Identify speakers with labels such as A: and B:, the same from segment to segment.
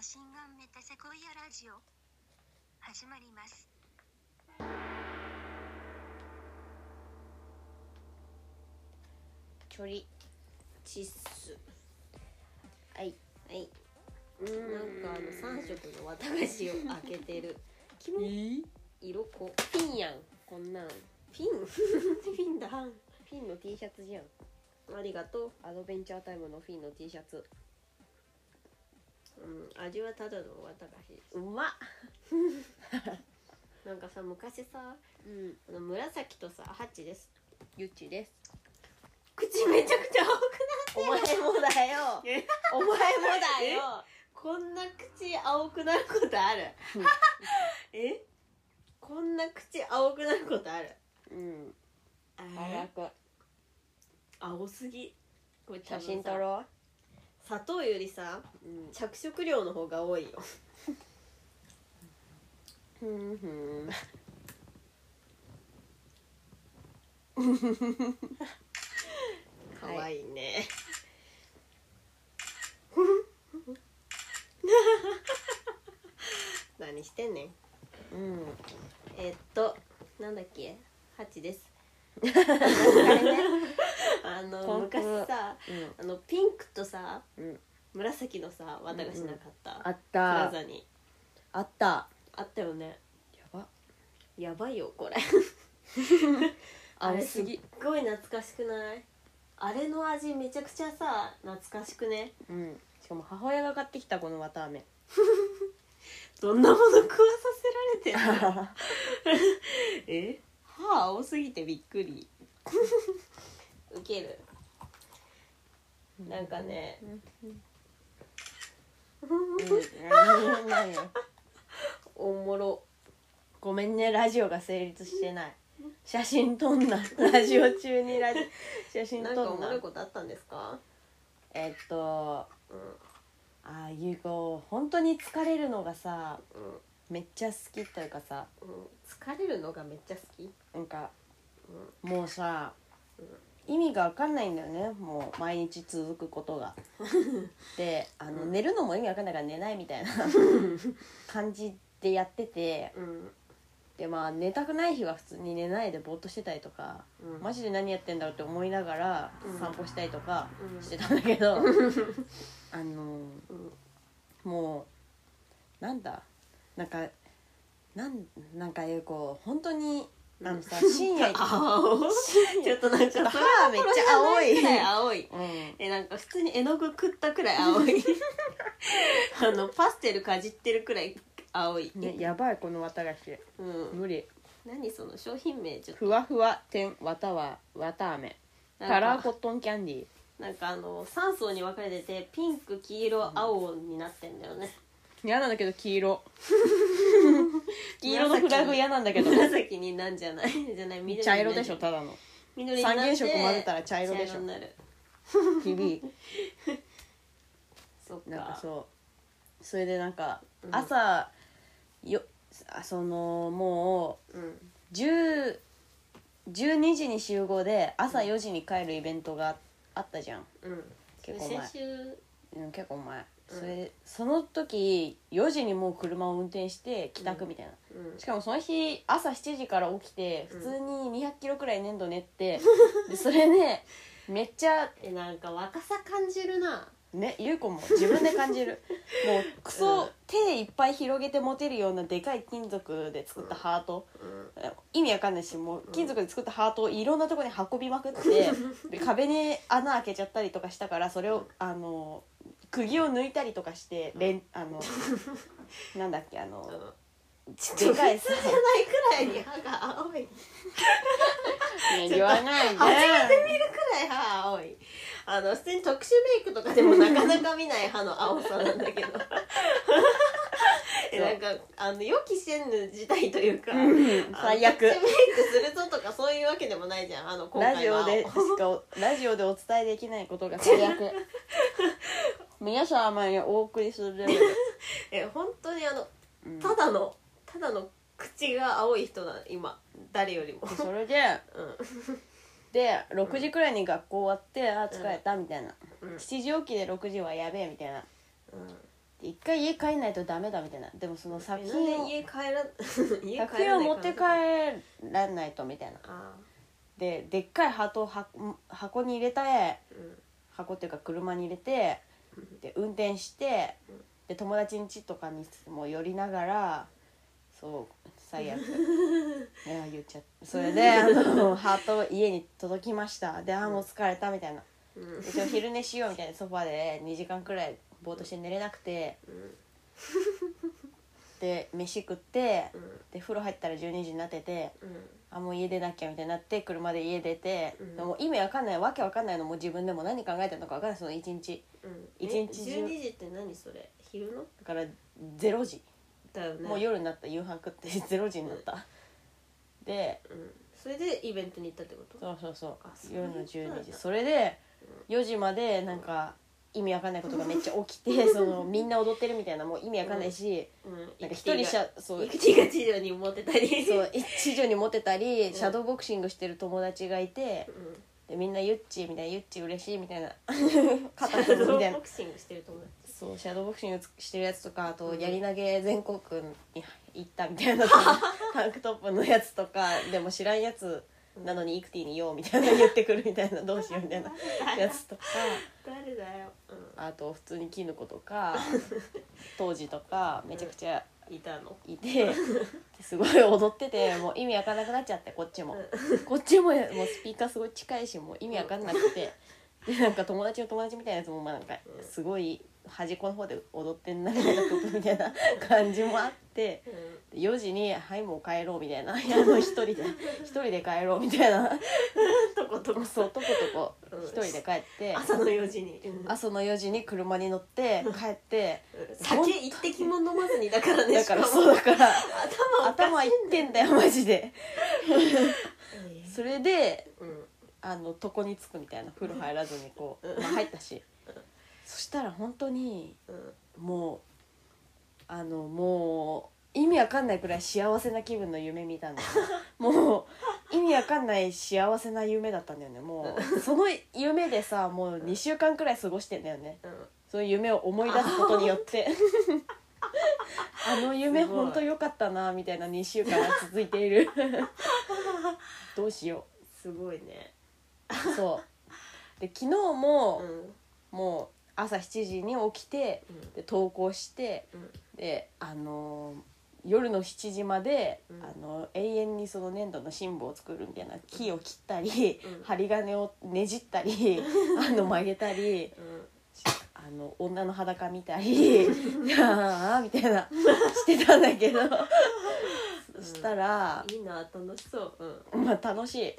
A: 心眼メタセコイアラジオ始まります
B: 距離
C: チッス
B: はい
C: はい
B: な
C: なんかあの3色の綿菓子を開けてる キ
B: え
C: モ色こフィンやんこんなんフィン フィンだあ
B: フィンの T シャツじゃん
C: りがと
B: アドベンチャータイムのフィンの T シャツ
C: う、うん、味はただの綿菓子です
B: うまっ
C: なんかさ昔さ
B: うん
C: あの紫とさハッチです
B: ゆっちです
C: 口めちゃくちゃ青く
B: お前もだよ
C: え
B: お前も
C: な
B: だ
C: いよ
B: よ
C: こんな口青くなることある えこんな口青くなることある
B: うん
C: あ
B: 早く
C: 青すぎこれ多
B: 写
C: 分さ
B: 真撮ろ
C: 砂糖よりさ
B: ううん
C: 着色料の方が多いよ
B: ふんふん
C: 可愛いね、 何してんねん
B: うん
C: えっとなんだっけハチですあ
B: コ
C: の
B: ンク
C: 昔さ
B: う
C: あ
B: ん
C: のピンクとさ
B: うん
C: 紫のさ綿菓子なかった、
B: あっ
C: プラ
B: た
C: ザに
B: あった
C: あったよね
B: やば
C: やばいよ これあ
B: 青
C: れ
B: すぎ
C: すっごい懐かしくないあれの味めちゃくちゃさ懐かしくね
B: うんしかも母親が買ってきたこの綿飴
C: どんなもの食わさせられてんの え歯青すぎてびっくり ウケるなんかね
B: うん何よ
C: おもろ
B: ごめんねラジオが成立してない写真撮んなラジオ中にラジ写真
C: なんか
B: 撮
C: おも
B: んな
C: ろいことあったんですか
B: えっと
C: うん
B: ああいうこう本当に疲れるのがさ
C: うん
B: めっちゃ好きというかさ
C: うん疲れるのがめっちゃ好き
B: なんか
C: う
B: もうさ
C: うん
B: 意味が分かんないんだよねもう毎日続くこと がであの、寝るのも意味分かんないから寝ない みたいな感じでやってて
C: うん
B: でまあ寝たくない日は普通に寝ないでぼーっとしてたりとか、
C: うん
B: マジで何やってんだろうって思いながら
C: うん
B: 散歩したりとか
C: うん
B: してたんだ けど、あの
C: うん
B: もうなんだなんかなんなんかいうこう本当にあのさ深夜
C: 青
B: 深
C: ちょ
B: 夜
C: っとなんか
B: 歯はめっちゃ青い
C: くらい青い
B: うん
C: えなんか普通に絵の具食ったくらい青 いあのパステルかじってるくらい青い、
B: ね、やばいこの綿菓子
C: うん
B: 無理
C: 何その商品名ちょっと
B: ふわふわ天綿は綿飴カラーコットンキャンディー
C: なんかあの3層に分かれててピンク黄色青になってんだよね
B: 嫌なんだけど 黄色黄色のフラグ嫌なんだけど
C: 紫になんじゃない じゃない緑にな
B: 茶
C: る
B: 色でしょただ の
C: 緑になって
B: 三原色混ぜたら茶色でしょ
C: 茶になる
B: ひび
C: そっか
B: なんかそうそれでなんか
C: うん
B: 朝、よあそのも
C: う、ん、
B: う10 12時に集合で朝4時に帰るイベントがあったじゃん
C: うん、
B: 結構前
C: 先週
B: うん結構前
C: うん
B: それ、その時4時にもう車を運転して帰宅みたいな、
C: うん
B: しかもその日朝7時から起きて
C: うん
B: 普通に2 0 0キロくらい粘土練って、 でそれねめっちゃ
C: えなんか若さ感じるな
B: ねゆうこも自分で感じるもうクソ、
C: うん
B: 手いっぱい広げて持てるようなでかい金属で作ったハート、
C: うん
B: 意味わかんないしもう金属で作ったハートをいろんなところに運びまくって で壁に穴開けちゃったりとかしたからそれをあの釘を抜いたりとかして、れん、 あのなんだっけあの
C: ち
B: でかい
C: 普通じゃないくらいに歯が青い
B: ね言わないで
C: 初めて見るくらい歯が青いあの普通に特殊メイクとかでもなかなか見ない歯の青さなんだ けどえなんかあの予期せぬ事態というか
B: うん最悪
C: あの特殊メイクするぞとかそういうわけでもないじゃんあの今
B: ラジ
C: 回は
B: オでしかおラジオでお伝えできないことが最悪 皆様にお送りするレベル、
C: え本当にあの
B: うん
C: ただのただの口が青い人だ今誰よりも
B: でそれで
C: うん
B: で6時くらいに学校終わって、あー疲れたみたいな、
C: うん
B: 7時起きで6時はやべえみたいなで一回家帰んないとダメだみたいなでもその作
C: え
B: 品
C: なん
B: を
C: で家帰ら家
B: 作
C: 帰
B: 品
C: ら
B: を
C: ない
B: 持って帰らないとみたいな
C: あ
B: ででっかいハートをは箱に入れて
C: ーうん
B: 箱っていうか車に入れて
C: うん
B: で運転して
C: うん
B: で友達ん家とかにも寄りながらそう最 悪いや言っちゃったそれであのハートを家に届きましたであーもう疲れたみたいな
C: うん
B: 一応昼寝しようみたいなソファで2時間くらいぼーっとして寝れなくて
C: うん
B: で飯食って
C: うん
B: で風呂入ったら12時になってて
C: うん
B: あもう家出なきゃみたいになって車で家出て、
C: うん
B: でも意味わかんないわけわかんないのもう自分でも何考えてるのかわかんないその一日
C: うん
B: 一
C: え
B: 日中
C: 12時って何それ昼の
B: だから0時、
C: だよね
B: もう夜になった夕飯食って 0時になった、で
C: うんそれでイベントに行ったってこと
B: そうそうそう
C: あそういう
B: 夜
C: こと
B: の
C: なん
B: 12時
C: だ
B: それで4時までなんか意味わかんないことがめっちゃ起きて そのみんな踊ってるみたいなもう意味わかんないし、
C: うん
B: なんか一人しゃそう
C: 生きてが地上に持ってたり
B: そう一女にモテたり、
C: ん
B: シャドーボクシングしてる友達がいて
C: うん
B: でみんなユッチーみたいなユッチー嬉しい みたいな
C: シ
B: 肩組
C: ャ
B: むみ
C: ド
B: たい
C: ー
B: な
C: ボクシングしてる友達
B: そうシャドーボクシングしてるやつとかあと
C: うん
B: やり投げ全国区に行ったみ たいなそのタンクトップのやつとかでも知らんやつなのにイクティにようみたいな言ってくるみた いなどうしようみたいなやつとか
C: 誰だよう
B: あと普通にキヌコと か当時とかめちゃくちゃ
C: んいたの
B: いてすごい踊っててもう意味わかんなくなっちゃってこっちもこっちももうスピーカーすごい近いしもう意味わかんなくてでなんか友達の友達みたいなやつもまあなんかすごい端っこの方で踊ってんなみたいなことみたいな感じもあって
C: うん
B: で4時に「はいもう帰ろう」みたいな「いやあの一人で一人で帰ろう」みたいな
C: とことこ
B: そうとことこ
C: うん
B: 一人で帰って
C: 朝の4時にうん
B: 朝の4時に車に乗って帰って
C: うん酒一滴も飲まずにだからね
B: だから
C: しか
B: そ
C: も
B: うだから
C: 頭おかし
B: 頭いってんだよマジで。
C: い
B: それで
C: うん
B: あの床につくみたいな風呂入らずにこう、
C: うん
B: まあ、入ったしそしたら本当に
C: うん
B: もうあのもう意味わかんないくらい幸せな気分の夢見たんだ よねもう意味わかんない幸せな夢だったんだよねもうその夢でさもう2週間くらい過ごしてんだよね
C: うん
B: その夢を思い出すことによってあの夢
C: すごい
B: 本当良かったなみたいな2週間が続いて いるどうしよう
C: すごいね
B: そうで昨日も、
C: うん
B: もう朝7時に起きて
C: うん
B: で投稿して
C: うん
B: であのー夜の7時まで、
C: うん
B: あの永遠にその粘土の芯部を作るみたいな木を切ったり、
C: うん
B: 針金をねじったり あの曲げたり
C: うん
B: あの女の裸見た りああみたいなしてたんだけど、そしたら、
C: いいな楽しそううん
B: まあ、楽しい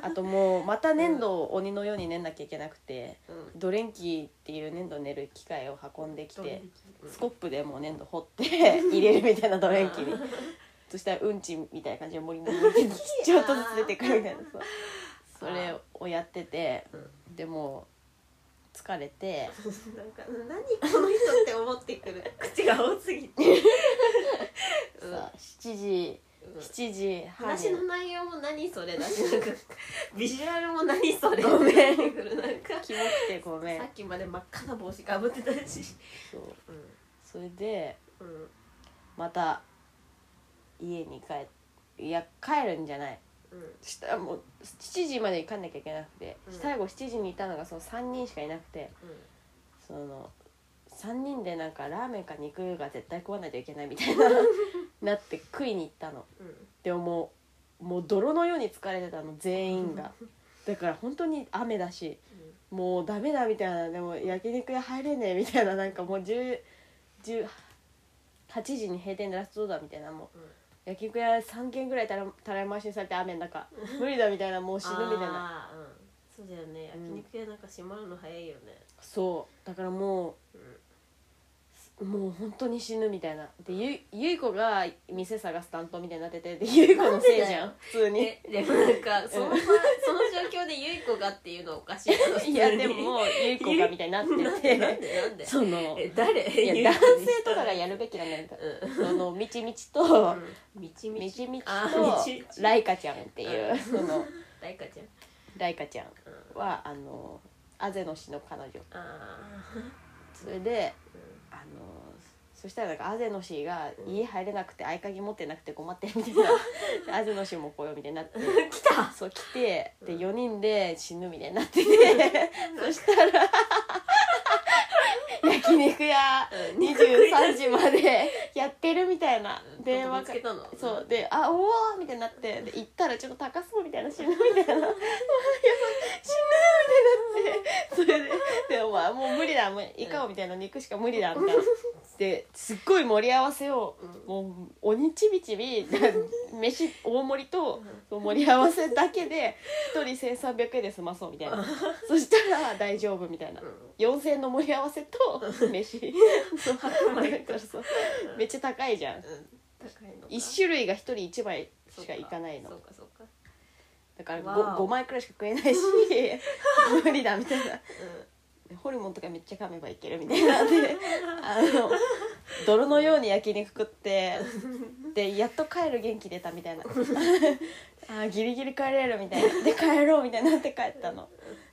B: あともうまた粘土を鬼のように練んなきゃいけなくて。
C: うん
B: ドレンキーっていう粘土練る機械を運んでき
C: ドレ
B: て
C: ンキうん
B: スコップでもう粘土掘って入れるみたいなドレンキにそしたらうんちみたいな感じで森にちょっとずつ出てくるみたいなそうそれをやってて
C: う
B: でも疲れて
C: なんか何この人って思ってくる 口が多すぎてうん
B: さ7時
C: うん
B: 7時半に
C: 話の内容も何それだしなんかビジュアルも何それ
B: ごめ
C: 出
B: ん
C: てくるなんか
B: キモくてごめん
C: さっきまで真っ赤な帽子かぶってたし
B: そう
C: う
B: それで
C: んうん
B: また家に帰っいや帰るんじゃない
C: うん
B: したらもう7時まで行かなきゃいけなくて、
C: うん
B: 最後7時にいたのがその3人しかいなくてその3人でなんかラーメンか肉が絶対食わないといけないみた いななって食いに行ったの
C: う
B: でももうもう泥のように疲れてたの全 員がだから本当に雨だしもうダメだみたいなでも焼肉屋入れねえみたいななんかもう10 10 8時に閉店でラストオーダーみたいなもう焼肉屋3軒ぐらいたらたらい回しにされて雨の中無理だみたいなもう死ぬみたいな
C: あーうんそうだよね焼肉屋なんか閉まるの早いよね
B: そうだからも
C: うん
B: うもう本当に死ぬみたいなでゆゆい子が店探す担当みたいになっててでゆい子のせいじゃ
C: な
B: ん
C: ん
B: 普通に
C: えでもなんかその場その状況でゆい子がっていうのおかしいよ
B: いやでもゆい子がみたいになっ
C: なんで
B: て
C: なん
B: て
C: でなんで
B: その
C: え誰
B: いや
C: ゆい
B: 男
C: 子に
B: 性
C: した
B: と
C: ら
B: かがやるべきなんだよ
C: うん
B: そのみちみちと
C: みちみ
B: み
C: ち
B: ちみち
C: あーみちみ
B: と
C: ち
B: ライカちゃんっていううんその
C: 大花ちゃん
B: ライカちゃん
C: うん
B: はあのアゼの氏の彼女
C: あ
B: それで
C: ー
B: あのそしたらなんかアゼノシが
C: うん
B: 家入れなくて合鍵持ってなくて困ってるみたいなで アゼノシも来ようみたいになって
C: 来た
B: そう 来てで
C: うん
B: 4人で死ぬみたいになっててそしたら焼肉屋
C: うん
B: 23時までやってるみたいな
C: うん
B: 電
C: ち
B: 話
C: ょ
B: か
C: っと見つけたの
B: そうで「あおお!」みたいになってで行ったらちょっと高そうみたいな死ぬみたいな「うわやばい死ぬ!」みたいになってそれで「でお前もう無理だもう行こう」みたいな「肉しか無理だ」みたいな。ですっごい盛り合わせを、もう鬼ちびちび飯大盛りと
C: うん
B: その盛り合わせだけで1人1300円で済まそうみたいなそしたら大丈夫みたいな
C: うん
B: 4000円の盛り合わせと飯 そう
C: 白米
B: だからそうめっちゃ高いじゃ
C: う
B: ん
C: ん高いのか
B: 1種類が1人1枚しかいかない
C: そ
B: の
C: うかそうか
B: だから
C: わ
B: 5,
C: お
B: 5枚くらいしか食えない し無理だみたいな
C: う
B: ホルモンとかめっちゃ噛めばいけるみたいなんであの泥のように焼肉食ってでやっと帰る元気出たみた いなあーギリギリ帰れるみたいなで帰ろうみたいになって帰ったの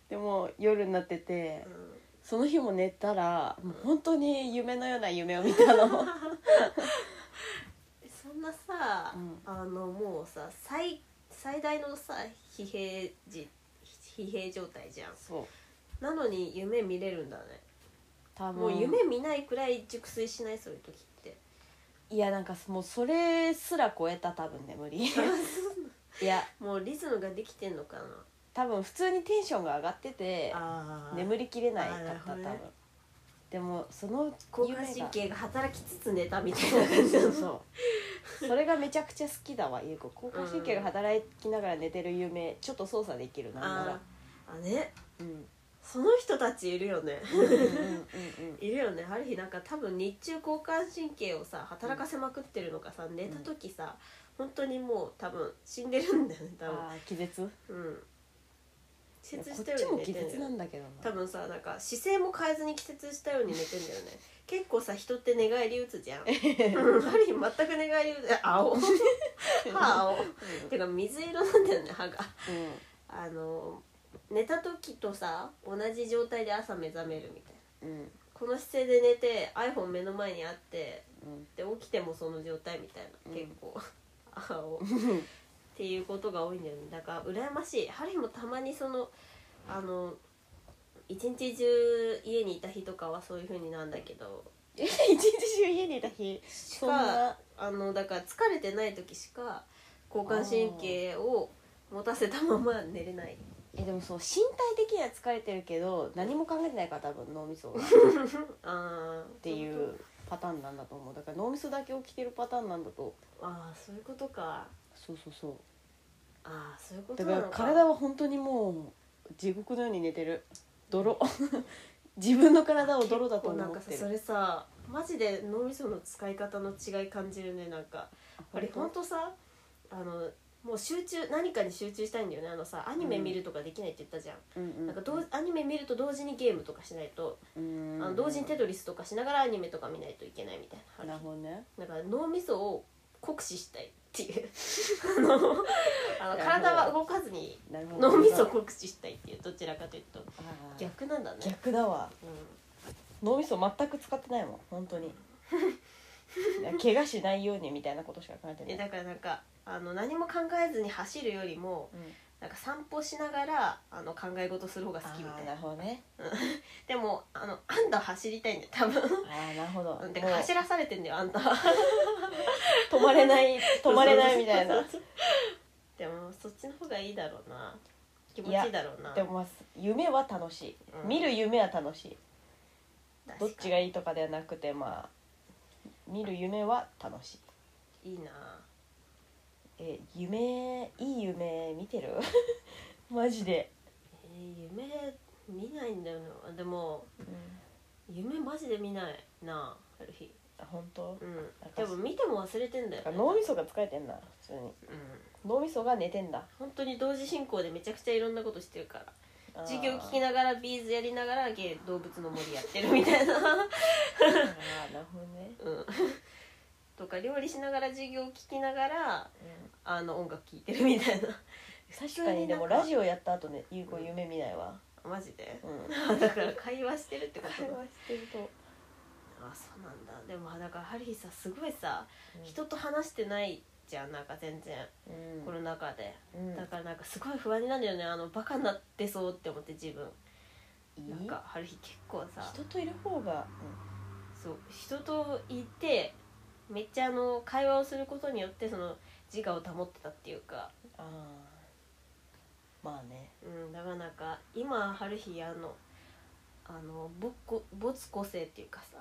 B: でも夜になって
C: ん
B: て
C: うん
B: その日も寝たらもう本当に夢のような夢を見た の
C: そんなさ、
B: うん
C: あのもうさ最最大のさ疲弊時疲弊状態じゃん
B: そう
C: なのに夢見れるんだね、
B: 多分
C: もう夢見ないくらい熟睡しないそういう時って
B: いやなんかもうそれすら超えた多分 眠りいや
C: もうリズムができてんのかな
B: 多分普通にテンションが上がってて
C: あ眠
B: 眠りきれないかっ
C: あーなるほ
B: た多
C: どね
B: 分でもその
C: 交
B: 夢
C: 感神
B: が
C: 経が働きつつ寝たみたい
B: そう
C: な感じな
B: そ
C: の
B: うそうそれがめちゃくちゃ好きだわゆうこ交感神経が働きながら寝てる夢ちょっと操作できるななんな
C: あ
B: ら
C: ーあね
B: うんうん
C: その人たちいるよね
B: うんうんうんうん
C: いるよねある日なんか多分日中交感神経をさ働かせまくってるのかさ寝た時さ、本当にもう多分死んでるんだよね多分
B: あー気絶
C: うん気
B: いや
C: 絶
B: こ
C: した
B: っ
C: よ
B: ち
C: うに
B: も
C: 寝
B: 気
C: てん
B: 絶
C: だ
B: な
C: よ
B: んだけど
C: 多
B: な
C: 分さなんか姿勢も変えずに気絶したように寝てんだよね結構さ人って寝返り打つじゃんうんある日全く寝返り打つえ青歯青てか水色なんだよね歯が
B: うん
C: あの寝た時とさ同じ状態で朝目覚めるみたいな
B: うん
C: この姿勢で寝て iPhone 目の前にあって
B: うん
C: で起きてもその状態みたいな結構、 青っていうことが多いんだよねだから羨ましいハリーもたまにそのあの一日中家にいた日とかはそういう風になんだけど
B: え一日中家にいた日
C: し
B: そんな
C: かあのだから疲れてない時しか交感神経を持たせたまま寝れない
B: えでもそう身体的には疲れてるけど何も考えてないから多分脳みそがっ
C: あって
B: いうパターンなんだと思うだから脳みそだけ起きてるパターンなんだと
C: ああそういうことか
B: そうそうそう
C: ああそういうこと
B: だ
C: な
B: か
C: の
B: ら
C: か
B: 体は本当にもう地獄のように寝てる泥 自分の体を泥だと思っ
C: 結構なん
B: てる
C: かさそれさマジで脳みその使い方の違い感じるねなんかあれ本当さあのもう集中何かに集中したいんだよねあのさアニメ見るとかできないって言ったじゃん、
B: うんうん
C: なんかどうアニメ見ると同時にゲームとかしないと、
B: うん
C: あの同時にテトリスとかしながらアニメとか見ないといけないみたいな
B: なるほどね
C: だから脳みそを酷使したいっていう あのあの体は動かずに
B: なるほど
C: 脳みそを酷使したいっていうどちらかというと
B: あー
C: 逆なんだね
B: 逆だわ
C: うん
B: 脳みそ全く使ってないもん 本当にいや怪我しないようにみたいなことしか考えて
C: え
B: な
C: だ
B: い、
C: からなんかあの何も考えずに走るよりも
B: うん、
C: なんか散歩しながらあの考え事する方が好きみ
B: あ
C: た
B: ー
C: いな
B: なるほどね
C: でもあのあんた走りたいんだよ多分
B: ああなるほど。
C: で
B: もう
C: 走らされてんだよあんた
B: 止ま れない 止まれないみたい
C: そう
B: な
C: そう。そう でもそっちの方がいいだろうな気持ちいいだろうな
B: でもまあ夢は楽しい。
C: うん
B: 見る夢は楽しい。
C: 確か
B: ど
C: に
B: っちがいいとかではなくてまあ見る夢は楽しい。
C: いいな
B: え夢いい夢見てる？ マジで。
C: えー夢見ないんだよなでも夢マジで見ないなある日
B: あ本当
C: う。んでも見ても忘れてんだ
B: だ
C: よ
B: か
C: ね
B: ら脳みそが疲れてんな普通に。
C: うん
B: 脳みそが寝てんだ。
C: 本当に同時進行でめちゃくちゃいろんなことしてるから
B: あー
C: 授業聞きながらビーズやりながらゲー動物の森やってるみたいな、
B: あー なるほどね。
C: うん、 とか料理しながら授業聞きながらあの音楽聴いてるみたいな
B: 確かにでもラジオやった後ねゆうこ夢見ないわ。
C: オマジで
B: うん。
C: だから会話してるってこと
B: 会話してると。
C: ああそうなんだでもだからハリーさすごいさ、人と話してないじゃんなんか全然、
B: うん
C: コロナ禍で、
B: うん
C: だからなんかすごい不安になるんだよねあのバカになってそうって思って自分
B: いい
C: なんかハリー結構さ
B: 人といる方が、
C: そう人といてめっちゃあの会話をすることによってその自我を保ってたっていうか、
B: うん、ああまあね
C: うん、だからなんか今春日あのあのぼっこ没個性っていうかさ、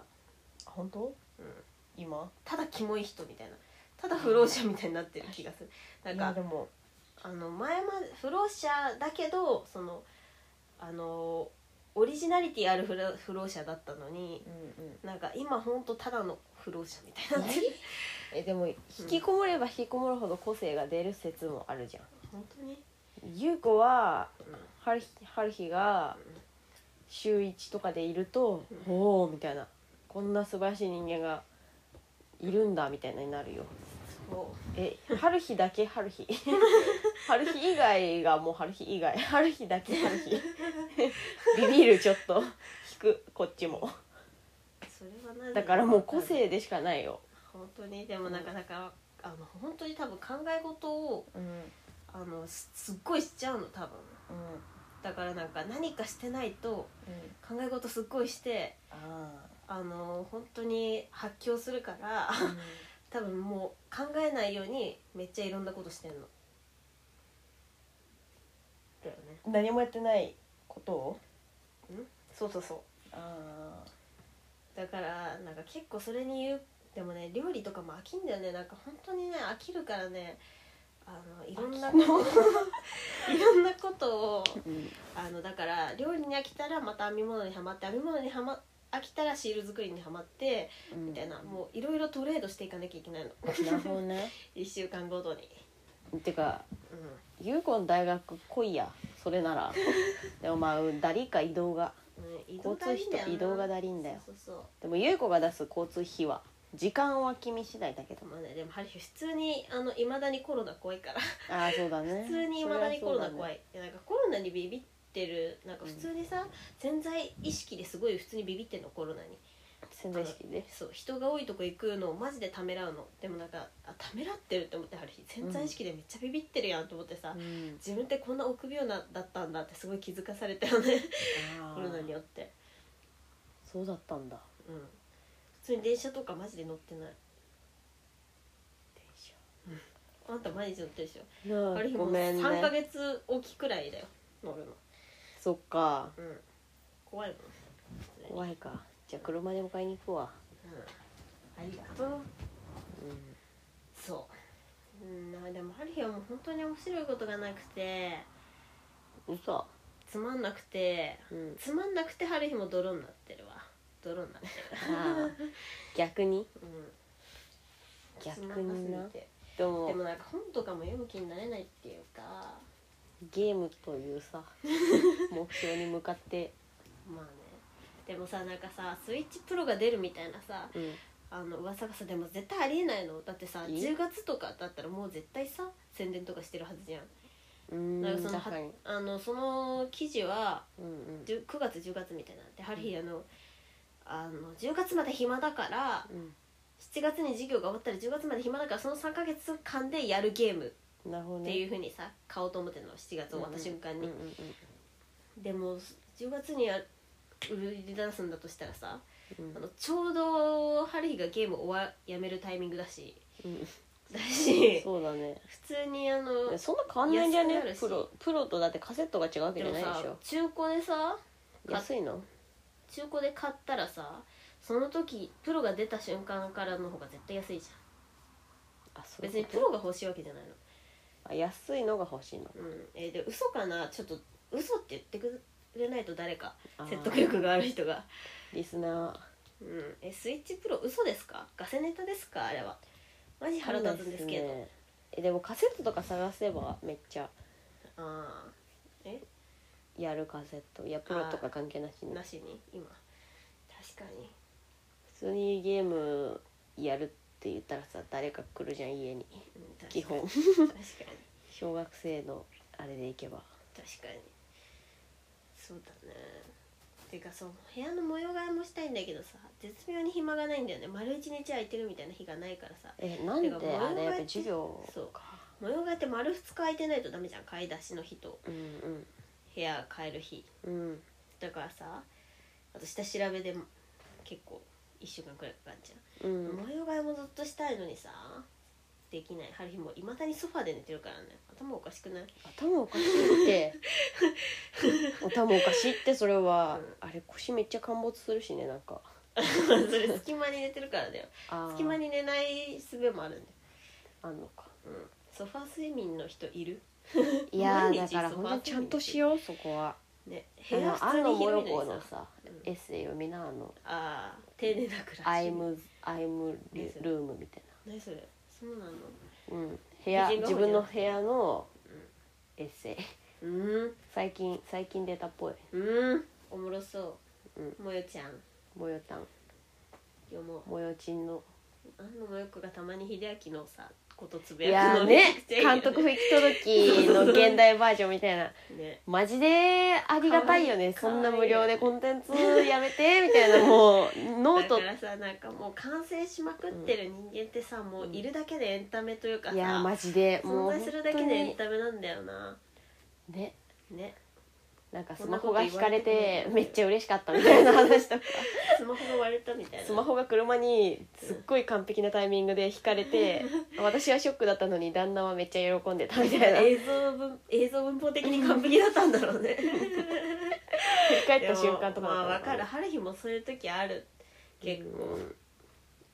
B: 本当
C: うん、
B: 今
C: ただキモい人みたいなただ不老者みたいになってる気がするなん
B: い
C: か
B: やでも
C: あの前まで不老者だけどそのあのオリジナリティある不老不老者だったのに
B: うんうん
C: なんか今ほんとただの不老者みたい になってる
B: えでも引きこもれば引きこもるほど個性が出る説もあるじゃん
C: 本当に、
B: 優子は
C: うん
B: 春日春日が週一とかでいると「おお」みたいな「こんな素晴らしい人間がいるんだ」みたいなになるよ
C: そう
B: え春日だけ春 日春日以外がもう春日以外春日だけ春日ビビるちょっと引くこっちも
C: それはなぜ
B: だからもう個性でしかないよ、
C: 本当にでもなんかだから、あの本当に多分考え事を
B: うん
C: あのすすっごいしちゃうの多分
B: うん
C: だからなんか何かしてないと
B: うん、
C: 考え事すっごいして
B: あ
C: あの本当に発狂するから
B: あ、
C: 多分もう考えないようにめっちゃいろんなことしてんのだよね
B: 何もやってないことを
C: そうそうそう
B: ああ
C: だからなんか結構それに言うでもね料理とかも飽きんだよねなんか本当にね飽きるからねあの いろんなこといろんなことを
B: うん
C: あのだから料理に飽きたらまた編み物にはまって編み物にはま飽きたらシール作りにはまってみたいなもういろいろトレードしていかなきゃいけないの
B: なるほどね
C: 1週間ごとに、
B: てか
C: うん、
B: 優子の大学来いやそれならでもまあダリか移動が
C: うん、移動
B: 交
C: が
B: 通
C: いいんだよ
B: 費と
C: な
B: 移動がダリんだよ
C: そうそう
B: でも優子が出す交通費は時間は君次第だけ
C: そ
B: ど
C: うまあねでもハリー普通にあのいまだにコロナ怖いから
B: ああそうだね
C: 普通にいまだにコロナ怖
B: い
C: い、いやなんかコロナにビビってるなんか普通にさ、潜在意識ですごい普通にビビってんのコロナに
B: 潜在意識で
C: そう人が多いとこ行くのをマジでためらうのでもなんかあためらってるって思ってハリー潜在意識でめっちゃビビってるやんと思ってさ、
B: うん
C: 自分ってこんな臆病なだったんだってすごい気づかされたよね
B: あ
C: コロナに
B: ー
C: よって
B: そうだったんだ
C: うん普通に電車とかマジで乗ってない
B: 電車
C: あんた毎日乗ってるでしょ
B: いや
C: あれ
B: ご
C: も
B: めん
C: 3ヶ
B: ね
C: 月おきくらいだよ乗るの
B: そっか
C: うん怖いもん
B: 怖いかじゃあ車で迎えに行くわ
C: うんありがとう
B: うん
C: そううんなんかでもハリーはもう本当に面白いことがなくて
B: 嘘
C: つまんなくて
B: うん
C: つまんなくてハリーも泥になってるわ泥になって
B: あー逆に
C: る、うん、
B: 逆
C: つま
B: に
C: ん
B: な
C: なすぎて
B: で
C: で
B: も
C: もなんか本とかも読む気になれないっていうか
B: ゲームとい うさ目標に向かって
C: まあねでもさなんかさスイッチプロが出るみたいなさ
B: うん
C: あの噂がさでも絶対ありえないのだってさ
B: え
C: 10月とかだったらもう絶対さ宣伝とかしてるはずじゃん
B: うー
C: なん
B: ん
C: かその
B: 確かに
C: あのその記事は
B: うんうん
C: 10 9月10月みたいなんでハリーあのあの10月まで暇だから7月に授業が終わったら10月まで暇だからその3ヶ月間でやるゲームっ
B: うんなるほどね
C: ていうふうにさ買おうと思ってるの7月終わった瞬間に
B: うんうん
C: でも10月にや売り出すんだとしたらさ
B: うん
C: あのちょうどハリーがゲーム終わやめるタイミングだし
B: うんうん
C: だ し
B: そうだね
C: 普通にあ
B: い
C: の
B: やそんな変わんないんじゃ
C: 安くな
B: ね
C: るし
B: プロプロとだってカセットが違うわけ
C: で
B: じゃ
C: も
B: な
C: さ
B: いでしょ
C: 中古でさ買っ
B: 安いの
C: 中古で買ったらさその時プロが出た瞬間からの方が絶対安いじ
B: あそ
C: ゃん
B: う
C: 別にプロが欲しいわけじゃない
B: あ安いのが欲しいの
C: のうんえーで嘘かなちょっと嘘って言ってくれないと誰か
B: あー
C: 説得力がある人が
B: リスナ
C: うんえスイッチプロ嘘ですかガセネタですかあれはマジ
B: ー
C: 腹立つんですけど、
B: ねえでもカセットとか探せばめっちゃ
C: あ
B: やるカセットいやプロとか関係なし
C: あ
B: に
C: なしに今確かに
B: 普通にゲームやるって言ったらさ誰か来るじゃん
C: う
B: 家に
C: ん確かに
B: 基本
C: 確かに
B: 小学生のあれでいけば
C: 確かにそうだねていうかそう部屋の模様替えもしたいんだけどさ絶妙に暇がないんだよね丸一日空いてるみたいな日がないからさ
B: えなんで
C: てか
B: あれやっ
C: 模様替え
B: ぱ
C: って
B: 授業
C: そう模様替えって丸2日空いてないとダメじゃん買い出しの日と
B: うん
C: 部屋変える日
B: うんうん
C: だからさあと下調べでも結構1週間くらいかかんじゃ、
B: うんん
C: 模様替えもずっとしたいのにさできない春日もいまだにソファで寝てるからね頭おかしくない
B: 頭おかしいって 頭おかしいってそれは、あれ腰めっちゃ陥没するしねなんか
C: それ隙間に寝てるからだよ
B: あー
C: 隙間に寝ない術もあるんだよ、
B: あんのか
C: うん、ソファ睡眠の人いる
B: いやー
C: 毎
B: だ
C: 日
B: から
C: ソファ
B: 本当にちゃんとしようそこは
C: ね
B: あ
C: 部屋
B: の
C: 普通
B: 安
C: に
B: 野模様
C: 広いの
B: 子
C: に
B: の
C: さ
B: さ
C: うん
B: エッセイ読みなあの
C: ああ丁寧な暮
B: 「
C: ら
B: ア
C: し
B: イムアイムル
C: ですよ
B: ルーム」みたい
C: 何それそうなの
B: な、うん、部屋
C: 美人が
B: 自
C: 本
B: 分
C: にな
B: の
C: って
B: 部屋の
C: ん
B: エッセイ
C: うーん
B: 最近最近出たっぽいう
C: ーんおもろそう、
B: うん
C: もよちゃん
B: もよたん
C: 読もう
B: もよちんの
C: あのもよくがたまに秀明のさことつぶ
B: い
C: や
B: や
C: く
B: ー
C: の
B: ね
C: めちゃくちゃいいよ
B: 監督不行き届きの現代バージョンみたいな
C: ね
B: マジでありがたいよね
C: か
B: そ
C: わいい
B: んな無料でコンテンツやめてみたいなもうノー
C: だ
B: ト
C: からさなんかもう完成しまくってる人間ってさ、もういるだけでエンタメというかさ
B: いやーマジでも
C: 存在
B: う本
C: するだけ
B: 当
C: でエン
B: に
C: タメなんだよな
B: ね
C: ね
B: なんかスマホが引かれ
C: こ
B: て
C: んなこと言われても
B: めっちゃ嬉しかったみたいな 話とか
C: スマホが割れたみたいな
B: スマホが車にすっごい完璧なタイミングで引か れて私はショックだったのに旦那はめっちゃ喜んでたみたいな引
C: 映像文映像文法的に完璧だったんだろう ね
B: っ返った瞬間とか
C: まあ
B: だ
C: わ
B: った
C: か
B: の
C: る春日もそういう時ある結構
B: うん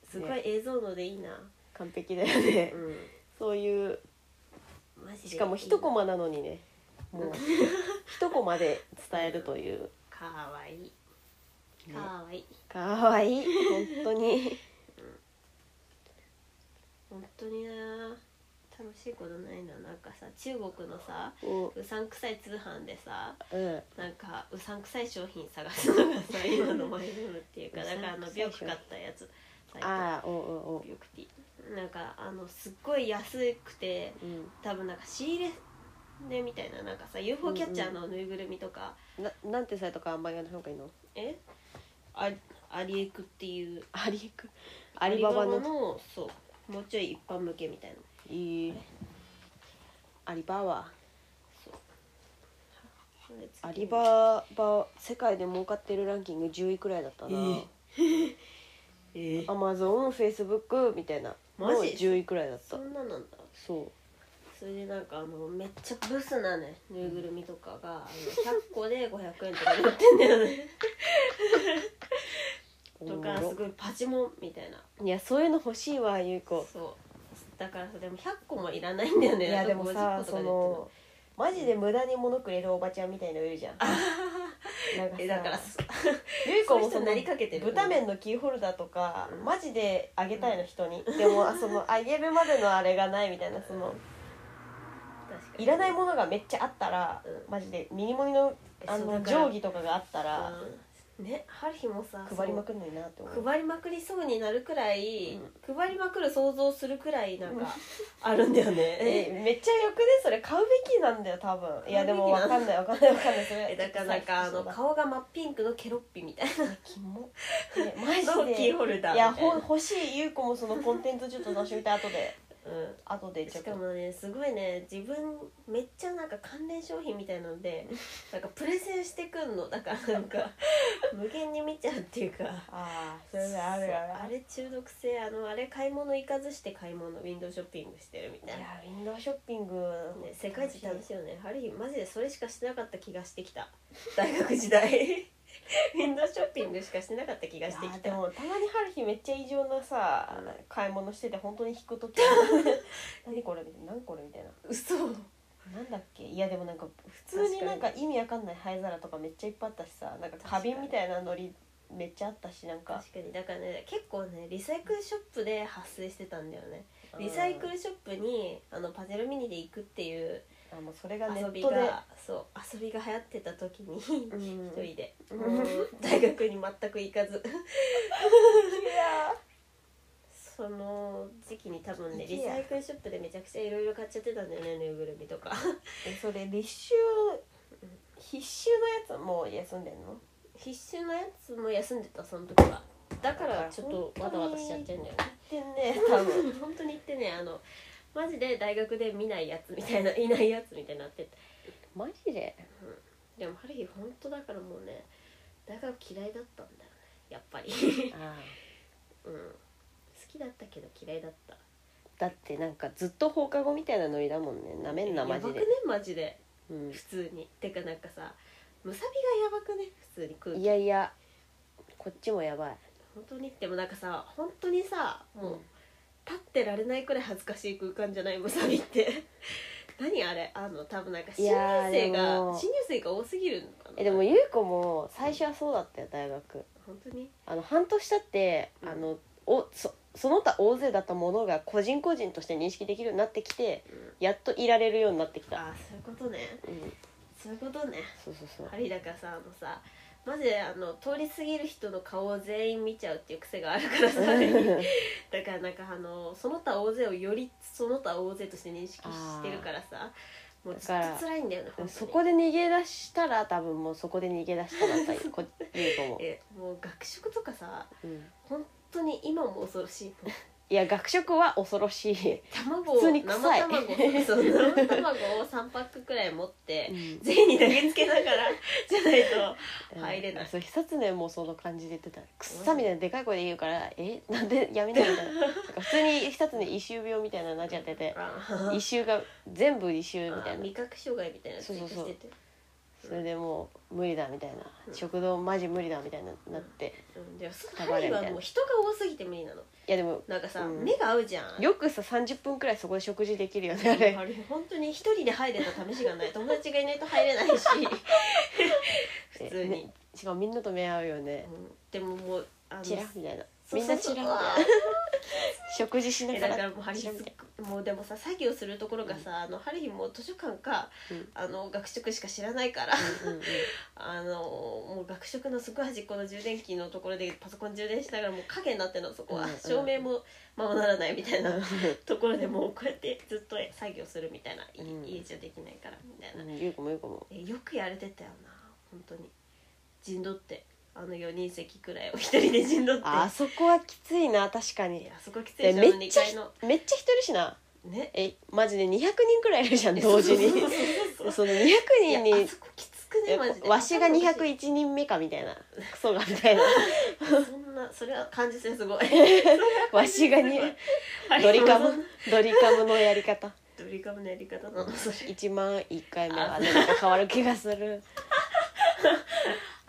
C: すごい映像のでいいな、
B: 完璧だよね
C: う
B: そういうん
C: マジで
B: しかも一コマなのにねも う一コマで伝えるという
C: かわいい
B: ね
C: かわいい、
B: かわいい本当に
C: 本当にな楽しいことないななんかさ中国のさ
B: う
C: うさんくさい通販でさ
B: んうん
C: なんかうさんくさい商品探すのが さ今のマイブームっていうか
B: う
C: だ
B: さん
C: か
B: くさい
C: らあのビョク買ったやつサイト
B: ああおうおうおう
C: ビョクピなんかあのすっごい安くて
B: うん
C: 多分なんか仕入れでみたいななんかさ UFO キャッチャーのぬいぐるみとか、
B: ななんてサイトかあんまりやらない方がいいの
C: えあアリエクっていう
B: アリエクアリババ
C: ア
B: の
C: リババのそうもうちょい一般向けみたいない
B: いアリババアリババ世界で儲かってるランキング10位くらいだったな
C: ええ
B: アマゾンフェイスブックみたいな
C: マジ
B: の10位くらいだった
C: そんななんだ
B: そ
C: それでなんかあのめっちゃブスなねぬいぐるみとかがあの100個で500円とかになってんだよ ね
B: う
C: とかすごいパチモンみたいない
B: やそういうの欲しいわゆう
C: そう
B: 子
C: だからさでも100個もいらないんだよね
B: いやでも
C: な
B: さ
C: んか50個とか
B: そ
C: で売ってん
B: のマジで無駄に物くれるおばちゃんみたいのいるじゃんなんかさ
C: えだからそ
B: ゆい子もそ
C: そういう人に
B: の
C: なりかけてる
B: 豚麺のキーホルダーとか、
C: うん
B: マジであげたいの人に、でもあそのあげるまでのあれがないみたいなその
C: 確かに
B: いらないものがめっちゃあったら、
C: うん
B: マジでミニモニのあ
C: そうだ
B: の
C: から
B: 定規とかがあったら、
C: うんね春日もさ
B: 配りまくんのになって思
C: そう
B: う
C: 配りまくりそうになるくらい、配りまくる想像するくらいなんかあるん だよね
B: えめっちゃよくねそれ買うべきなんだよ多分いやでも
C: 買
B: わ
C: うべきな
B: か
C: ん
B: ないわかんないわかんないそれ
C: えだからなんかあの
B: 買
C: 顔が真っピンクのケロッピみたいな
B: キモねマ
C: の
B: ジ
C: キー
B: で
C: ホルダー
B: い
C: みた
B: や
C: いな
B: ほ欲しいゆう子もそのコンテンツちょっと楽しみたい後で
C: う
B: 後で
C: ん、
B: ち
C: し
B: ょっ
C: か
B: と
C: もねすごいね自分めっちゃなんか関連商品みたいなのでなんかプレゼンしてくんのだからなんか無限に見ちゃうっていうか
B: ああそれある
C: そ
B: ある
C: うあれ中毒性あのあれ買い物行かずして買い物ウィンドウショッピングしてるみ
B: い
C: た
B: や
C: いな、
B: ウィンドウショッピング、
C: ね、世界一楽しいよねある日マジでそれしかしてなかった気がしてきた大学時代 ウィンドウショッピングしかしてなかった気がして
B: い
C: き
B: や
C: た
B: でもたまに春日めっちゃ異常なさ、買い物してて本当に引く 時何これみたいな何これみたいな
C: 嘘
B: なんだっけいやでもなんか普通になんか
C: 確
B: 意味わかんない灰皿とかめっちゃいっぱいあったしさなんか花瓶みたいなノリめっちゃあったしなんか
C: 確かにだからね結構ねリサイクルショップで発生してたんだよねリサイクルショップにあのパズルミニで行くっていう
B: あもうそれがネ
C: 遊
B: ッ
C: び
B: トで
C: がそう遊びが流行ってた時に一
B: ん
C: 人で、
B: うん
C: もう 大学に全く行かずその時期に多分ね
B: いけ
C: リ
B: や
C: サイクルショップでめちゃくちゃいろいろ買っちゃってたんだよねぬいぐるみとか
B: えそれ立秋必修のやつもう休んでんの
C: 必修のやつも休んでたその時はだからちょっとわたわたしちゃってんだよね
B: てんね
C: 多分本当に言ってねあのマジで大学で見ないやつみたいないないやつみたいになってて
B: マジで
C: でも春日本当だからもうね大学嫌いだったんだよねやっぱり
B: あ
C: うん好きだったけど嫌いだった
B: だってなんかずっと放課後みたいなノリだもんねなめんなマジ
C: やばくね
B: で、
C: マジで
B: うん
C: 普通にてかなんかさむさびがやばくね普通に空気
B: いやいやこっちもやばい
C: 本当にでもなんかさ本当にさもう、
B: うん
C: 立ってられないくらい恥ずかしい空間じゃないむさびって 何あれあの多分なんか
B: い
C: 新入
B: や
C: 生
B: ーで
C: が
B: も
C: 新入生が多すぎるのかな
B: えでもゆう子も最初はそうだったよ大学
C: 本当に
B: あの半年経って
C: うん
B: あのおそその他大勢だったものが個人個人として認識できるようになってきて
C: うん
B: やっといられるようになってきた
C: ああそういうことね
B: うん
C: そういうことね
B: そうそうそう
C: ハリーだからさあのさマジであの通り過ぎる人の顔を全員見ちゃうっていう癖があるからさ だからなんかあのその他大勢をよりその他大勢として認識してるからさもうずっ
B: だから
C: と辛いんだよね本当に
B: そこで逃げ出したら多分もうそこで逃げ出したらっ たこゆう子も、
C: えもう学食とかさ
B: うん、
C: 本当に今も恐ろしい
B: いや学食は恐ろしい、
C: 卵を
B: 普通に
C: 生
B: 臭い
C: 卵をそう生卵を3パックくらい持って
B: うん
C: 全員に投げつけながらじゃない と入れない
B: そう久常もその感じで言ってた「くっさ」みたいなでかい声で言うから「えなんでやめない」みたい ななんか普通に久常異臭病みたいなのになっちゃってて
C: あ
B: 異臭が全部異臭みたいな
C: 味覚障害みたいなのツイートしてて
B: それでもう無理だみたいな、
C: うん
B: 食堂マジ無理だみたいななって、
C: うんでもそ
B: タ
C: の
B: バレ
C: 針
B: みた
C: はい
B: な
C: もう人が多すぎて無理なの
B: いやでも
C: なんかさ、
B: うん
C: 目が合うじゃん
B: よくさ30分くらいそこで食事できるよねあれ
C: あれ本当に一人で入れた試しがない友達がいないと入れない し普通に、
B: えねしかもみんなと目合うよね
C: うんでももうあの
B: チラみたいな
C: そう
B: みん
C: そ
B: な
C: うそ
B: チ
C: う
B: ラみたいな食事しな
C: え
B: が
C: だか
B: ら
C: らもう春
B: チ
C: 日
B: ラみたい
C: もうでもさ作業するところがさ、あの春日も図書館か、
B: うん
C: あの学食しか知らないから、
B: なうんうんうん
C: あのもう学食のすぐ端っこの充電器のところでパソコン充電しながらもう影になってんのそこは、
B: うんうん
C: 照明もままならないみたいなところでもうこうやってずっと作業するみたいな、い
B: うん
C: 家じゃできないからみたいな、
B: うんゆうこもゆうこも
C: えよくやれてたよな本当に陣取ってあの4人席くらいを一人で陣取って
B: ああそこはきついな確か
C: い
B: に
C: やあそこきつい
B: で
C: でしょあ
B: め
C: の
B: っ
C: 2
B: ちゃ
C: 階の
B: めっちゃ人いるしな
C: ね
B: えマジで200人くらいいるじ ゃん同時に
C: そうそうそうそう
B: その200
C: いや
B: 人に
C: あそこきつくねマジで
B: わしが
C: 頭おかしい
B: 201人目かみたいなクソがみたい な
C: そんなそれは感じ性すごい
B: わしがにドリカムドリカムのやり方
C: ドリカムのやり方なのそれ
B: 1万1回目はなんか変わる気がする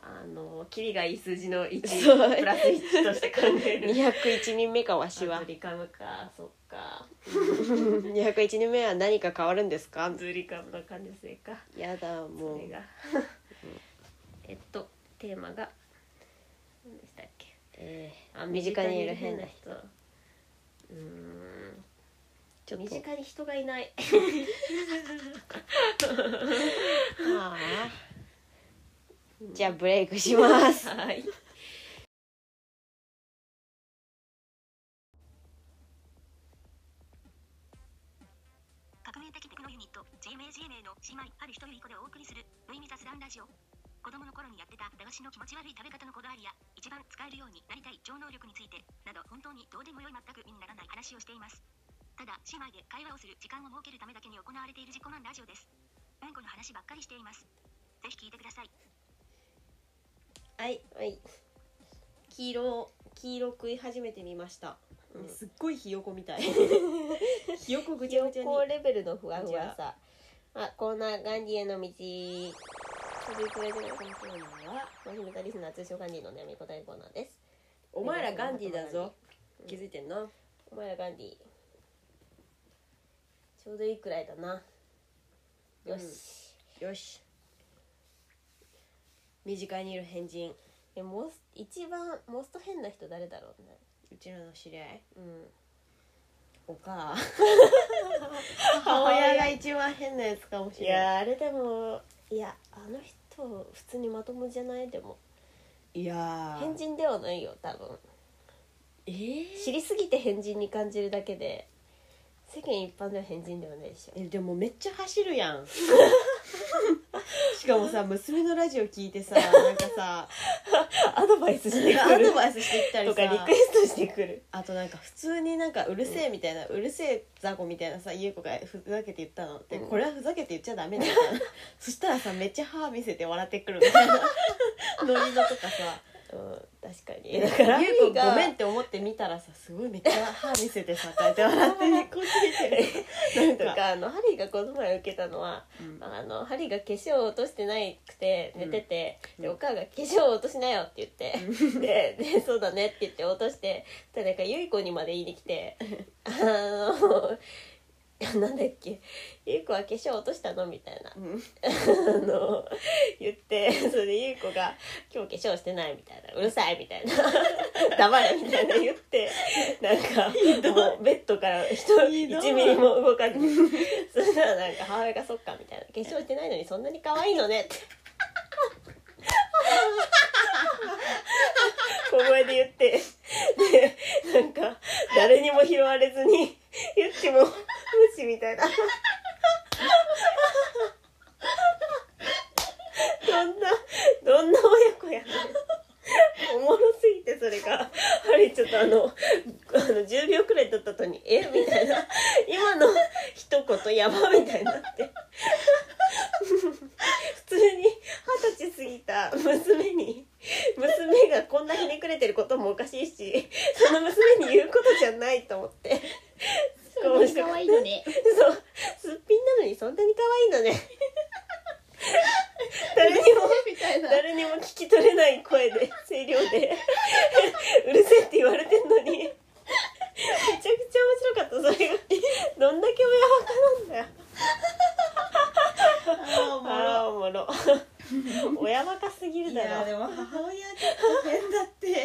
C: あのキリがいい数字の
B: そう
C: 1プラス1として考える
B: 201人目かわし
C: あ
B: は
C: ドリカムかそっか
B: 201人目は何か変わるんですか
C: ドリカムの感じ性か
B: やだ
C: そ
B: もう
C: れがえっとテーマが何でしたっけ
B: え
C: あ
B: 身近にいる変な
C: 人うーん
B: ちょっと
C: 身近に人がいない
B: ーあーじゃあブレイクします
C: はい。
A: 革命的テクノユニット J 名 J 名の姉妹ある人より子でお送りする無意味雑談ラジオ子供の頃にやってた駄菓子の気持ち悪い食べ方のこだわりや一番使えるようになりたい超能力についてなど本当にどうでもよい全く身にならない話をしていますただ姉妹で会話をする時間を設けるためだけに行われている自己満ラジオですうんこの話ばっかりしていますぜひ聞いてください
C: はい、はい。
B: 黄色黄色食い始めてみました、
C: うん
B: すっごいひよこみ たいひよこぐちゃ
C: 良
B: ぐちゃに
C: 好レベルのふわふ
B: ふ
C: わ
B: わ
C: さ。あ、こんなガンディへの道。飛び越えづらいこのコーナーは、マシュメタリスナー通称ガンディのお悩み答えコーナーです。
B: お前らガンディーだぞ
C: うん
B: 気づいてんな
C: お前らガンディ。ちょうどいいくらいだな。よし。
B: よし身近にいる変人
C: え、モス、一番モスト変な人誰だろうね。
B: うちらの知り合い
C: うん。おか。
B: 母親が一番変なやつかもし
C: い
B: れな
C: やーあれでもいやあの人普通にまともじゃないでも
B: いいやー
C: 変人ではないよ多分
B: えー
C: 知りすぎて変人に感じるだけで世間一般では変人ではないでしょ
B: えでもめっちゃ走るやんしかもさ娘のラジオ聞いてさなんか さ
C: アドバイスして
B: ア
C: くる
B: ドバイスしてきたり
C: と
B: さ
C: かリクエストしてくる
B: あとなんか普通になんかうるせえみたいな、うるせえ雑魚みたいなさ優子がふざけて言ったので、
C: うん
B: これはふざけて言っちゃダメだ よそしたらさめっちゃ歯見せて笑ってくるみたい なノリのとかさ
C: うん確かにだから
B: 優子ごめんって思って見たらさすごいめっちゃ歯見せてさこうやって笑 ってねこっち見てる
C: と
B: なん か、
C: かあのハリーがこの前受けたのは
B: うん
C: あのハリーが化粧を落としてないくて寝てて、
B: うん
C: で
B: うん
C: お母が「化粧を落としなよ」って言って、でで「そうだね」って言って落としてそしたらなんかゆい子にまで言いに来 て「あのなんだっけゆい子は化粧落としたの?」みたいな
B: うん
C: あの言ってそれでゆう子が「今日化粧してない」みたいな「うるさい」みたい な「黙れ」みたいな言ってなんかもうベッドから人
B: ひどい
C: 1ミリも動かずにそしたらなんか母親が「そっか」みたいな「化粧してないのにそんなに可愛いのね」って小声で言ってでなんか誰にも拾われずに言っても無視みたいな。どんな、どんな親子やねん。おもろすぎてそれが、ハリーちょっとあの、あの10秒くらい経った後に、えみたいな、今の一言やばみたいになって。普通に二十歳過ぎた娘に、娘がこんなひねくれてることもおかしいし、その娘に言うことじゃないと思って。
D: そんなに可愛いのね
C: そう、すっぴんなのにそんなに可愛いのね。誰にも、
D: みたいな
C: 誰にも聞き取れない声で声量でうるせえって言われてんのにめちゃくちゃ面白かったそれがどんだけ親バカなんだよああおもろ親バカすぎる
B: い
C: だ
B: や
C: ろ
B: でも母親ちょっと変だ ってだっ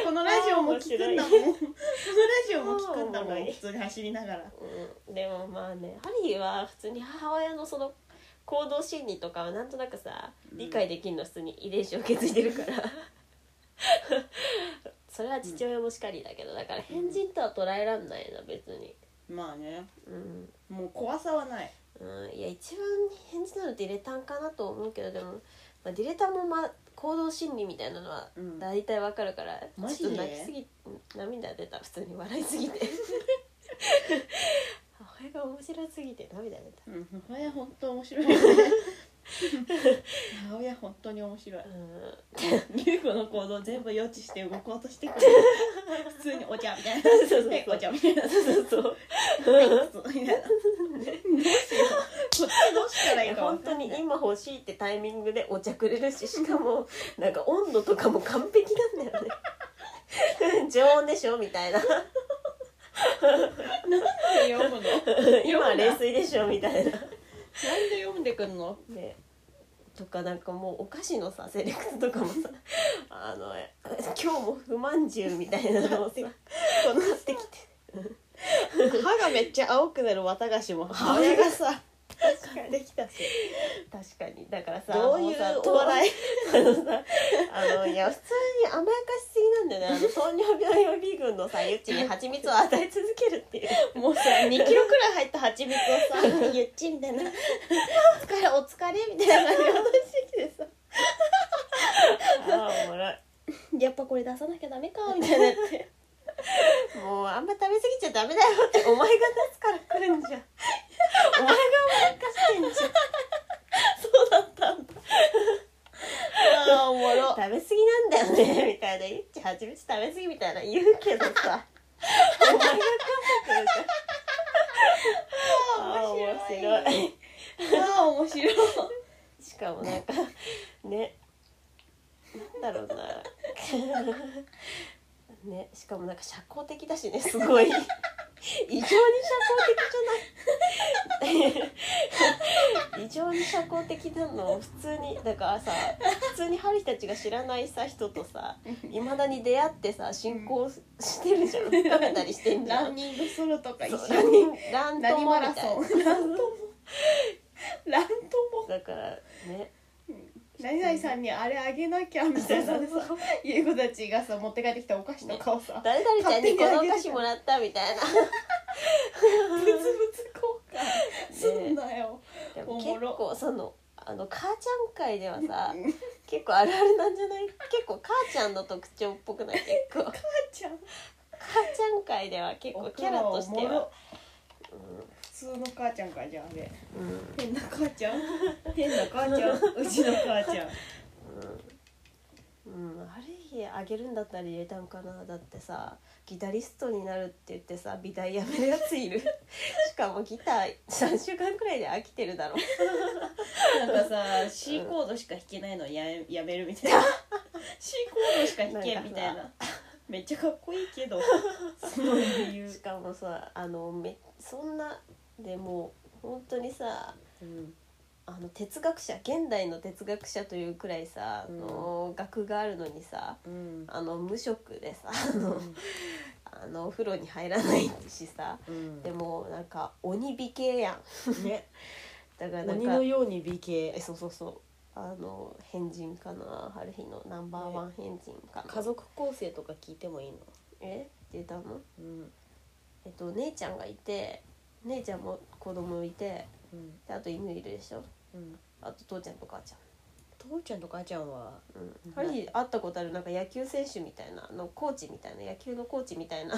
B: てこのラジオも聞くんだもんこのラジオも聞くんだもん普通に走りながら
C: うんでもまあねハリーは普通に母親のその行動心理とかはなんとなくさ理解できるの普通に遺伝子を受け継いでるから それは父親もしかりだけどだから変人とは捉えらんないな別に
B: まあね
C: うん、
B: もう怖さはない
C: うん、いや一番変人なのディレタンかなと思うけどでも、まあ、ディレタンも、まあ、行動心理みたいなのは
B: うん
C: 大体わかるから、
B: マ
C: ち
B: ジ
C: ょ
B: で
C: っと泣きすぎ涙出た普通に笑いす ぎて母親が面白すぎて涙出た
B: うん母親本当 面白いよね母親本当に面白い
C: うん
B: 優子の行動全部予知して動こうとしてくる普通にお茶みたいな
C: そうそうそう
B: はいお茶みたいな
C: そうそう
B: はい普通みたいなどうしようこっちどうしたらいいか
C: 本
B: 分か
C: 当
B: んない
C: に今欲しいってタイミングでお茶くれるししかもなんか温度とかも完璧なんだよ ね常温でしょみたいな
B: なんで読むの
C: 今は冷水でしょみたいな
B: なんで読んでくんの
C: ねとかなんかもうお菓子のさセレクトとかも さあの今日も不満じゅうみた いなのをさこんなってきて
B: 歯がめっちゃ青くなる綿菓子も母親がさ買ってきたし
C: 確かにだからさ
B: どういう
C: もさ
B: お笑い
C: あのさあのいや普通に甘やかしすぎなんだよねあの糖尿病予備軍のさゆっちに蜂蜜を与え続けるっていう
B: もうさ2キロくらい入った蜂蜜をさゆっちみたいな「お疲れお疲れ」みたいな感じで渡してきてさ
C: ああおもろい
B: 「やっぱこれ出さなきゃダメか」みたいなって
C: もうあんま食べ過ぎちゃダメだよってお前が出すから来るんじゃんお前が甘やかして んじゃんそうだったんだ
B: ああおもろ
C: 食べ過ぎなんだよねみたいなゆっち蜂蜜食べ過ぎみたいな言うけどさお前が噛んでくるからああ面白い
B: ああ面白い
C: しかもなんかねなんだ ろうなねしかもなんか社交的だしねすごい異常に社交的じゃない異常に社交的なのを普通にだからさ普通にハリーたちが知らないさ人とさいまだに出会ってさ進行してるじゃん深めたりしてんじゃ
B: ラ
C: ん
B: ンニングするとか一
C: そう
B: 緒に
C: ランと
B: 何
C: も
B: マ
C: み
B: ラ
C: たい
B: ソ
C: な
B: ンランともランとも
C: だからね
B: 何々さんにあれあげなきゃみたいなでさ優子たちがさ持って帰ってきたお菓子とかをさ
C: 誰々ちゃんにこのお菓子もらったみたいな
B: ブツブツ交換すんなよ、
C: でも
B: お
C: 結
B: もろ
C: 構そのあの母ちゃん会ではさ結構あるあるなんじゃない結構母ちゃんの特徴っぽくない結構 母
B: ちゃん
C: ちゃん会では結構キャラとしては、
B: 普通の母ちゃんかじゃああれ
C: うんうん
B: 変な母ちゃん変な母ちゃんうちの母ちゃん
C: うん、ある日あげるんだったら入れたんかなだってさギタリストになるって言ってさ美大やめるやつ いるしかもギター3週間くらいで飽きてるだろ
B: なんかさ C コードしか弾けないのややめるみたいな C コードしか弾けんみたいなめっちゃかっこいいけどその理由
C: しかもさあのめそんなでもう本当にさ
B: うん
C: あの哲学者現代の哲学者というくらいさ、
B: うん
C: あの学があるのにさ
B: うん
C: あの無職でさあのあのお風呂に入らないしさ
B: うん
C: でもなんか鬼美形やん
B: ね
C: だからなん
B: 鬼
C: か
B: のように美形
C: えそうそうそうあの変人かな春日のナンバーワン変人かな、
B: 家族構成とか聞いてもいいの
C: えって言ったの
B: うん
C: えっと姉ちゃんがいて姉ちゃんも子供いて
B: うん
C: であと犬いるでしょ
B: うん
C: あと父ちゃんと母ち
B: 父ちゃんと母ちゃんは
C: ゃん、うん、ハリー会ったことあるなんか野球選手みたいなあのコーチみたいな野球のコーチみた いな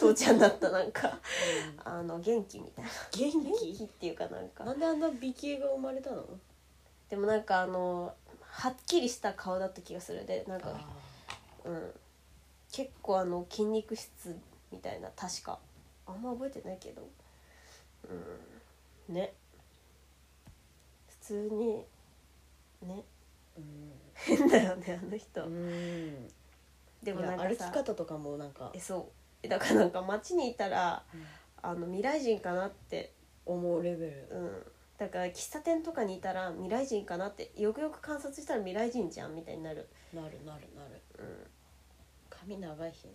C: 父ちゃんだったなんかあの元気みたいな
B: 元
C: 元気
B: 気
C: っていうかなんか
B: なんであんな美形が生まれたの
C: でもなんかあのはっきりした顔だった気がするでなんかうん、結構あの筋肉質みたいな確かあんま覚えてないけど、うん、ね普通にね
B: う
C: 変だよねあの人、
B: ん
C: で
B: で
C: も
B: も
C: なんか
B: 歩き
C: さ
B: 方とかもなんか
C: えそうだからなんか街にいたら、
B: うん
C: あの未来人かなって
B: 思うレベル
C: うんだから喫茶店とかにいたら未来人かなってよくよく観察したら未来人じゃんみたいになる
B: なるなるなる
C: うん
B: 髪長いしね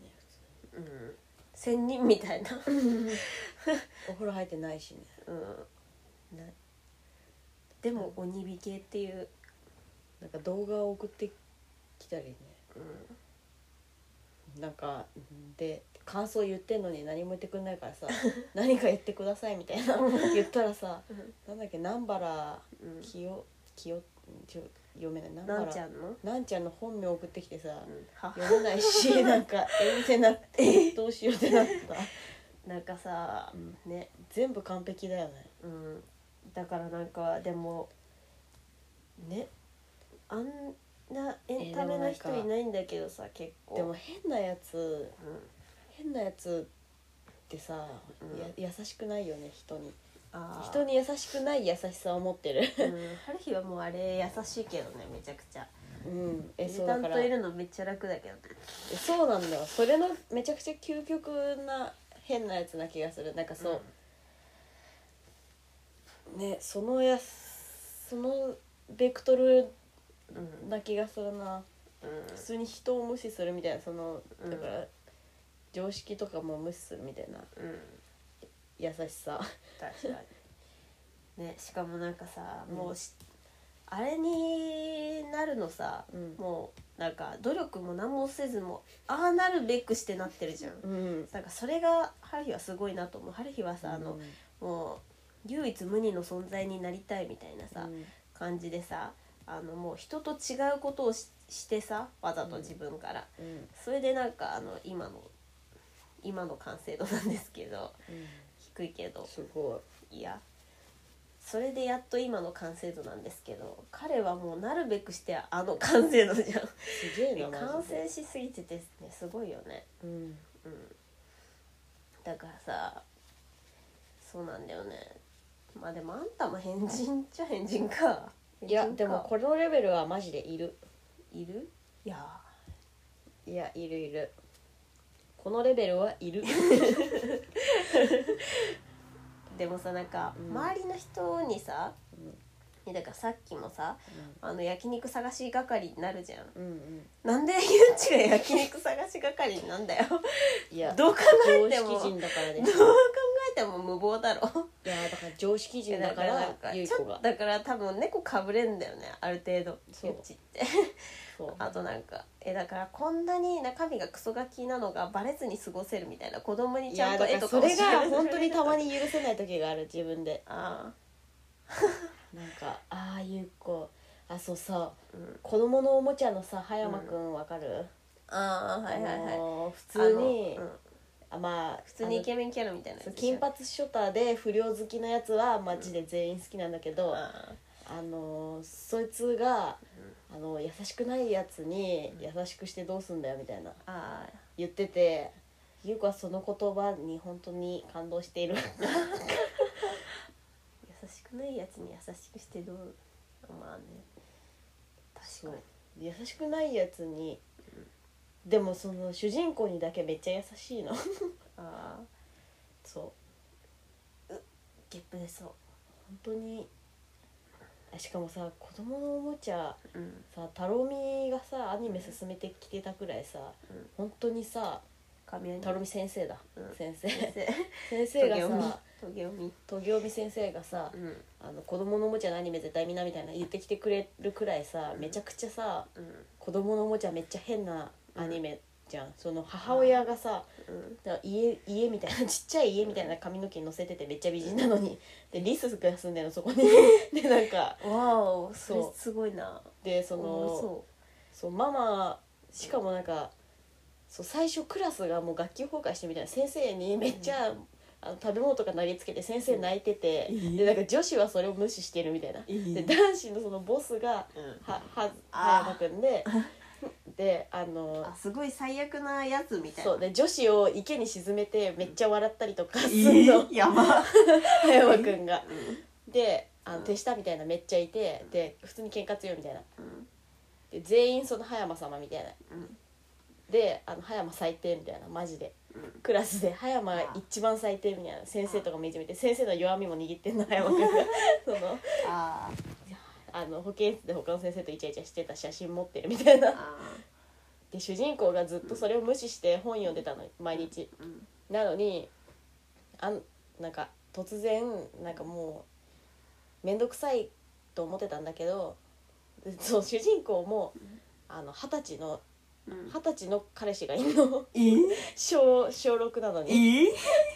C: うん仙人みたいな
B: お風呂入ってないしね
C: うん、ないでも鬼火系っていう、
B: なんか動画を送ってきたりねなんかで感想言ってんのに何も言ってくんないから さ何か言ってくださいみた いな言ったらさ
C: うん
B: なんだっけ南原
C: うん
B: 清清ちょ読めない南
C: な
B: 原
C: んちゃんの、
B: なんちゃんの本名送ってきてさ
C: は
B: 読めな いしなんかえってなってどうしようってなった
C: なんかさ、
B: うん
C: ね、
B: 全部完璧だよね
C: うん、だからなんかでもねあんなエンタメな人
B: えで
C: い
B: もなんか
C: ないんだけどさ結構
B: でも変なやつ
C: うん、
B: 変なやつってさ、
C: うん
B: や優しくないよね人に
C: あー
B: 人に優しくない優しさを持ってる
C: うん、春日はもうあれ優しいけどねめちゃくちゃ
B: うんえ
C: 時
B: そうだ
C: 短
B: から
C: といるのめっちゃ楽だけどね
B: えそうなんだよそれのめちゃくちゃ究極な変なやつな気がするなんかそう、ねそのやそのベクトル
C: うんうん
B: な気がするな普通に人を無視するみたいなその
C: うん
B: だから、常識とかも無視するみたいな
C: うん
B: 優しさ
C: 確かにねしかもなんかさ、
B: うん
C: もうしあれになるのさ、
B: うん
C: もうなんか努力も何もせずもああなるべくしてなってるじゃん、
B: うん
C: なんかそれが春日はすごいなと思う春日はさ、あ
B: う
C: の
B: ん
C: もう唯一無二の存在になりたいみたいなさ、
B: うん
C: 感じでさあのもう人と違うことをししてさわざと自分から、
B: うん
C: それでなんかあの今の今の完成度なんですけど
B: う
C: 低いけど
B: ん、すごい
C: いやそれでやっと今の完成度なんですけど彼はもうなるべくしてあの完成度じゃん
B: すげえなマ
C: 完
B: ジで
C: 成しすぎてて、ね、すごいよね
B: うん
C: だからさそうなんだよねまあでもあんたも変人っちゃ変人か
B: いや
C: 変人か
B: でもこのレベルはマジでいる
C: いるいや
B: いやいるいるこのレベルはいる
C: ーでもさなんか
B: うん
C: 周りの人にさ、
B: うん
C: ねだからさっきもさあの焼肉探し係になるじゃん
B: うんうん
C: なんでゆうちが焼肉探し係なん だよ
B: いや
C: どう考
B: 常
C: えても
B: 識人だからで
C: ど
B: す
C: う考えても無謀だろ
B: いやだから常識人
C: だ
B: だか
C: からなん
B: ら
C: か
B: ゆい
C: ち
B: 子
C: ょ
B: が
C: だから多分猫かぶれんだよねある程度
B: そう
C: ゆっちって
B: そう
C: あとなんかえだからこんなに中身がクソガキなのがバレずに過ごせるみたいな子供に
B: い
C: ちゃ
B: や
C: んと
B: だか
C: 絵
B: ら
C: と
B: そ
C: か教え
B: れ
C: る
B: が本当にたまに許せない時がある自分で
C: ああ
B: なんかああゆう子あそうさ、
C: うん
B: 子供のおもちゃのさ葉山くんわかる、
C: ああはいはい
B: あ
C: はい
B: のー普
C: あの
B: 通に
C: うん
B: あまあ
C: 普通にイケメンキャラみたいな
B: あの金髪ショッターで不良好きなやつはマジで全員好きなんだけど、
C: あ
B: あのーそいつが、あの優しくないやつに優しくしてどうすんだよみたいな
C: あ
B: 言ってて優子はその言葉に本当に感動している
C: 優しくないやつに優しくしてどうまあね確か
B: 優しくないやつにでもその主人公にだけめっちゃ優しいの
C: ああ
B: そう
C: ゲップ出そ
B: 本当にあしかもさ子供のおもちゃ
C: ううん
B: さ太郎美がさアニメ進めてきてたくらいさ、
C: うん
B: 本当にさ
C: 髪編
B: 太郎美先生だ、
C: うん
B: 先生
C: 先
B: 先
C: 生
B: 生がさ
C: トゲオミ
B: トギオミ先生がさ、
C: うん
B: あの子供のおもちゃのアニメ絶対見なみたいな言ってきてくれるくらいさ、めちゃくちゃさ
C: うん
B: 子供のおもちゃめっちゃ変なアニメじゃん、その母親がさ、
C: うん
B: だから家家みたいなちっちゃい家みたいな髪の毛に乗せててめっちゃ美人なの にでリスが住んでるのそこにでなんか
C: わおそ
B: そう
C: れすごいな
B: でそのそう
C: そ
B: ママしかもなんかそう最初クラスがもう学級崩壊してみたいな先生にめっちゃ、あの食べ物とか投げつけて先生泣いてて、でなんか女子はそれを無視してるみたいな、で男子のそのボスが
C: う、うん、
B: はは
C: あー
B: 葉山く んでであの
C: あすごい最悪なやつみたいな
B: そうで女子を池に沈めてめっちゃ笑ったりとかす
C: え
B: るの
C: ー、やば
B: 葉山くんが。
C: うん
B: であ
C: う
B: の
C: ん
B: 手下みたいなめっちゃいてで普通に喧嘩強いみたいな
C: うん
B: で全員その葉山様みたいな
C: うん
B: であの葉山最低みたいなマジで
C: うん
B: クラスで葉山が一番最低みたいな先生とかめちゃめちゃ先生の弱みも握ってんの 葉山くんがその
C: あー
B: あの保健室で他の先生とイチャイチャしてた写真持ってるみたいな
C: あ
B: で主人公がずっとそれを無視して本読んでたの毎日
C: ーうん
B: なのにあんなんか突然なんかもう面倒くさいと思ってたんだけど そう主人公もあの二十歳の
C: うん
B: 二十歳の彼氏がいるの
C: えー、
B: 小小6なの
C: え
B: に
C: ー、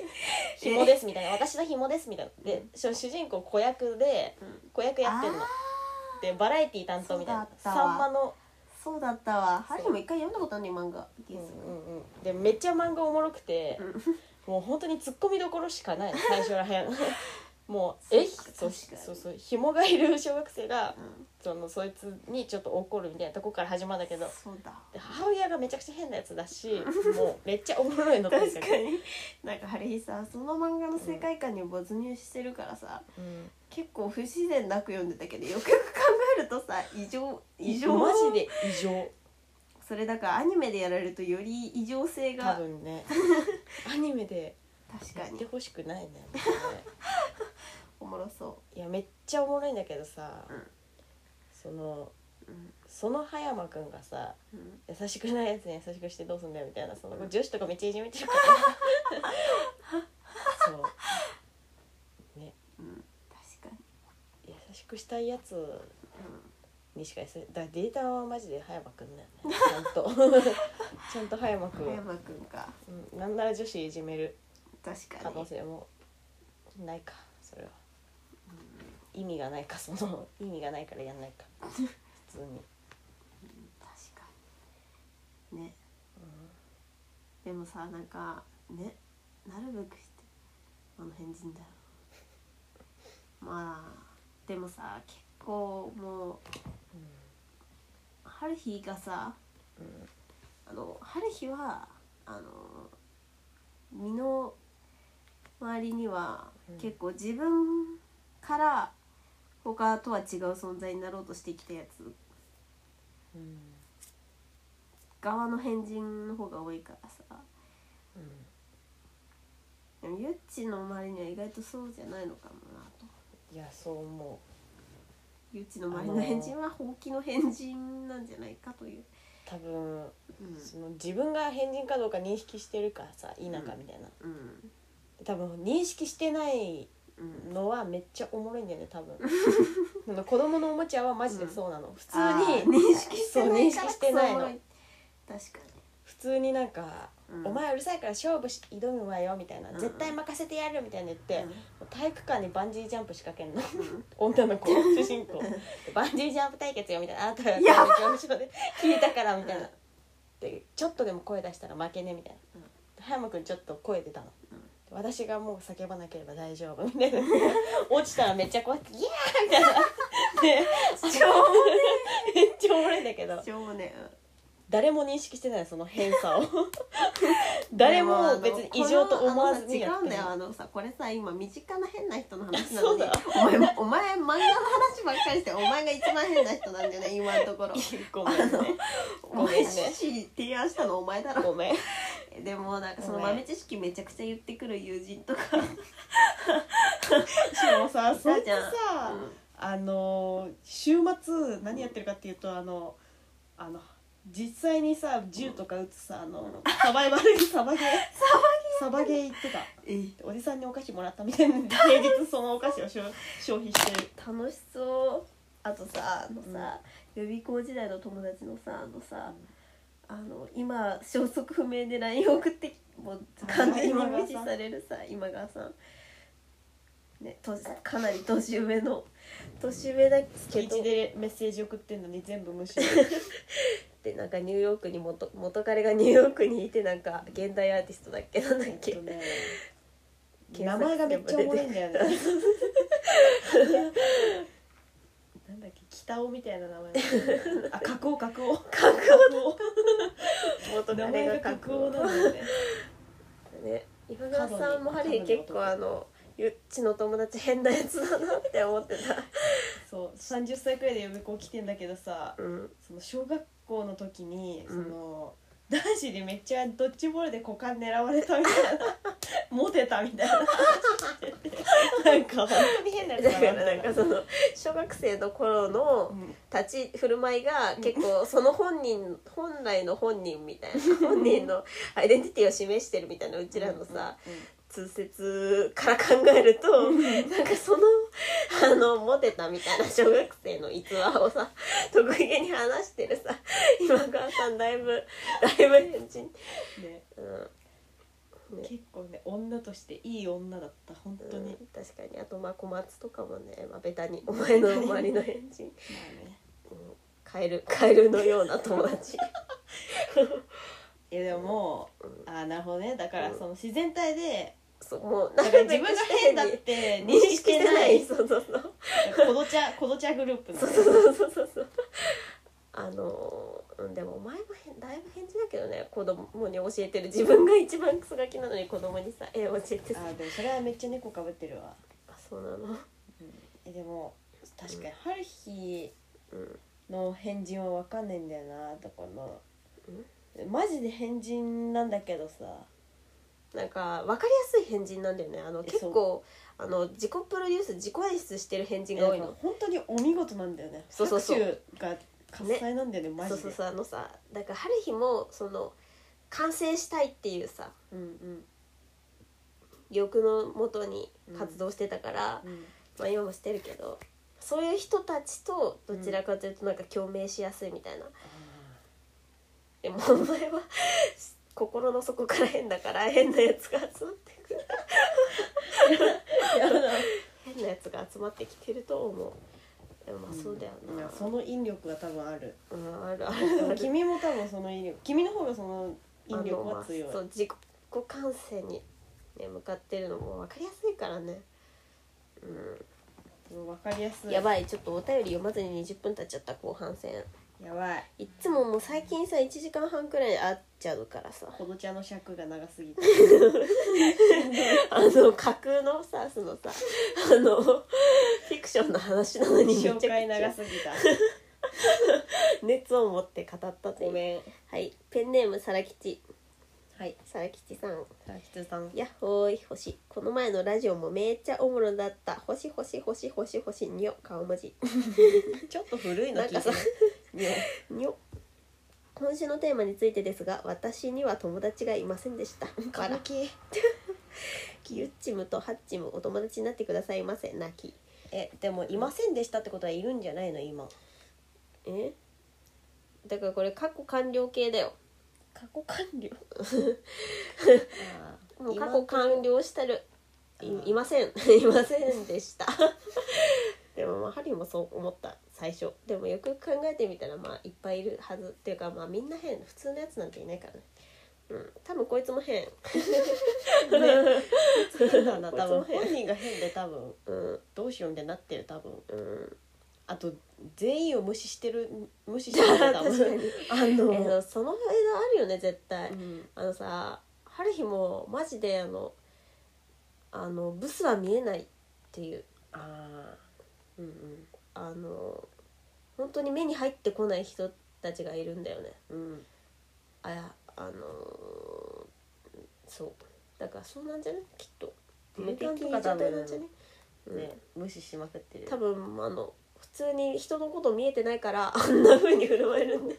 B: 「紐です」みたいな「私の紐です」みたいなでその主人公子役で
C: うん
B: 子役やってんの
C: あ
B: でバラエティ担当みたいな
C: そうだったわ
B: さんまの、
C: そうだったわハリーも一回読んだことあるね漫画
B: う
C: ゲ
B: んう
C: ーム
B: んうん、でめっちゃ漫画おもろくて、
C: うん
B: もう本当に突っ込みどころし かないの最初らへんもうえ
C: そっか
B: そう
C: 確かに
B: そうそうひもがいる小学生が、
C: うん
B: そのそいつにちょっと怒るみたいなとこから始まるんだけど
C: そうだ
B: で母親がめちゃくちゃ変なやつ だしもうめっちゃおもろいの
C: 確かになんかハリーさその漫画の世界観に没入してるからさ、
B: うん
C: 結構不自然なく読んでたけどよくよく考えるとさ異常異常
B: マジで異常
C: それだからアニメでやられるとより異常性
B: 多
C: が
B: 分ねアニメで
C: 確
B: や
C: か
B: って
C: に
B: ほしくないねもうね
C: おもろそ
B: いやめっちゃおもろいんだけどさ、
C: うん
B: その
C: う、うん
B: その葉山くんがさ
C: うん、
B: 優しくないやつに優しくしてどうすんだよみたいなその女子とかめっちゃいじめてるから そう
C: 確かに、
B: 優しくしたいやつにしか優しだからデータはマジで葉山くんだよねちゃんと ちゃんと葉山くん
C: うん、、葉山くんか
B: うん、なんなら女子いじめる
C: 確か
B: 可能
C: に
B: 性もないかそれは、意味がないかその意味がないからやんないか普通に
C: 確かにね、でもさなんかねなるべくしてあの変人だよまあでもさ結構もう、春日がさ、あの春日はあの身の周りには結構自分から他とは違う存在になろうとしてきたやつ
B: うん
C: 側の変人の方が多いからさでもゆっちの周りには意外とそうじゃないのかもなと
B: いやそう思う
C: ゆっちの周りの変人はほうきの変人なんじゃないかという、
B: 多
C: う
B: 分
C: ん
B: その自分が変人かどうか認識してるかさ否かみたいな、
C: うん
B: 多分認識してない
C: うん
B: のはめっちゃおもろいんだよ ね多分その子供のおもちゃはマジでそうなの、普通
C: あー
B: に
C: 認識してないから
B: そう認識してないの
C: そう思い確か
B: 普通になんか
C: う
B: 「
C: ん
B: お前うるさいから勝負し挑むわよ」みたいな「
C: うん
B: 絶対任せてやる」みたいな言って
C: うん、
B: 体育館にバンジージャンプ仕掛けんの女 の子主人公バンジージャンプ対決よみたいなあなたが業務所で聞いたからみたいなでちょっとでも声出したら負けねみたいな、葉山君ちょっと声出たの、私がもう叫ばなければ大丈夫み たいな落ちたらめっちゃ怖くて「イエーイ!」みたいなでめっちゃおもろいんだけど
C: しょうもねえうん
B: 誰も認識してないその変 さを誰も別に異常と思わずに
C: 違
B: や
C: う
B: って
C: ん
B: る
C: だよあのさこれさ今身近な変な人の話な
B: そ
C: の
B: う
C: に
B: だ
C: お前もお前漫画の話ばっかりしてお前が一番変な人なんだよね今のとこ ろ
B: ごめんね
C: お前趣旨提案したのお前だろ
B: ごめん
C: でもなんかその
B: ごめん
C: 豆知識めちゃくちゃ言ってくる友人とか
B: しかもさそいつ
C: じゃ
B: さ
C: あ
B: あの週末何やってるかっていうとあのあの実際にさ銃とか撃つさあのサバイバルサバゲーサバゲー行ってた
C: え
B: おじさんにお菓子もらったみたいな平日そのお菓子を消消費してる
C: 楽しそうあとさあのさ、予備校時代の友達のさあのさ、あの今消息不明で LINE 送ってきもう完全に
B: あ今川
C: 無
B: さん
C: 視されるさ今川さんねとかなり年上の年上だけ
B: ケ
C: ど
B: チでメッセージ送ってんのに全部無視
C: でなんかニューヨークに元元彼がニューヨークにいてなんか現代アーティストだっけなんだっけ
B: ね名前がめっちゃおもろいんだよ ねなんだっけ北尾みたいな名前あ角尾角尾角
C: 元
B: 尾名前が角尾なんだよね
C: ね今川さんもハリー結構あのゆっちの友達変なやつだなって思ってた
B: そう30歳くらいで予備校来てんだけどさ
C: うん
B: その小学校の時に、
C: うん
B: その男子にめっちゃドッジボールで股間狙われたみたい なモテたみたいな話しててなんか本当に変なやつ
C: だから
B: み
C: な
B: た
C: ん
B: い
C: かその小学生の頃の
B: うん
C: 立ち振る舞いが結構その本人本来の本人みたい な本人のアイデンティティを示してるみたいなうちらのさ通説から考えるとなんかそのあのモテたみたいな小学生の逸話をさ得意げに話してるさ今川さんだいぶだいぶ変人、
B: ね
C: うん、
B: 結構ね女としていい女だった本当
C: う
B: に、
C: ん確かにあとまあ小松とかもね、まあ、ベタにお前の周りの変人
B: まあね
C: カエル カエルのような友達
B: いやでももう、
C: う
B: ああなるほどねだから
C: うん
B: その自然 体で
C: そうもう
B: だから自分が変だっ
C: なる
B: て認
C: べく認
B: 識
C: 識
B: し
C: してて
B: な
C: ないいそうそうそう
B: コド チャコドチャグループの
C: そうそうそうそうそうあのーうんでもお前も変だいぶ変人だけどね子供に教えてる自分が一番クソガキなのに子供にさ絵を教えてさ
B: あーでもそれはめっちゃ猫かぶってるわ
C: あそうなの
B: えでも確かに春日
C: うん
B: の変人は分かんないんだよなだからマジで変人なんだけどさ
C: なんか分かりやすい変人なんだよねあの
B: え
C: 結構あの自己プロデュース自己演出してる変人
B: えだ
C: が
B: か
C: 多
B: ら
C: いの
B: 本当にお見事なんだよね
C: そうそうそう
B: 拍手が喝采なんだよねマジ
C: そう
B: で
C: そうそうあのさだから春日もその完成したいっていうさ
B: うんうん
C: 欲のもとに活動してたから、
B: うん
C: まあ今もしてるけどそういう人たちとどちらかというとなんか共鳴しやすいみたいな、でもお前は 心の底から変だから変なやつが集まってくる 変なやつが集まってきてると思うでもまあそうだよ
B: い
C: な、
B: やその引力が多分ある
C: うんあるあるある
B: 君も多分その引力君の方がその引力
C: あのま
B: は
C: あ
B: 強い
C: そう自己完成に、ね、向かってるのも分かりやすいからねう
B: 分かりやす
C: ん
B: い
C: やばいちょっとお便り読まずに20分経っちゃった後半戦
B: やばい
C: いっつももう最近さ1時間半くらい会っちゃうから さ
B: この茶の尺が長すぎ て
C: あの架空のさそのさあのフィクションの話なのにめちゃ
B: 紹
C: くち
B: 介長
C: ゃ
B: すぎた
C: 熱を持って語ったという
B: ごめん
C: はいペンネームさらきち
B: はい
C: さらきちさん
B: さあひつさん
C: やっほーい星この前のラジオもめっちゃおもろだった星星星星星にょ顔文字
B: ちょっと古いの
C: な
B: 聞
C: ん
B: いて
C: か
B: ね
C: さにょ今週のテーマについてですが私には友達がいませんでした
B: 歌舞 伎
C: ゆっちむとはっちむお友達になってくださいませ泣き
B: えでもいませんでしたってことはいるんじゃないの今
C: えだからこれ過去完了形だよ
B: 過去完 了
C: もう過去完了してる
B: 今
C: いいません いませんでした でもまあハリーもそう思った最初でもよくよく考えてみたらまあいっぱいいるはずっていうかまあみんな変普通のやつなんていないからねうん多分こいつも変 変だな
B: 多
C: 多
B: 分
C: 分
B: 本
C: 変
B: 人が変で多分
C: うん
B: どうしようみたいになってる多分
C: うん
B: あと全員を無視してる無視してる 多
C: 確かに
B: 分あの、
C: えーその間あるよね絶対
B: うん
C: あのさ春日もマジであのあのブスは見えないっていう
B: あーうんうん
C: あの本当に目に入ってこない人たちがいるんだよね
B: うん
C: あやあのーそうだからそうなんじゃないきっと
B: 無敵
C: 無敵な状態なんじゃない、うん
B: ね、無視しまくってる
C: 多分あの普通に人のこと見えてないからあんな風に振る舞えるんで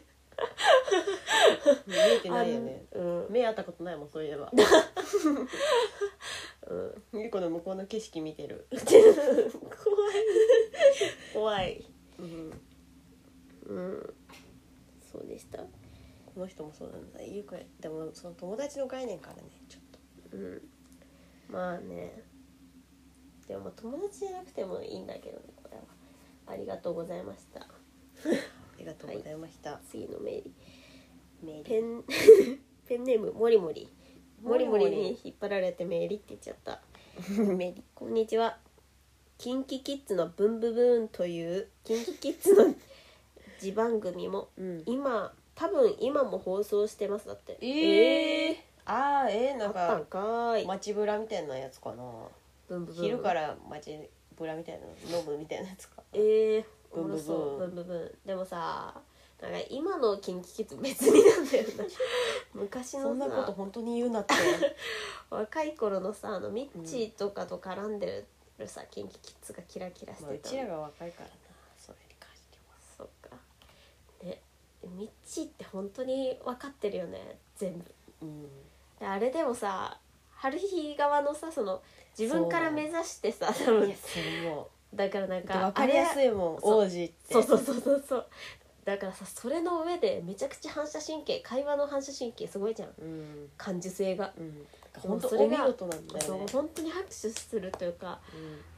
B: 見えてないよね
C: あの
B: 目あったことないもんそういえば
C: うん、うん、
B: ゆこの向こうの景色見てる、
C: 怖い
B: うん、
C: うんそうでした
B: この人もそうなんだゆこでもその友達の概念からねちょっ
C: う
B: と
C: んまあねでもまあ友達じゃなくてもいいんだけどねこれはありがとうございました
B: ありがとうございました、
C: 次のメール
B: メール
C: ペン ペンネームもりもりもりもりに引っ張られてメーリって言っちゃった
B: メリ
C: こんにちは。キンキキッズのブンブブーンというキンキキッズの自番組も
B: うん
C: 今多分今も放送してますだって。
B: え
C: え
B: えああえー、
C: ー
B: な
C: あ
B: ん
C: った
B: か
C: んかーい。
B: 街ブラみたいなやつかな
C: ブンブブーン
B: 昼から街ブラみたいな飲むみたいなやつか
C: えー、
B: ブ
C: お
B: ンブ
C: も
B: ブーン
C: ろそうブンブブーン。でもさ、なんか今のキンキキッズ別になんだよ な。昔のさ
B: そんなこと本当に言うなって
C: 若い頃のさあのミッチーとかと絡んでるさ、キンキキッズがキラキラして
B: ま
C: た
B: あ
C: の
B: うちらが若いからなそれに関しては
C: そっか。ね、ミッチーって本当に分かってるよね全部。
B: うん
C: であれでもさ春日側のさその自分から目指してさ多
B: い
C: 分
B: やそれも
C: だからなん
B: う分
C: か
B: かりやす
C: い
B: いもん
C: そう
B: 王子って
C: そうそうそうそうそうだからさそれの上でめちゃくちゃ反射神経会話の反射神経すごいじゃん
B: うん
C: 感受性が、
B: うん
C: でも
B: 本当
C: それ
B: お
C: が
B: 見事なんだ
C: そ
B: よ
C: う
B: ね
C: 本当に拍手するというか、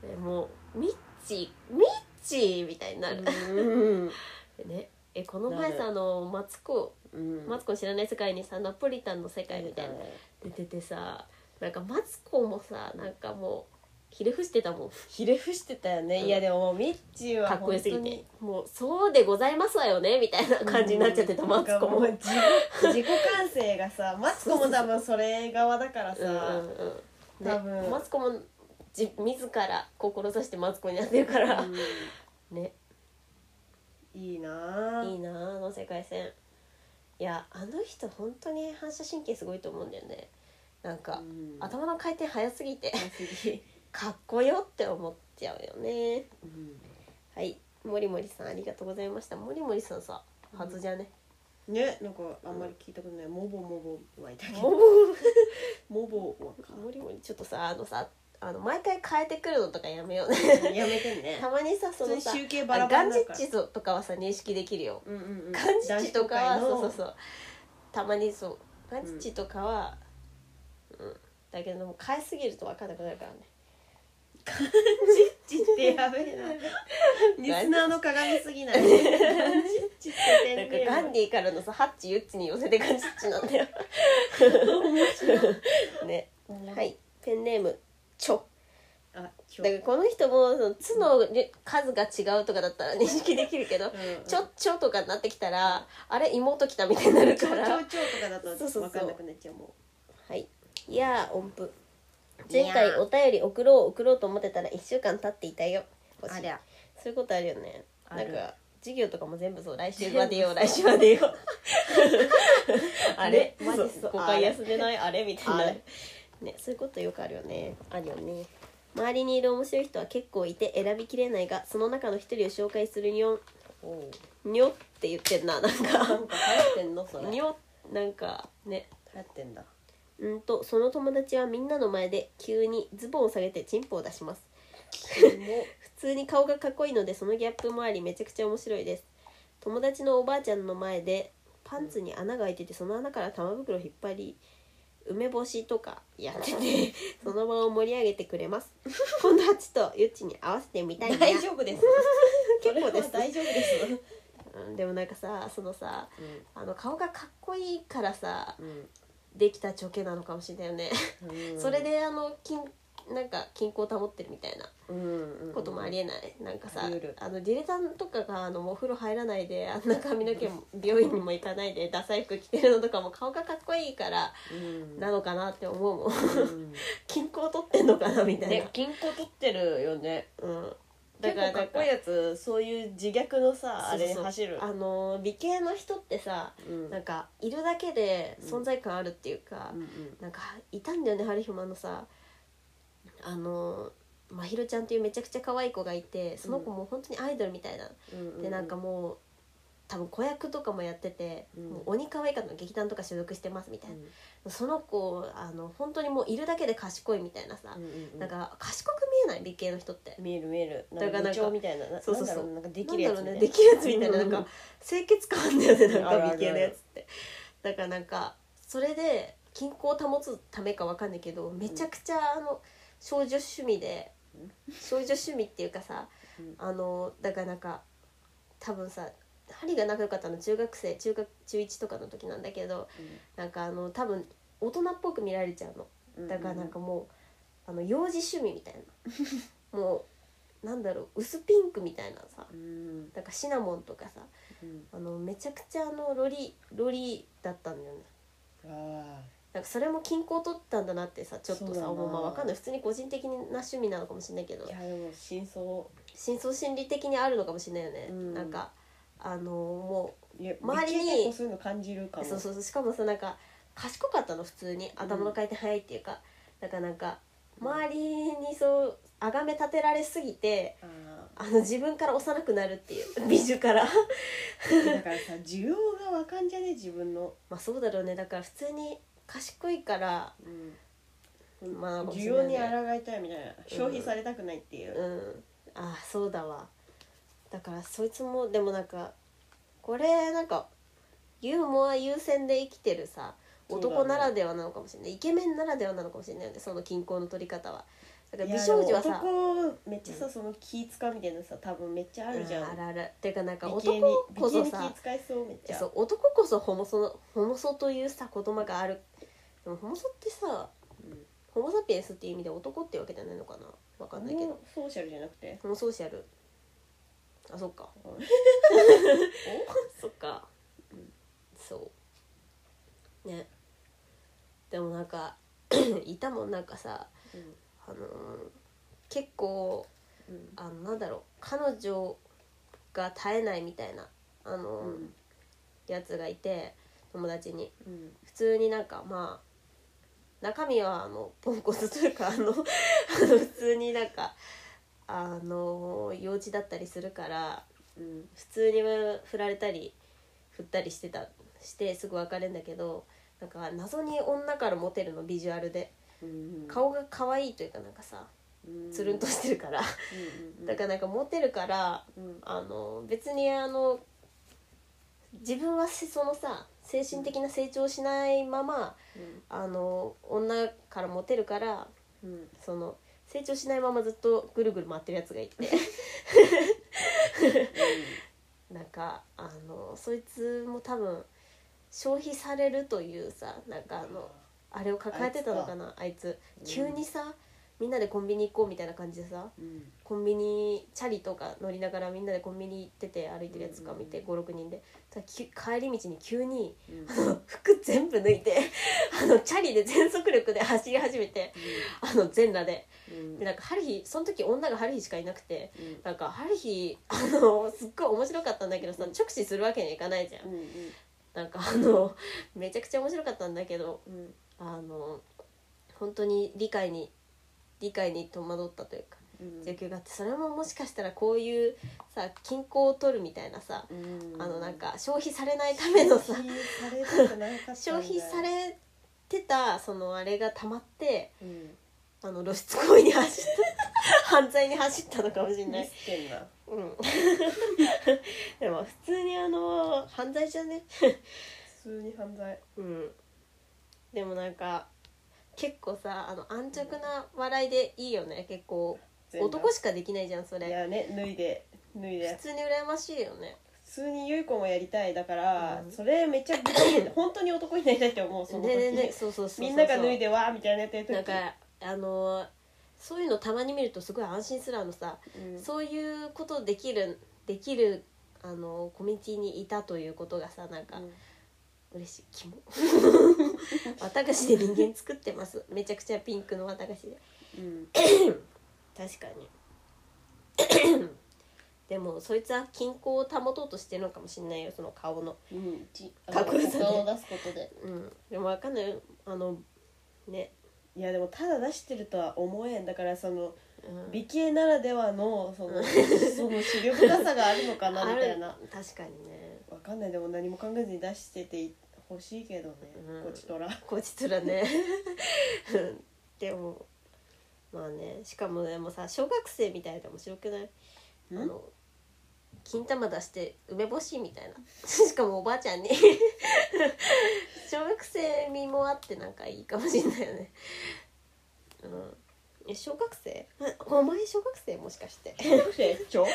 B: う
C: ねもうミッチーミッチーみたいになる、
B: ん
C: ねえこの前さあのマツコ
B: うん
C: マツコの知らない世界にさナポリタンの世界みたいな出ててさなんかマツコもさなんかもうひれ伏してたもん
B: ひれ伏してたよねいやでももうミッチーは
C: かっこよすぎ
B: 本当
C: て
B: に
C: もうそうでございますわよねみたいな感じになっちゃってた、マツコも、
B: な
C: うんん
B: かう自己自己完成がさマツコも多分それ側だから
C: うん
B: さ
C: うん、
B: 多分
C: ね、マツコもじ自ら志してマツコになってるから、ね
B: いいなあ
C: いいなああの世界線いやあの人本当に反射神経すごいと思うんだよねなんか、
B: うん
C: 頭の回転早すぎて かっこよって思っちゃうよねはいもりもりさんありがとうございましたもりもりさんさはずじゃね、
B: ねなんかあんまり聞いたことないモボモボはいたけ
C: も
B: ど
C: う
B: モボはか
C: もりもりちょっとさあのさあの毎回変えてくるのとかやめようね
B: やめて ね
C: たまにさそ
B: 普通
C: の
B: に
C: さ
B: 集計バラ
C: あ
B: バ
C: ガ
B: ラ
C: ン
B: だ
C: ジ
B: から
C: ッチとかはさ認識できるよ
B: うんうんうん
C: ガンジッチとかはそう
B: 男子
C: そう
B: 公会
C: そうたまにそうガンジッチとかはうん、だけども変えすぎると分かんなくなるからね
B: チって やべえなリスナーの鏡すぎないガンチッチって
C: なん
B: 天
C: か
B: 然
C: ガンディからのさハッチユッチに寄せてガンジッチなんだよねはいペンネームチョ
B: あ今
C: だからこの人もその角の数が違うとかだったら認識できるけど
B: 日うん
C: ちょちょとかになってきたらあれ妹来たみたいになる
B: ちょ
C: か
B: ちょ
C: ら
B: ちょとかだと
C: そうそうそう
B: 分かんなくなっちゃうもう
C: はいいやー音符
B: いや
C: 前
B: ー
C: 回お便り送ろう送ろうと思ってたら1週間経っていたよ欲しいそういうことあるよね
B: あ
C: なん
B: る
C: か授業とかも全部 そう来週までよ来週までよ あれ
B: ねマジそう
C: そう5
B: あ
C: 回
B: れ
C: 休んでないあれみたい
B: あ
C: な
B: れ
C: ねそういうことよくあるよねあるよね周りにいる面白い人は結構いて選びきれないがその中の一人を紹介するにょん
B: おう
C: にょって言ってんななん
B: な
C: か
B: んか流行ってんのそれ流
C: にょなんかね
B: 行ってんだ
C: うんとその友達はみんなの前で急にズボンを下げてチンポを出します普通に顔がかっこいいのでそのギャップもありめちゃくちゃ面白いです友達のおばあちゃんの前で「パンツに穴が開いててその穴から玉袋を引っ張り梅干しとかやってて その場を盛り上げてくれます今度はちょっとゆっちに合わせてみたいな
E: 大丈夫です
C: 結構
E: それ
C: で
E: は
C: す
E: 大丈夫です
C: うんでもなんかさそのさ
E: う
C: あの顔がかっこいいからさ
E: ん
C: できたチョケなのかもしれないよね、
E: うん
C: それであの金なんか均衡を保ってるみたいな
E: うん
C: こともありえない、なんかさ
E: あり得る
C: あのディレタンとかがあのもうお風呂入らないであんな髪の毛も病院にも行かないでダサい服着てるのとかも顔がかっこいいから
E: うん
C: なのかなって思うもん
E: うん
C: 均衡取ってんのかなみたいな、
E: ね銀行取ってるよね
C: うん、
E: 結構かっこいい
C: なん
E: やつそういう自虐のさあれ
C: そうそうそう
E: 走る
C: あの美形の人ってさ
E: うん
C: なんかいるだけで存在感あるっていうか、
E: うんうん
C: なんかいたんだよね春彦のさあのまひろちゃんっていうめちゃくちゃ可愛い子がいてその子も本当にアイドルみたいな、
E: うん
C: でなんかもう多分子役とかもやってて、
E: うん
C: もう鬼可愛いかの劇団とか所属してますみたいうな、
E: ん
C: その子あの本当にもういるだけで賢いみたいなさ、
E: うん
C: なんか賢く見えない美形の人って。
E: 見える見える
C: だから
E: 部
C: なんか
E: 長みたいなな
C: そうそうそ
E: なん
C: う
E: だろなんかで
C: な
E: き
C: ん
E: る
C: だ
E: や
C: ろ
E: つみ
C: う
E: たいな
C: ねできるやつみたいななん
E: うん
C: か清潔感あんだよねな ん
E: あるあるあ
C: か
E: る
C: 美形のやつってだからなんかそれで均衡を保つためかわかんないけどめちゃくちゃあの少女趣味で少女趣味っていうかさ
E: うん
C: あのだからなんか多分さ針が仲良かったの中学生中学中1とかの時なんだけどなんかあの多分大人っぽく見られちゃうの
E: うん
C: だからなんかもうあの幼児趣味みたい なもうなんだろう薄ピンクみたいなさ
E: うん
C: だからシナモンとかさ
E: うん
C: あのめちゃくちゃあのロリロリだったんだよね
E: あ
C: なんかそれも均衡取ったんだなってさちょっと
E: そうだ
C: さ
E: な
C: 思うまあわかんない普通に個人的な趣味なのかもしれないけ
E: ー
C: ど
E: いやでも真相
C: 深層心理的にあるのかもしれないよね、
E: うん
C: なんかあのも
E: いや
C: 周りに
E: できる結構そういうの感じるか
C: う
E: も
C: そうそうそうしかもさなんか賢かったの普通に頭の回転早いっていうか、だからなんか周りにそう崇め立てられすぎて
E: あ
C: あの自分から幼くなるっていう 美女から
E: ーだからさ需要がわかんじゃね自分の
C: まあそうだろうねだから普通に賢いから
E: うん
C: まあ
E: 需要に抗いたいみたいな消費されたくないっていううん
C: あーそうだわだからそいつもでもなんかこれなんかユーモア優先で生きてるさ
E: そうだね
C: 男ならではなのかもしれない、イケメンならではなのかもしれないよねその均衡の取り方はだか
E: い
C: ら
E: や
C: 美少女はさ
E: 男めっちゃさその気使うみたいなさ多分めっちゃあるじゃん
C: うんあるあるっていうかなんか
E: 美形
C: 男
E: に
C: こ
E: 美形
C: そ
E: に
C: さ
E: 気使いそうめっちゃ
C: そう男こそホモソのホモソというさ言葉があるでもホモソってさ、
E: うん
C: ホモサピエンスっていう意味で男ってわけじゃないのかなわかんないけど、
E: もうソーシャルじゃなくて
C: ホモソーシャルあそっか
E: うん
C: そっか、そうねでもなんか いたもんなんかさ、
E: うん
C: あのー結構
E: うん
C: あのなんだろう彼女が絶えないみたいなあのー、
E: うん
C: やつがいて友達に
E: うん
C: 普通になんかまあ中身はあのポンコツというかあの あの普通になんかあの幼稚だったりするから
E: うん
C: 普通に振られたり振ったりしてたしてすぐ別れるんだけどなんか謎に女からモテるのビジュアルで
E: うん
C: 顔が可愛いというかなんかさつるんとしてるからだからなんかモテるから
E: らうん
C: あの別にあの自分はせそのさ精神的な成長をしないままあの女からモテるから
E: うん
C: その成長しないままずっとぐるぐる回ってるやつがいてなんかあのそいつも多分消費されるというさなんかあのあれを抱えてたのかなあいつ
E: うん
C: 急にさみんなでコンビニ行こうみたいな感じでさ
E: うん
C: コンビニチャリとか乗りながらみんなでコンビニ行ってて歩いてるやつとか見て
E: う
C: 56人でただき帰り道に急に
E: うん
C: あの服全部抜いてあのチャリで全速力で走り始めてあの全裸で
E: うん
C: でなんか春日その時女が春日しかいなくて
E: うん
C: なんか春日あのすっごい面白かったんだけどさ直視するわけにはいかないじゃん
E: うん
C: なんかあのめちゃくちゃ面白かったんだけど
E: うん
C: あの本当に理解に理解に戸惑ったというか
E: うん
C: 状況があってそれももしかしたらこういうさ均衡を取るみたいなさ、
E: うん
C: あのなんか消費されないためのさ
E: 消費されたくなかったんだ
C: 消費されてたそのあれが溜まって
E: うん
C: あの露出行為に走った 犯罪に走ったのかもしれな
E: ミ
C: い、
E: スってんな
C: うん、でも普通にあの犯罪じゃね
B: 通に犯罪
C: うんでもなんか結構さあの安直な笑いでいいよね結構男しかできないじゃんそ
B: い
C: れ
B: やね脱いで脱いで
C: 普通に羨ましいよね
B: 普通に優子もやりたいだから、
C: うん
B: それめっちゃぶち切れ て本当に男になりたいって思うそ
C: ね
B: の時、
C: ねねそうそうそうそう
B: みんなが脱いでわーみたいなやってる時
C: なんかあのそういうのたまに見るとすごい安心するあのさ、
B: うん
C: そういうことできるできるあのコミュニティにいたということがさなんか、
B: うん
C: 嬉しいキモ 私で人間作ってますめちゃくちゃピンクの私で
B: うん
C: 確かに でもそいつは均衡を保とうとしてるのかもしれないよその顔の
B: うん
D: か
C: っこよさね
D: を出すことで
C: うんでもわかんないよあのね、
B: いやでもただ出してるとは思えんだからその
C: うん
B: 美形ならではのそのその視力深さがあるのかなみたいな
C: ある確かにね
B: わかんないでも何も考えずに出しててほしいけどね、
C: うん
B: こちとら
C: こちとらねうんでもまあねしかもでもさ小学生みたいで面白くないあの金玉出して梅干しみたいなしかもおばあちゃんに小学生味もあってなんかいいかもしれないよねうんえ小学生えお前小学生もしかして
B: 小学生ちょや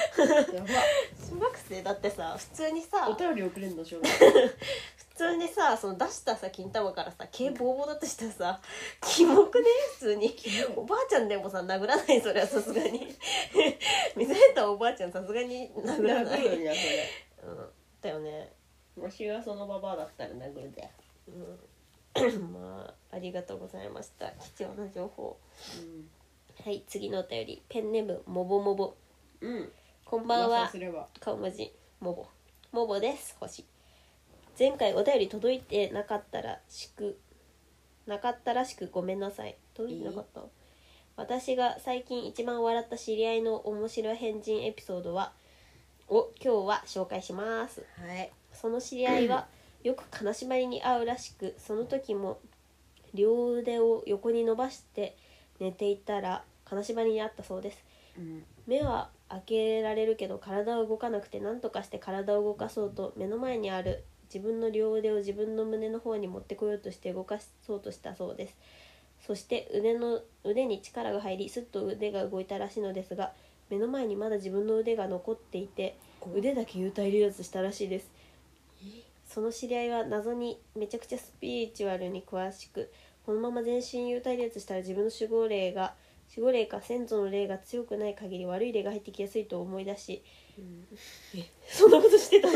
C: 小学生だってさ普通に
B: ばお
C: さ
B: 便り送れんの小学
C: 普通にさその出したさ金玉からさ毛ボーボーだとしたらさキモくね普通におばあちゃんでもさ殴らないそれはさすが に見せたおばあちゃんさすがに
B: 生
C: 殴らない、
B: 殴
C: う
B: るん
C: ん、
B: やそれ
C: だよね
B: わしがそのババアだったら殴るで、
C: うん まあありがとうございました貴重な情報はい次のお便りペンネームもぼもぼ
B: うん、うん、
C: こんばん
B: まあそう
C: は
B: すれば
C: 顔文字もぼもぼです星前回お便り届いてなかったらしくなかったらしくごめんなさい届いてなかった私が最近一番笑った知り合いの面白い変人エピソードはを今日は紹介します
B: はい
C: その知り合いはよく金縛りに遭うらしくその時も両腕を横に伸ばして寝ていたら金縛りに遭ったそうです
B: うん
C: 目は開けられるけど体は動かなくて何とかして体を動かそうと目の前にある自分の両腕を自分の胸の方に持ってこようとして動かそうとしたそうですそして腕の腕に力が入りすっと腕が動いたらしいのですが目の前にまだ自分の腕が残っていて腕だけ幽体離脱したらしいですその知り合いは謎にめちゃくちゃスピリチュアルに詳しくこのまま全身幽体離脱したら自分の守護霊が守護霊か先祖の霊が強くない限り悪い霊が入ってきやすいと思い出し、えそんなことしてたの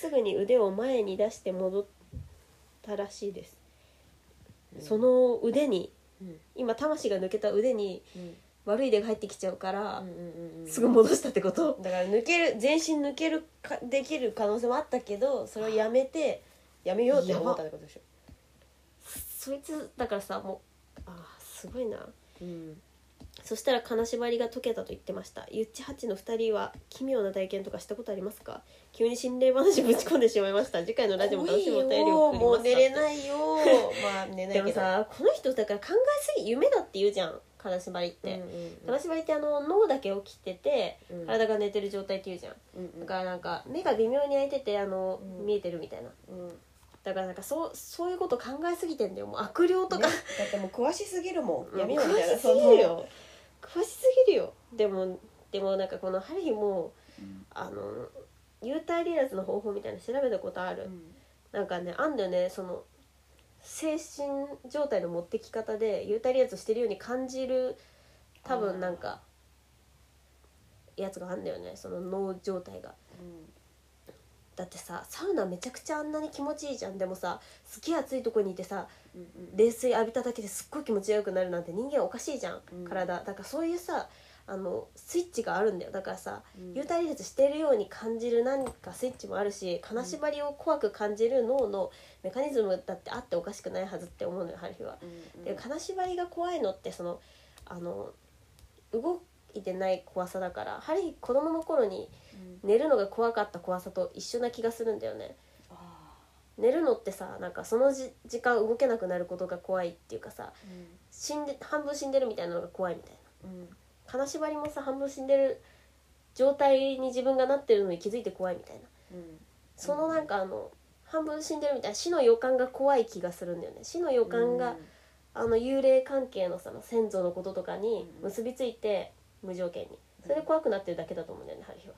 C: すぐに腕を前に出して戻ったらしいです、その腕に、
B: うん
C: 今魂が抜けた腕に
B: うん
C: 悪い霊が入ってきちゃうから、
B: うんうん
C: すぐ戻したってこと
E: だから抜ける全身抜けるかできる可能性もあったけどそれをやめてやめようって思ったってことでしょ
C: そいつだからさもうあーすごいな
B: うん
C: そしたら金縛りが解けたと言ってましたゆっちはちの2人は奇妙な体験とかしたことありますか急に心霊話ぶち込んでしまいました次回のラジオも楽しみにお便りを送ります
E: もう寝れ
C: い
E: ないよまあ寝ない
C: でも
E: けど
C: さこの人だから考えすぎ夢だって言うじゃん金縛りっ
B: うん
C: て、金縛りってあの脳だけ起きてて
B: うんうん
C: 体が寝てる状態って言うじゃん
B: うん
C: だからなんか目が微妙に開いててあの、
B: うん
C: 見えてるみたいな
B: うんうん
C: だからなんかそうそういうこと考えすぎてんだよもう悪霊とか、
B: ねだってもう詳しすぎるもん
C: や
B: 闇
C: め
B: み
C: よう
B: たい
C: みたいな
B: な
C: その詳し
B: その
C: すぎるよ詳しすぎるよでもでもなんかこのハリーもあの幽体離脱の方法みたいなの調べたことある、
B: うん
C: なんかねあんだよねその精神状態の持ってき方で幽体離脱してるように感じる多分なんかやつがあんだよねその脳状態がだってさサウナめちゃくちゃあんなに気持ちいいじゃんでもさすげえ暑いとこにいてさ
B: うんうん
C: 冷水浴びただけですっごい気持ちよくなるなんて人間おかしいじゃん、
B: うん
C: 体だからそういうさあのスイッチがあるんだよだからさ、
B: うん
C: 幽体離脱してるように感じる何かスイッチもあるし金縛りを怖く感じる脳のメカニズムだってあっておかしくないはずって思うのよ春日は。
B: うん
C: で金縛りが怖いのってそのあの動いてない怖さだから春日子供の頃に
B: うん
C: 寝るのが怖かった怖さと一緒な気がするんだよね。
B: あ
C: 寝るのってさなんかそのじ時間動けなくなることが怖いっていうかさ
B: ー
C: 死んで半分死んでるみたいなのが怖いみたいな
B: うんうん
C: 金縛りもさ半分死んでる状態に自分がなってるのに気づいて怖いみたいな
B: うん
C: そのなんかあの、
B: 半分死んでるみたいな死の予感が怖い気がするんだよね死の予感が、あの幽霊関係のさ先祖のこととかに結びついて、無条件にそれで怖くなってるだけだと思うんだよねハリーは。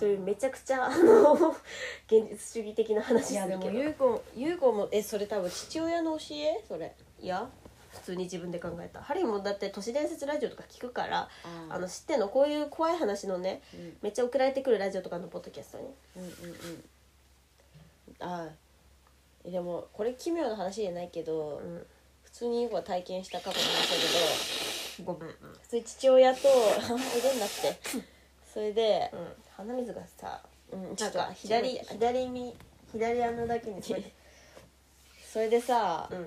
B: というめちゃくちゃあの 現実主義的な話
C: いや
B: す
C: で
B: るけ
C: も
B: ど
C: 優子優子もえそれ多分父親の教えそれ
B: いや普通に自分で考えたハリーもだって都市伝説ラジオとか聞くからあ
C: あの
B: の知ってんのこういう怖い話のね
C: うん
B: めっちゃ送られてくるラジオとかのポッドキャストに
C: うんうんうんあえでもこれ奇妙な話じゃないけど、
B: う
C: 普通に優子は体験した過去の話だけど
B: んごめん、うん
C: 普通に父親と あんま腕になってそれで、
B: 鼻水がさ
C: うん
B: なんか左左耳左穴だけにこうやって
C: それでさ、
B: うん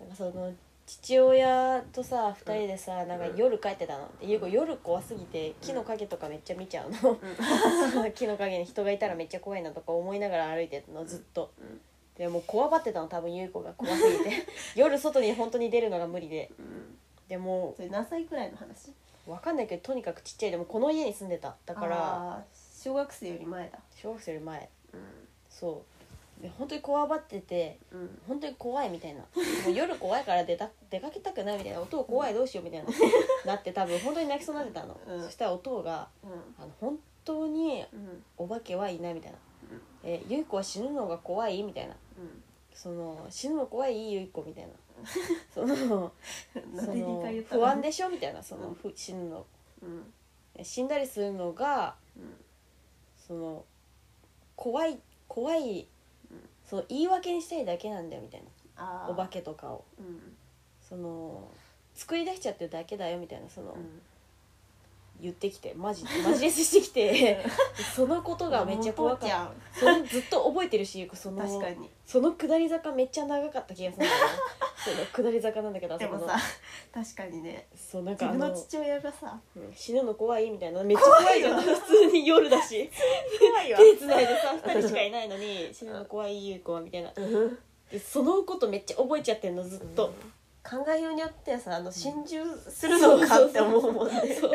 C: なんかその父親とさ2人でさ、なんか夜帰ってたので優子夜怖すぎて木の影とかめっちゃ見ちゃうの、 木の影に人がいたらめっちゃ怖いなとか思いながら歩いてたのずっと、でもうこわばってたの多分優子が怖すぎ て夜外に本当に出るのが無理ででも
B: それ何歳くらいの話
C: わかんないけどとにかくちっちゃいでもこの家に住んでただ
B: だ
C: から
B: 小学生より前だ
C: 小学生より前
B: う
C: そうで本当にこわばってて
B: んうん
C: 本当に怖いみたいなもう夜怖いから出た 出かけたくないみたいな音怖いどうしようみたいななって多分本当に泣きそうになってたの、
B: うん
C: そしたら音が
B: うん
C: あの本当に
B: うん
C: お化けはいないみたいな、えゆい子は死ぬのが怖いみたいなその死ぬの怖いゆい子みたいなそ の
B: うん
C: そ
B: 二
C: の
B: 回言った
C: 不安
B: で
C: でしょみたいなその、
B: うん
C: ふ死ぬの
B: うん
C: 死んだりするのが
B: うん
C: その怖い怖い、その言い訳にしたいだけなんだよみたい
B: あ
C: な
B: ー
C: お化けとかを。
B: うん
C: その作り出しちゃってるだけだよみたいなその、
B: うん
C: 言ってきてマジマジレスしてきてそのことがめっちゃ怖かった
B: もう
C: それずっと覚えてるしそ
B: 父ちゃん確
C: の
B: かに
C: その下り坂めっちゃ長かった気がするんだよねその下り坂なんだけどあそ
B: で
C: こ
B: も
C: の
B: さ確かにね
C: そうなん
B: 自
C: かあ
B: 分の
C: の
B: 父親 がさ
C: うん死ぬの怖いみたいなめっちゃ怖いじゃん普通に夜だ し
B: 怖いわ
C: 手つないでさ2人しかいないのに死ぬの怖いゆい子はみたいなでそのことめっちゃ覚えちゃってんのずっと。
B: 考えようによってはさあの心中するのかって思うもんね
C: そう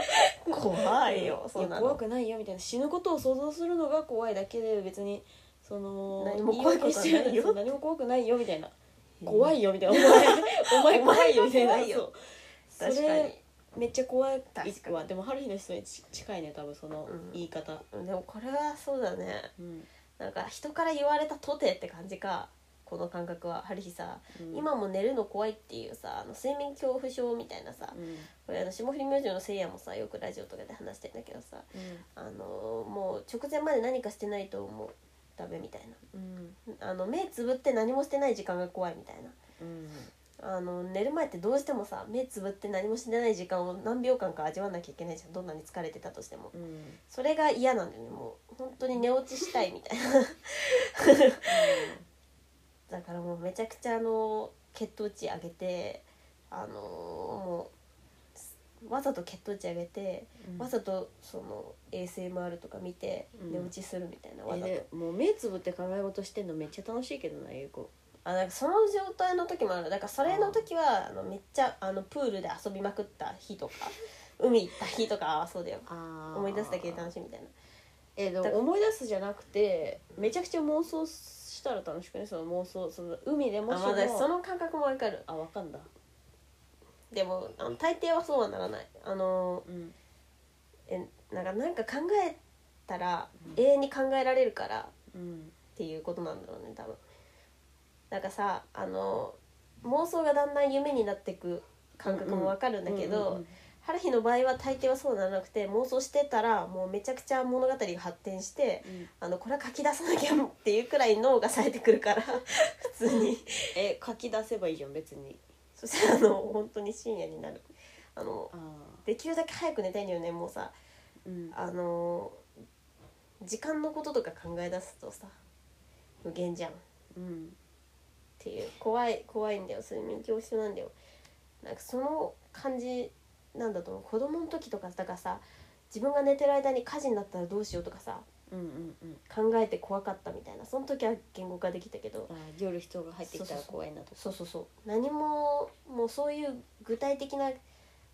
B: 怖いよそん
C: いや
B: な
C: 怖
B: の
C: くないよみたいな死ぬことを想像するのが怖いだけで別にその
B: 何も怖いことはないよ
C: 言訳してるそう何も怖くないよみたいな怖いよみたいなお前お前怖いよみたいな
B: お前が怖いよ
C: そう
B: 確
C: そ
B: かに
C: れめっちゃ怖い
B: 確か
C: わでも春日の人にち近いね多分その
B: うん
C: 言い方、
B: でもこれはそうだね
C: うん
B: なんか人から言われたとてって感じかこの感覚はハルヒさ、今も寝るの怖いっていうさあの睡眠恐怖症みたいなさ、
C: うん
B: これあの霜降り明星のせいやもさよくラジオとかで話してんだけどさあのもう直前まで何かしてないともうダメみたい
C: うん
B: なあの目つぶって何もしてない時間が怖いみたいな
C: うん
B: あの寝る前ってどうしてもさ目つぶって何もしてない時間を何秒間か味わわなきゃいけないじゃんどんなに疲れてたとしても
C: うん
B: それが嫌なんだよねもう本当に寝落ちしたいみたいなだからもうめちゃくちゃあの血糖値上げてあのもうわざと血糖値上げて、
C: うん
B: わざとその ASMR とか見て
C: うん
B: 寝落ちするみたいな、わ
C: え
B: ざと、
C: でもう目つぶって考え事してんのめっちゃ楽しいけどなゆう子
B: あなんかその状態の時もあるだからそれの時はあのめっちゃあのプールで遊びまくった日とか 海行った日とかはそうだよ
C: あ
B: 思い出すだけで楽しいみたいな
C: えでも
B: だから
C: 思い出すじゃなくてめちゃくちゃ妄想したら楽しくねその妄想その海でも
B: あ
C: し
B: まだ
C: も
B: その感覚もわかる
C: あわかんだ
B: でもあの大抵はそうはならないあの
C: うん
B: えなんかなんか考えたら永遠に考えられるから
C: うん
B: っていうことなんだろうね多分なんかさあの妄想がだんだん夢になってく感覚もわかるんだけど、春日の場合は大抵はそうならなくて妄想してたらもうめちゃくちゃ物語が発展して、
C: うん
B: あのこれは書き出さなきゃっていうくらい脳が冴えてくるから普通に
C: え書き出せばいいじゃん別に
B: そしてあの本当に深夜になるあの
C: あ
B: できるだけ早く寝たいんだよねもうさ
C: うん
B: あの時間のこととか考え出すとさ無限じゃんっ
C: うん
B: ていう怖い怖いんだよ睡眠恐怖症なんだよなんかその感じなんだと思う子供の時とかだからさ自分が寝てる間に火事になったらどうしようとかさ
C: うんうんうん
B: 考えて怖かったみたいなその時は言語化できたけど
C: あ夜人が入ってきたら怖いなとか
B: そうそうそう何ももうそういう具体的な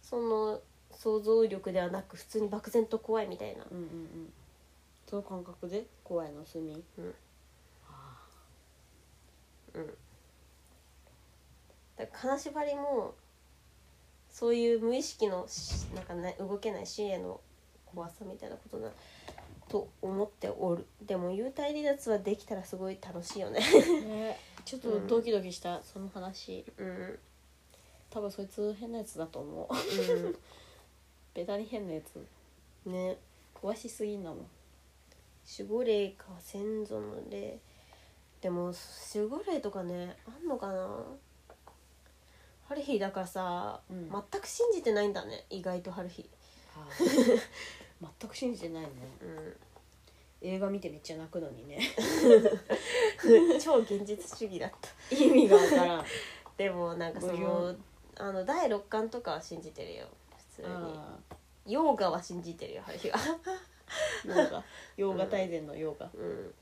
B: その想像力ではなく普通に漠然と怖いみたいな
C: うんうんうんその感覚で怖いの睡眠
B: うん
C: あ
B: だから金縛りもそういう無意識のしなんか、ね、動けない死への怖さみたいなことなと思っておるでも幽体離脱はできたらすごい楽しいよね
C: ね ちょっとドキドキした、その話
B: うん、うん、
C: 多分そいつ変なやつだと 思うベタに変なやつ
B: ね
C: 詳しすぎんだもん
B: 守護霊か先祖の霊でも守護霊とかねあんのかなハルヒだからさ、
C: うん
B: 全く信じてないんだね意外とハルヒ、
C: 全く信じてないね
B: う
C: 映画見てめっちゃ泣くのにね
B: ん、超現実主義だった
C: 意味がわ からん
B: でもなんかそ
C: ご用
B: のあの第六感とかは信じてるよ普通に
C: あ
B: ヨーガは信じてるよハルヒは、
C: ーヨーガヨーガ大全のヨーガ、
B: うん、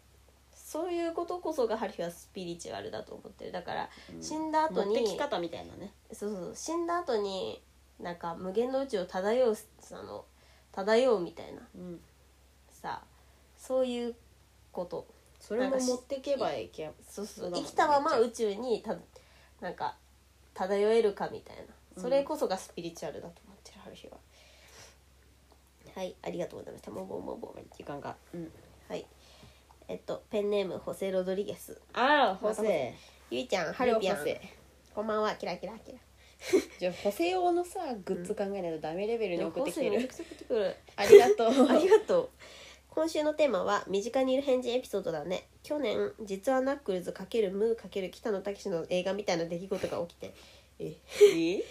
B: そういうことこそがハルヒはスピリチュアルだと思ってるだから
C: うん
B: 死んだ後に
C: 持ってき方みたいなね
B: そうそう死んだ後になんか無限の宇宙を漂うあの漂うみたいな
C: うん
B: さそういうこと
C: それ
B: な
C: も
B: んかし
C: 持ってけばいけ
B: そうそ
C: そう
B: う
C: だも
B: 生
C: んね
B: きたまま宇宙にたなんか漂えるかみたいなそれこそがスピリチュアルだと思ってる春日は、はいありがとうございましたもうもうもうもう
C: 時間がうん
B: はいえっとペンネームホセ・ロドリゲス
C: あらホセ
B: ゆいちゃんはるぴゃん
C: ホセ
B: こんばんはキラキラキラ
C: じゃあ補正用のさグッズ考えないとダメレベルに送ってきてる、
B: ホセめちゃくちゃ送ってくる
C: ありが とう
B: ありがとう。今週のテーマは身近にいる変人エピソードだね。去年実はナックルズ×ムー×北野武の映画みたいな出来事が起きて、え
C: いい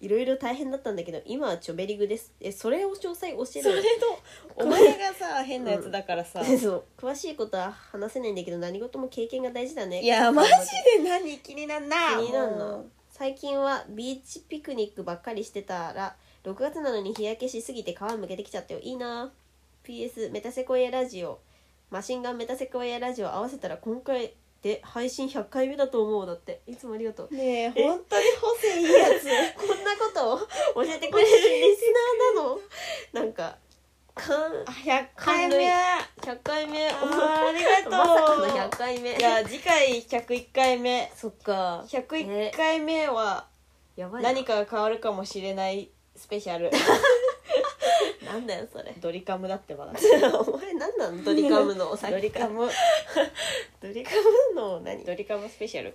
B: いろいろ大変だったんだけど今はちょべりぐです。えそれを詳細教え
C: そ
B: る
C: れとお前がさ変なやつだからさ、
B: のそう詳しいことは話せないんだけど何事も経験が大事だね。
C: いやマジで何気になんな
B: 気になる
C: も
B: な
C: う
B: 最近はビーチピクニックばっかりしてたら6月なのに日焼けしすぎて皮むけてきちゃったよいいな PS メタセコイアラジオマシンガンメタセコイアラジオ合わせたら今回で配信100回目だと思うだっていつもありがとう
C: ねえ本当に補正いいやつ
B: こんなことを教えてくれるリスナーなのなんかかん
C: 100回目
B: 100回目
C: あーありがとう
B: まさかの100回目
C: じゃあ次回101回目
B: そっか
C: 101
B: ね
C: 回目は
B: やばいな
C: 何かが変わるかもしれないスペシ ャル
B: なんだよそれ
C: ドリカムだってばな
B: お前何なのドリカ ムのお酒
C: ドリカム
B: ドリカムの何
C: ドリカムスペシャル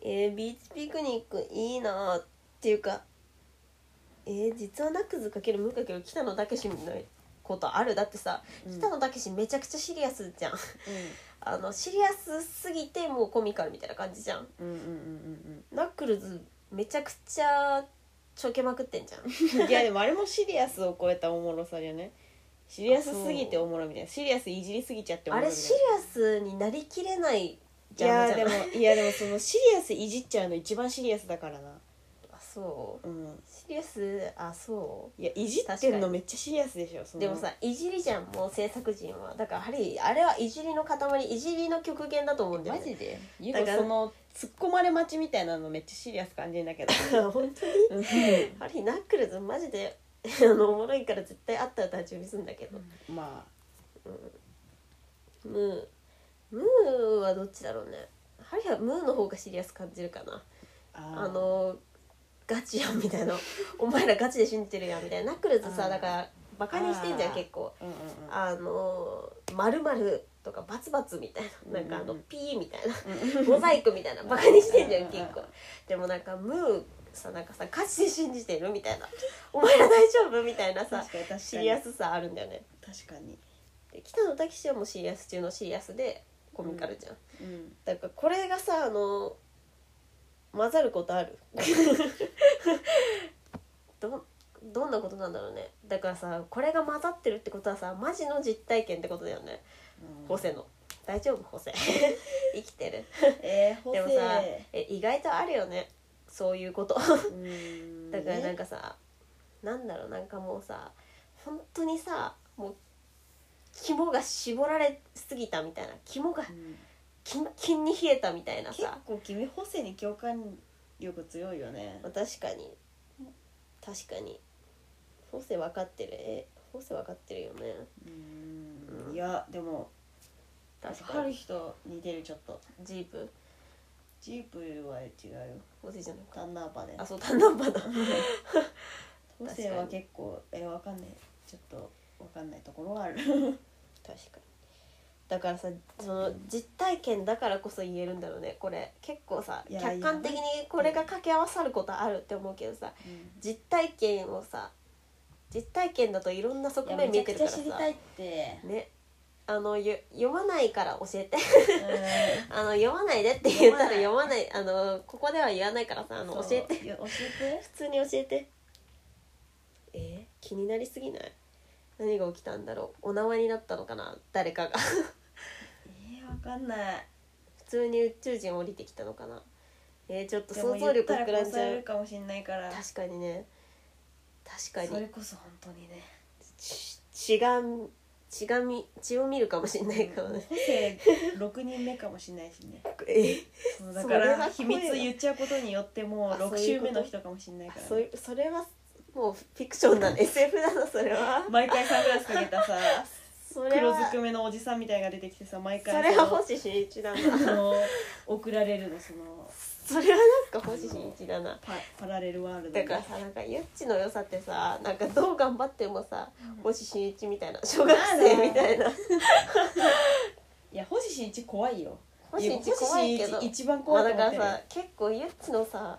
B: えー、ビーチピクニックいいなーっていうかえー、実はナックズかける無かける北野武のことあるだってさ、
C: うん
B: 北野武めちゃくちゃシリアスじゃん あのシリアスすぎてもうコミカルみたいな感じじゃん
C: うんうんうん
B: ナックルズめちゃくちゃちょけまくってんじゃ
C: う
B: ん
C: んうんいやでもあれもシリアスを超えたおもろさじゃねシリアスすぎておもろみたいなシリアスいじりすぎちゃっておも
B: あ
C: ろ
B: れ
C: みたい
B: シ
C: な
B: リアスになりきれない
C: い
B: ジャン
C: や
B: ルじ
C: で
B: ゃん
C: もいやでもそのシリアスいじっちゃうの一番シリアスだからな
B: あそう
C: うん
B: シリアスあそう
C: いやいじってんのめっちゃシリアスでしょその
B: でもさいじりじゃんもう制作陣はだからハリーあれはいじりの塊いじりの極限だと思うんだよ
C: マ
B: ね
C: ジでゆう
B: だ
C: こ
B: から
C: その突っ込まれ待ちみたいなのめっちゃシリアス感じるんだけど
B: 本当に
C: うん
B: ハリーナックルズマジであのおもろいから絶対あった歌準備するんだけど、
C: ま
B: ムームーはどっちだろうねハリーはムーの方がシリアス感じるかな
C: あ
B: あのガチやんみたいなお前らガチで信じてるやんみたいなナックルズ
C: あ
B: さ
C: ー
B: だからバカにしてんじゃ
C: あ
B: ん
C: ー
B: 結構
C: うんうん
B: あのまるまるとかバツバツみたいななんかあ
C: う
B: の
C: んうん
B: ピーみたいな
C: うんうん
B: モザイクみたいなバカにしてんじゃ
C: うんん
B: 結構でもなんかムーさなんかさ歌詞信じてるみたいなお前ら大丈夫みたいなさ
C: 確かに確かに
B: シリアスさあるんだよね
C: 確かに
B: で北野武史はもうシリアス中のシリアスでコミカルじゃん、
C: うん
B: だからこれがさあの混ざること あるどどんなことなんだろうねだからさこれが混ざってるってことはさマジの実体験ってことだよねホセの大丈夫 ホセ生きてる
C: えー、
B: でもさえ意外とあるよねそういうことだからなん
C: か
B: かさなんだろうなんかもうさ本当にさもう肝が絞られすぎたみたいな肝がキンキンに冷えたみたいな
C: 結
B: さ
C: 構君ホセに共感力強いよね
B: まあ確かに確かにホセ分かってるえホセ分かってるよね
C: うんいやでも
B: 確か
C: 春
B: に
C: 日と似てるちょっと
B: ジープ
C: ジープは違うよ
B: おじいじゃないか
C: タンナーパで
B: あそう単ナンパだ
C: 個性は結構えわかんないちょっとわかんないところはある
B: 確かにだからさその実体験だからこそ言えるんだろうねこれ結構さ
C: いや
B: 客観的にこれが掛け合わさることあるって思うけどさ実体験をさ実体験だといろんな側
C: いや
B: 面
C: め
B: 見
C: ちゃ
B: えて
C: くちゃ
B: るからさ
C: 知りたいって
B: ねあのよ読まないから教えて
C: うん
B: あの読まないでって言ったら読
C: 読
B: まないあのここでは言わないからさあの教えて
C: て教えて
B: 普通に教えてえー気になりすぎない何が起きたんだろうお縄になったのかな誰かが
C: えーわかんない
B: 普通に宇宙人降りてきたのかなえーちょっと
C: でも
B: 想像力
C: 言っ
B: 膨
C: たら
B: ら
C: 殺
B: んじ
C: さ
B: ゃ
C: れる
B: う
C: かもしんないから
B: 確かにね確
C: そ
B: か
C: れ
B: に
C: こそ本当にね
B: ち血が血がみ血を見るかもしれないからね、
C: 個性6人目かもしんないしね
B: え
C: そうだ
B: そ
C: か
B: れは
C: ら秘
B: 怖いわ
C: 密言っちゃうことによってもう
B: あ
C: 6
B: そういう
C: 週
B: こと
C: 目の人かもしんないからね、
B: そそれはもうフィク ションな SF だなそれは
C: 毎回サングラスかけたさ
B: それ
C: 黒
B: は
C: ずくめのおじさんみたいなのが出てきてさ毎
B: そ
C: 回
B: れは
C: その
B: 星新一だな
C: あの送られるのその
B: それはなんか星新一だな
C: パパラレルワールド
B: だからさなんかゆっちの良さってさなんかどう頑張ってもさ星新一みたいな小学生みたいない
C: や星新一怖いよ
B: 星新一怖いけど
C: 星新一一番
B: ま
C: 怖
B: あ
C: いと
B: だか
C: 思っ
B: ら
C: てる、
B: さ結構ゆっちのさ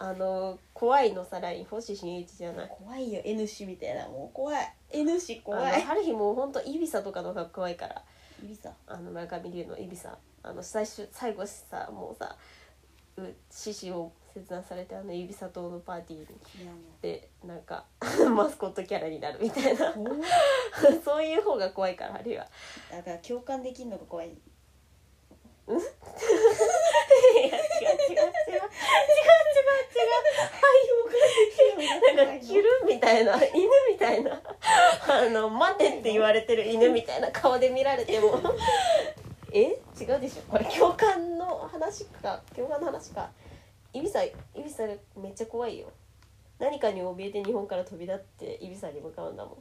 B: あの怖いのさライン星新一じゃない
C: 怖いよ N 氏みたいなもう怖い N 氏
B: あの
C: 怖い
B: 春日もうほんとイビサとかの方が怖いから
C: 指さ
B: あの村上龍のイビさんあの最終最後さもうさう獅子を切断されてあの指佐藤のパーティーに
C: いやも
B: でなんか マスコットキャラになるみたいな
C: う怖い
B: そういう方が怖いからあるいは
C: だから共感できるのが怖い
B: いや違う違う違う違う違う違う なんかキュルみたいな犬みたいなあの待てって言われてる犬みたいな顔で見られてもえ違うでしょこれ共感の話か共感の話かイビサイビサめっちゃ怖いよ何かに怯えて日本から飛び立ってイビサに向かうんだもん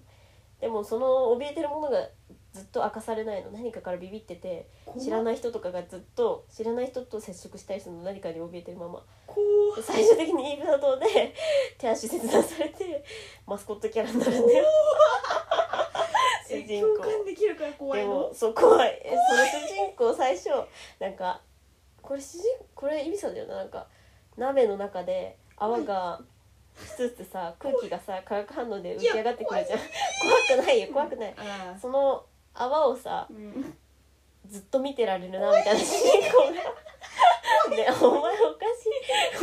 B: でもその怯えてるものがずっと明かされないの何かからビビってて知ら
C: い
B: ない人とかがずっと知らない人と接触したりするの何かに怯えてるまま
C: 怖い
B: 最終的にイブラ島で手足切断されてマスコットキャラになるんだよ主
C: え
B: 人
C: 共
B: 公
C: 感できるから怖
B: で
C: いの
B: もそう怖いえその主人公最初なんかこれ主人これイビさんだよななんか鍋の中で泡がふつつさ空気がさ化学反応で浮き上がってくるじゃん怖くないよ怖くない
C: ああ
B: その泡をさ
C: うん
B: ずっと見てられるなみたいな主人公が。ね、お前おかしい。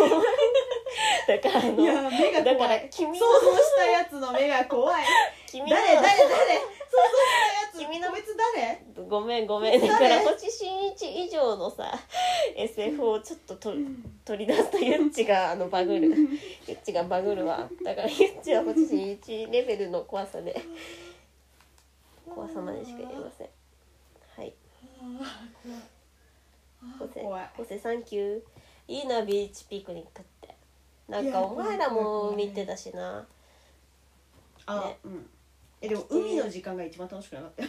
B: お前。だからあ
C: い
B: の、
C: や目が
B: だか
C: 怖
B: ら
C: い
B: 君の
C: 想像したやつの目が怖い
B: 君の
C: 誰誰誰想像したやつ
B: 君の
C: 個別誰
B: ごめんごめん。だから
C: 誰
B: 星新一以上のさ、SF をちょっとと取り出すとユッチがあの バグる。ユッチがバグるわ。だからユッチは星新一レベルの怖さで、怖さまでしか言えません。はい。ホセ
C: 怖い
B: ホセサンキューいいなビーチピクニックってなんかお前らも見てたしな
C: あ、
B: ね
C: うんえでも海の時間が一番楽しくなかったよ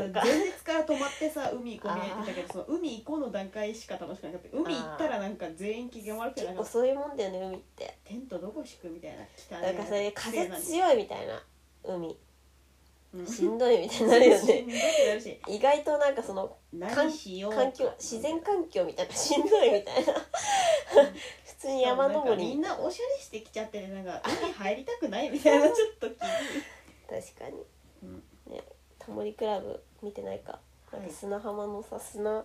C: なんかさ前日から泊まってさ海行こう見えてたけどその海行こうの段階しか楽しくなかった海行ったらなんか全員機嫌悪くな
B: 結
C: ん
B: 構
C: か
B: そういうもんだよね海って
C: テントどこ敷くみたいな汚
B: なんかさ風強いみたいな海
C: うん
B: しんどいみたいになるよ
C: しん
B: ね
C: どくなるし
B: 意外となんかその
C: 何しよう
B: 環境自然環境みたいなしんどいみたいな普通に山
C: な
B: 登
C: んかみ
B: り
C: んなおしゃれしてきちゃってねなん か海入りたくないみたいなちょっと気に
B: 確かに
C: うん
B: ねタモリクラブ見てないかなんか砂浜のさ砂
C: あ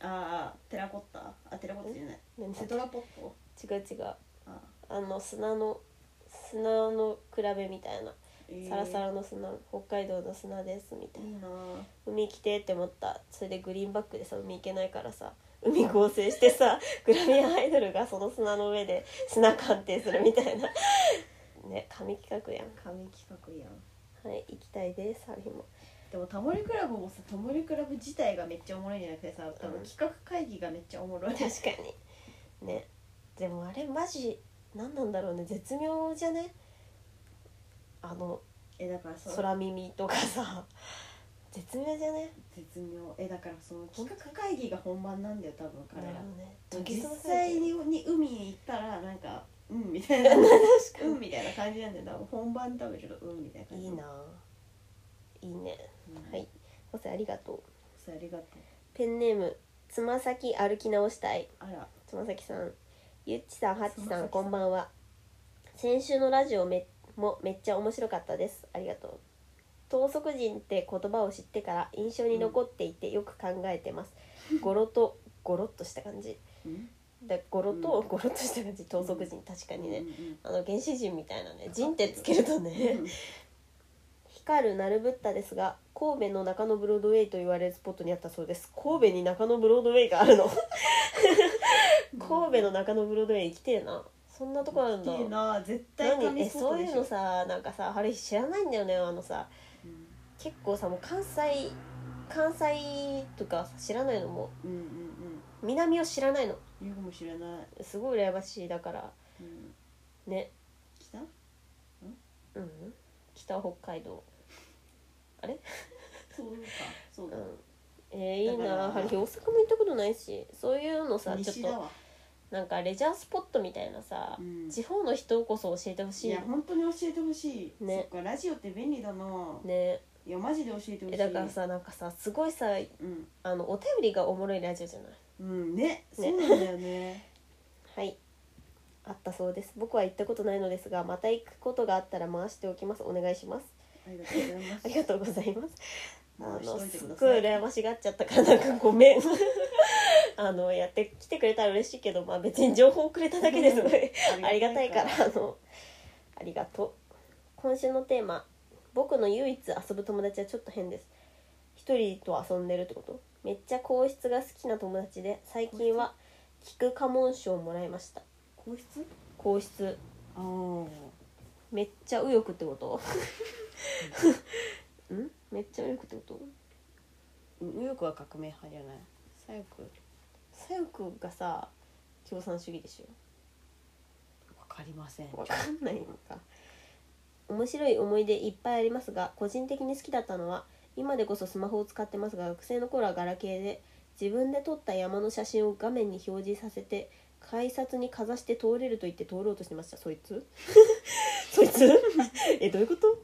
C: あテラコッタあテラコッタじゃない
B: なんだ
C: テトラポット
B: 違う違う
C: あ
B: あの砂の砂の比べみたいな、
C: えー
B: サラサラの砂北海道の砂ですみたい
C: い
B: ない
C: なぁ
B: 海来てって思ったそれでグリーンバックでさ海行けないからさ海合成してさグラビアアイドルがその砂の上で砂鑑定するみたいなね神企画や
C: 神企画やん
B: んはい行きたいですある日も
C: でもタモリクラブもさタモリクラブ自体がめっちゃおもろいんじゃなくてさ多分
B: うん
C: 企画会議がめっちゃおもろい、
B: 確かにねでもあれマジ何なんだろうね絶妙じゃねあの
C: えだからその
B: 空耳とかさ絶妙じゃね
C: 絶妙えだからその企画会議が本番なんだよ多分彼ら、
B: ね
C: 実際に海に行ったらなんかうんみたいな うんみたいな感じなんだよ多分本番食べちょっとうんみたいな感じ
B: いいなぁいいね
C: うん
B: はいホセありがとう
C: それありがとう
B: ペンネームつま先歩き直したい
C: あら
B: つま先さんゆっちさんはっち
C: つま
B: さ
C: 先さ
B: ん
C: ん
B: こんばんは先週のラジオめもめっちゃ面白かったですありがとう等速人って言葉を知ってから印象に残っていてよく考えてます、ゴロとゴロっとした感じ
C: うん
B: だゴロと
C: うん
B: ゴロっとした感じ等速人確かにね、
C: うん
B: あの原始人みたいなね人ってつけるとね、光るナルブッタですが神戸の中野ブロードウェイと言われるスポットにあったそうです神戸に中野ブロードウェイが あるの神戸の中野ブロードウェイ行きてえなそんなとこあるんだ
C: いいな絶対
B: 何
C: 神
B: え
C: スポ
B: そ
C: ッ
B: う
C: ト
B: い
C: でし
B: う
C: ょ
B: のさなんかさあれ知らないんだよねあのさ結構さもう関西関西とかさ知らないのも
C: うんうんうん
B: 南を知らないの
C: うん言うかもしれない、
B: すごい羨ましいだから
C: うん、
B: ね
C: 北
B: うん北北海道
C: そうかそうだ、
B: うんえー、いい
C: だから
B: なハリー大阪も行ったことないしそういうのさちょっ
C: 西だ
B: と
C: わ
B: なんかレジャースポットみたいなさ、
C: うん
B: 地方の人こそ教えてほし
C: い
B: い
C: や本当に教えてほしい、
B: ね
C: そっかラジオって便利だな
B: ね
C: いやマジで教えてほし
B: え
C: い
B: だからさなんかさすごいさ
C: うん、
B: あのお便りがおもろいラジオじゃない
C: うん、ねそうなんだよね
B: はいあったそうです僕は行ったことないのですがまた行くことがあったら回しておきますお願いします
C: ありがとうございます
B: ありがとうございますあ
C: 回し
B: の
C: といて
B: す
C: く
B: っ
C: だ
B: ご
C: さ
B: い
C: い
B: 羨ましがっちゃったからなんかご めんあのやってきてくれたら嬉しいけどまあ別に情報をくれただけですのでありがたいからあのありがとう今週のテーマ「僕の唯一遊ぶ友達はちょっと変です」一人と遊んでるってことめっちゃ皇室が好きな友達で最近は菊家紋賞をもらいました
C: 皇室
B: 皇室
C: ああ
B: めっちゃ右翼ってこと んめっちゃ右翼ってこと
C: 右翼は革命派じゃない左翼
B: 左翼がさ共産主義でしょ
C: わかりません
B: わかんないのか面白い思い出いっぱいありますが個人的に好きだったのは今でこそスマホを使ってますが学生の頃はガラケーで自分で撮った山の写真を画面に表示させて改札にかざして通れると言って通ろうとしてましたそいつ そいつ えどういうこと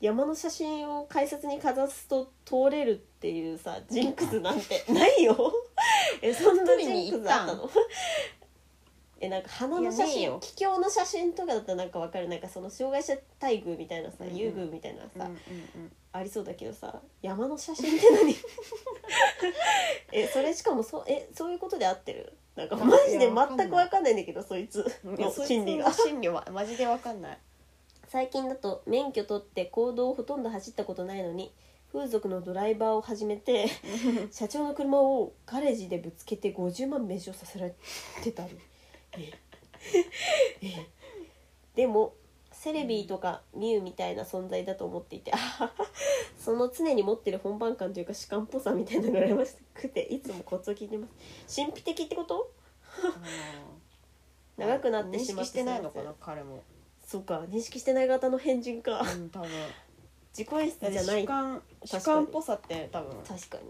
B: 山の写真を改札にかざすと通れるっていうさジンクスなんてないよえそんな
C: 取り
B: ジ
C: に
B: ンク
C: 行っ
B: スあ
C: た
B: っ
C: ん
B: たの えなんか花の
C: い
B: 写
C: やねえ
B: 真
C: よ
B: 桔梗の写真とかだったらなんかわかるなんかその障害者待遇みたいなさ
C: うんうん
B: 優遇みたい
C: う
B: な
C: んう
B: さ
C: ん
B: ありそうだけどさ山の写真って何 えそれしかもそえそういうことで合ってるなんか
C: いや
B: マジで
C: わかんない
B: 全くわかんないんだけどそいつ
C: うん
B: の心理が
C: 心理はマジでわかん ない
B: 最近だと免許取って行動をほとんど走ったことないのに風俗のドライバーを始めて社長の車をガレージでぶつけて50万名称させられてたりええでもセレビーとかミュウみたいな存在だと思っていてあははその常に持ってる本番感というか主観っぽさみたいなのが羨ましくていつもコツを聞いてます神秘的ってこと長くなってし
C: 認識
B: まっ
C: してて
B: すま
C: な
B: せ
C: い
B: ん
C: のかな彼も
B: そうか認識してない型の変人か
C: うん多分
B: 自己演出じゃない
C: 主観
B: か
C: 主
B: に
C: 観っぽさって多分
B: 確かに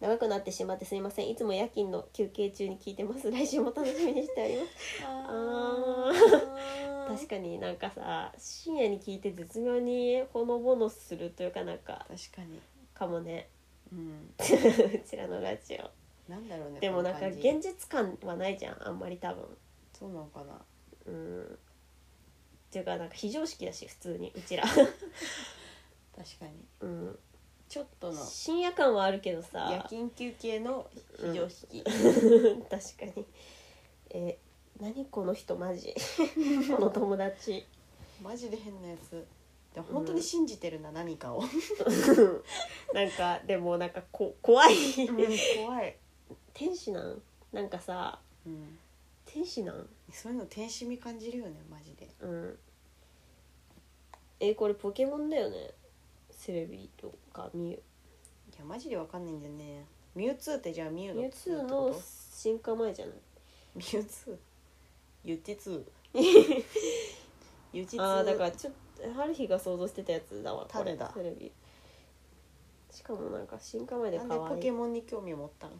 B: 長くなってしまってすいませんいつも夜勤の休憩中に聞いてます来週も楽しみにしておりますあ
C: ー
B: 確かになんかさ深夜に聞いて絶妙にほのぼのするというかなんか
C: 確かに
B: かもね
C: うん
B: うちらのラジオ
C: なんだろうね
B: でも
C: こ
B: な
C: の
B: んか
C: 感じ
B: 現実感はないじゃんあんまり多分
C: そうなのかな
B: うんっていうかなんか非常識だし普通にうち ら
C: 確かに
B: うん
C: ちょっとの
B: 深夜感はあるけどさ
C: 夜勤休憩の非常識、
B: 確かにえ何この人マジ この友達
C: マジで変なやつでも本当に信じてるな、何かを
B: なんかでもなんかこ怖い
C: 怖い、
B: 天使なんなんかさ
C: うん、
B: 天使なん
C: そういうの天使味感じるよねマジで
B: うんえこれポケモンだよねセレビとかミュ
C: いやマジでわかんないんだよねミュウツーってじゃあミュウ
B: ウミュ
C: の
B: ウ
C: ツ
B: ツ
C: ー
B: ー
C: ってこ
B: の
C: と
B: 進化前じゃない
C: ミュウツーユチツー ユチツー
B: あーだからちょっと春日が想像してたやつだわこれ
C: 種だ
B: セレビしかもなんか進化前で
F: なんで
B: 可
F: ポ
B: 愛
F: ケ
B: い
F: モンに興味持ったの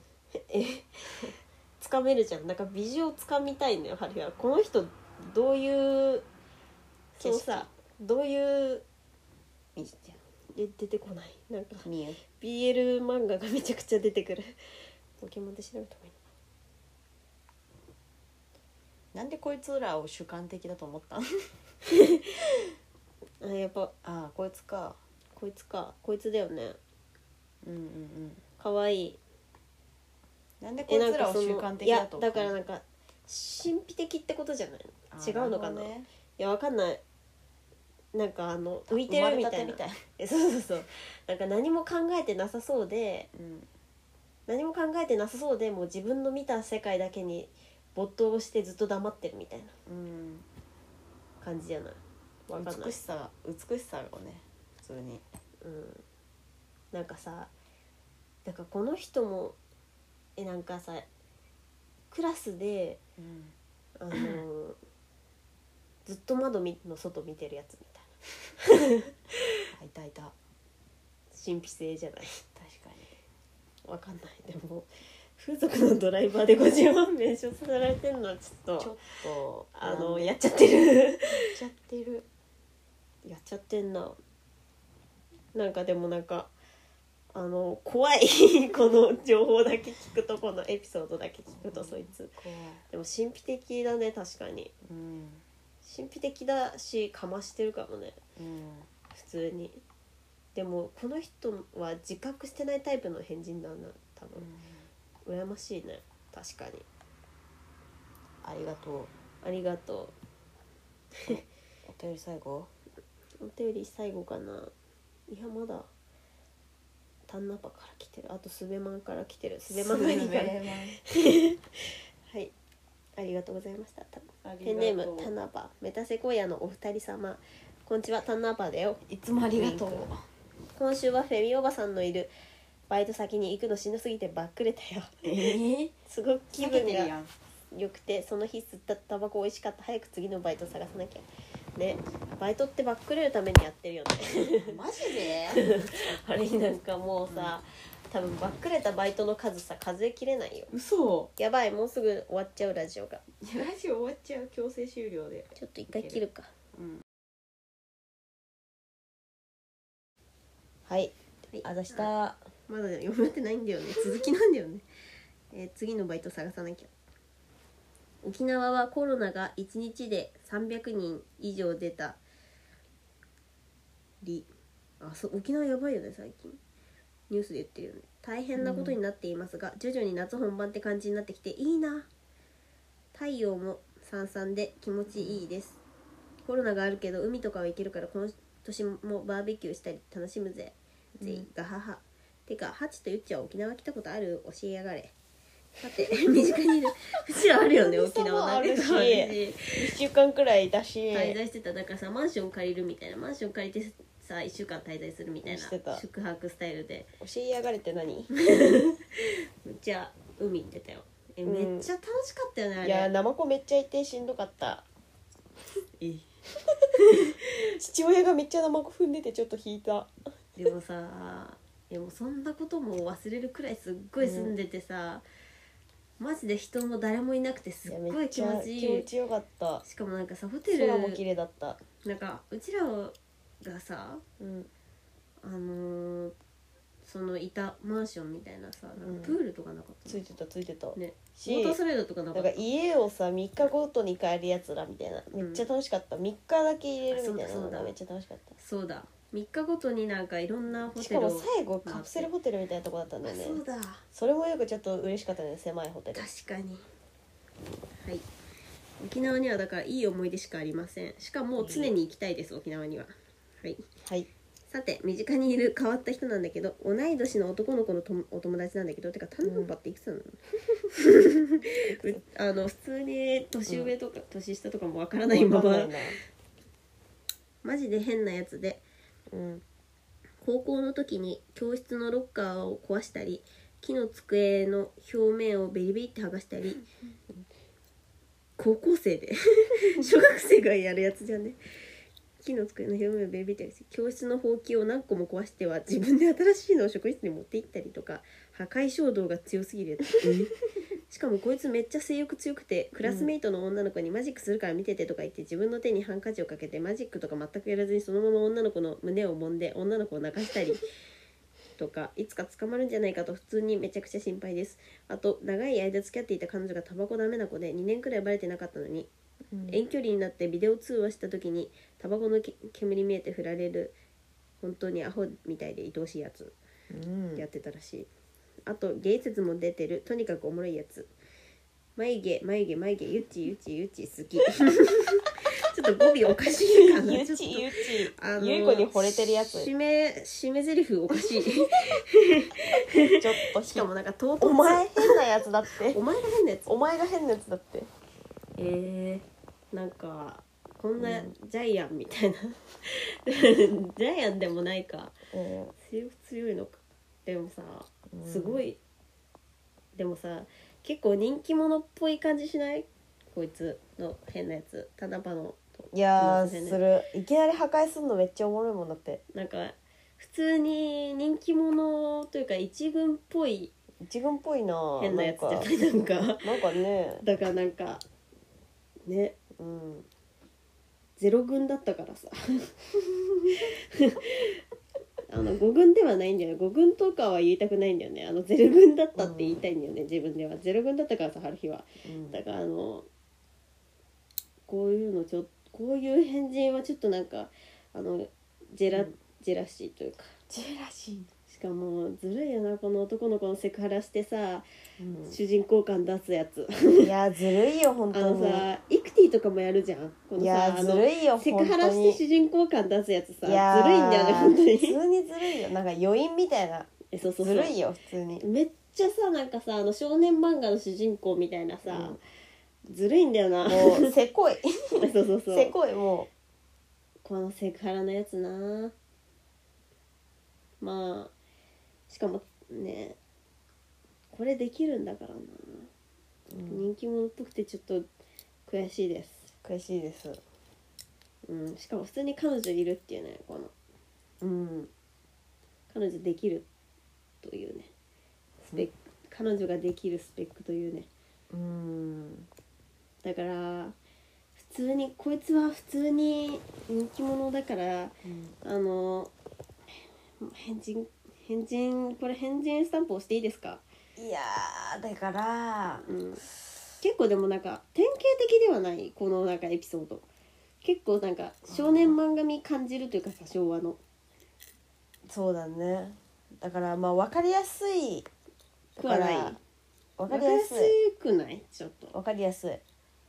B: つかめるじゃんなんかビジュをつかみたいんだよ春はこの人どういうそ
F: 景色
B: のさどういう
F: みちゃ
B: え出てこないなんか
F: んみゆ
B: BL 漫画がめちゃくちゃ出てくる ポケモンで調べた方がいい
F: なんでこいつらを主観的だと思ったの
B: あやっぱ
F: ああこいつか
B: こいつかこいつだよね
F: うんうんうん
B: かわいい
F: なんでこ
B: え
F: い
B: なん
F: つら
B: か
F: を
B: その
F: 主観的
B: い
F: だ
B: や
F: と
B: だからなんか神秘的ってことじゃないの
F: あ
B: 違
F: ー
B: うのかな
F: るほどね
B: いやわかんないなんかあの浮いて
F: 生ま
B: るみ
F: れた
B: た
F: て
B: いな
F: みたいな
B: えそうそうそうなんか何も考えてなさそうで
F: うん
B: 何も考えてなさそうでもう自分の見た世界だけに没頭してずっと黙ってるみたいな
F: うん
B: 感じじゃないわかんない
F: 美しさ美しさをね普通に
B: うん、なんかさなんかこの人もえなんかさクラスで
F: うん
B: あの ずっと窓みの外見てるやつみたい
F: あいたいた
B: な神秘性じゃない
F: 確か
B: わかんないでも風俗のドライバーで50万名所さられてるのはちょっ
F: にちょ
B: と
F: っと
B: あ
F: なん
B: の
F: で
B: やっちゃってる
F: やっちゃってる
B: やっちゃってんななんかでもなんかあの怖いこの情報だけ聞くとこのエピソードだけ聞くとそいつ
F: 怖い
B: でも神秘的だね確かに
F: うん
B: 神秘的だしかましてるかもね
F: うん
B: 普通にでもこの人は自覚してないタイプの変人だな多
F: う
B: 分
F: ん
B: 羨ましいね確かに
F: ありがと
B: ありがと
F: うお便り最後
B: うお便り最後かないやまだタンナパから来てるあとスベマンから来てるスベマンがいいからはいありがとうございましたたペンネームタンナパメタセコイアのお二人様こんにちはタンナパだよ
F: いつもありがとう
B: 今週はフェミおばさんのいるバイト先に行くのしんどすぎてばっくれたよ
F: えー、
B: すごく気
F: 気分
B: 分
F: てる
B: が
F: やん
B: 良くてその日吸ったタバコ美味しかった早く次のバイト探さなきゃねバイトってばっくれるためにやってるよね
F: マジで
B: あれなんかもうさ、多分ばっくれたバイトの数さ数えきれないよ
F: 嘘
B: やばいもうすぐ終わっちゃうラジオが
F: ラジオ終わっちゃう強制終了で
B: ちょっと一回切るか
F: うん
B: はい
F: あざした
B: まだ読めてないんだよね続きなんだよね、えー次のバイト探さなきゃ沖縄はコロナが1日で300人以上出たりあそう沖縄やばいよね最近ニュースで言ってるよね大変なことになっていますが、徐々に夏本番って感じになってきていいな太陽もさんさんで気持ちいいですコロナがあるけど海とかは行けるから今年もバーベキューしたり楽しむぜぜいがははてかハチとユッチは沖縄来たことある教えやがれさて身近にいるうちらあるよね沖縄なんて
C: 沖縄ある1週間くらいいたし
B: 滞在してただからさマンション借りるみたいなマンション借りてさ1週間滞在するみたい
C: して
B: な
C: た
B: 宿泊スタイルで
C: 教えやがれって何
B: めっちゃ海行ってたよえ、
C: うん
B: めっちゃ楽しかったよねあれ
C: いやナマコめっちゃいてしんどかった
B: えい
C: 父親がめっちゃナマコ踏んでてちょっと引いた
B: でもさいやもうそんなことも忘れるくらいすっごい住んでてさ、マジで人も誰もいなくてす
C: い
B: っ
C: や
B: ご
C: め
B: い
C: っ
B: 気
C: ちゃ
B: 持ちいい
C: 気持ちよかった
B: しかもなんかさホテル
C: 空も綺麗だった
B: なんかうちらがさ
C: うん
B: あのーそのいたマンションみたいなさなん
C: うん
B: かプールとかなかった、
C: ついてたついてた
B: ねモ
C: し
B: ータースライダーとかなか
C: なん
B: っ
C: か
B: た
C: 家をさ3日ごとに帰るやつらみたいなめっちゃ楽しかった、三3日だけ入れるみたいな
B: あそうだそ
C: の
B: うだ
C: がめっちゃ楽しかっ
B: そうだ3日ごとになんかいろんな
C: た
B: ホ
C: し
B: テ
C: か
B: ル
C: も
B: を
C: 最後カプセルホテルみたいなとこだったんだよね
B: そうだ
C: それもよくちょっと嬉しかったね狭いホテル
B: 確かにはい沖縄にはだからいい思い出しかありませんしかも常に行きたいです沖縄にははい
C: はい
B: さて身近にいる変わった人なんだけど同い年の男の子のともお友達なんだけどてか単ンパっていくつなの、 うあの普通に年上とか、年下とかもわからないま
C: わかん
B: ま
C: ないな
B: マジで変なやつで
C: うん
B: 高校の時に教室のロッカーを壊したり木の机の表面をベリベリって剥がしたり高校生で小学生がやるやつじゃんね木の机の表面をベルベテルし教室のほうきを何個も壊しては自分で新しいのを職員室に持って行ったりとか破壊衝動が強すぎるしかもこいつめっちゃ性欲強くてクラスメイトの女の子にマジックするから見ててとか言って自分の手にハンカチをかけてマジックとか全くやらずにそのまま女の子の胸を揉んで女の子を泣かしたりとかいつか捕まるんじゃないかと普通にめちゃくちゃ心配ですあと長い間付き合っていた彼女がタバコダメな子で2年くらいバレてなかったのに遠距離になってビデオ通話した時にタバコのけ煙見えて振られる本当にアホみたいで愛おしいやつ
C: うん
B: やってたらしい、あと芸説も出てるとにかくおもろいやつ眉毛眉毛眉毛ゆっちゆっちゆっち好き ちょっと語尾おかしいかな
G: ゆっ
B: ちょっと
G: ちゆっち
B: あの
G: ゆいこに惚れてるやつ
B: 締め締め台詞おか しい
G: ちょっと
B: しかもなんか唐突
G: お前変なやつだって
B: お前が変なやつ
G: お前が変なやつだって
B: えー、なんかこんなジャイアンみたいな ジャイアンでもないか
C: うん
B: 性欲強いのかでもさ
C: うん
B: すごい、でもさ結構人気者っぽい感じしないこいつの変なやつタナパのと
C: いや
B: すいません
C: ー
B: ね
C: するいきなり破壊すんのめっちゃおもろいもんだって
B: なんか普通に人気者というか一軍っぽい
C: 一軍っぽいな
B: 変なやつじゃ
C: ん
B: な
C: か
B: いなんか
C: なんかね
B: だからなんかね
C: うん
B: ゼロ軍だったからさ あの5軍ではないんだよね5軍とかは言いたくないんだよねあのゼロ軍だったって言いたいんだよね、自分ではゼロ軍だったからさ春日は
C: うん
B: だからあのこういうのちょっとこういう変人はちょっとなんかあのジェラ、ジェラシーというか
C: ジェラシ
B: しかもずるいよなこの男の子のセクハラしてさ、
C: うん
B: 主人公感出すやつ
C: ーいやーずるいよ本
B: あ
C: 当
B: の
C: に
B: さイクティとかもやるじゃんこ
C: い
B: の
C: や
B: さ
C: ー
B: あ
C: ず
B: の
C: るいよ
B: セ
C: 本
B: クハラ
C: 当
B: して
C: に
B: 主人公感出すやつさずるいん
C: やー
B: だよね本当に
C: 普通にずるいよなんか余韻みたいな
B: えそうそうそ
C: ず
B: う
C: るいよ普通に
B: めっちゃさなんかさあの少年漫画の主人公みたいなさ、ずるいんだよなそう
C: もうせこい
B: そうそう
C: せこいも
B: このセクハラのやつなまあしかもねこれできるんだからな、
C: う、うん、
B: 人気者っぽくてちょっと悔しいです、
C: 悔しいです
B: うん、しかも普通に彼女いるっていうねこの
C: うん
B: 彼女できるというねスペック、彼女ができるスペックというね
C: うん
B: だから普通にこいつは普通に人気者だからあの変人変人これ変人スタンプ押していいですか
C: いやーだから
B: うん結構でもなんか典型的ではないこのなんかエピソード結構なんか少年漫画み感じるというかさ昭和の
C: そうだねだからまあ分かりやすい
B: くはない
C: 分かり
B: 分かり
C: や
B: や
C: す
B: す
C: い
B: くないちょっと、
C: 分かりやすい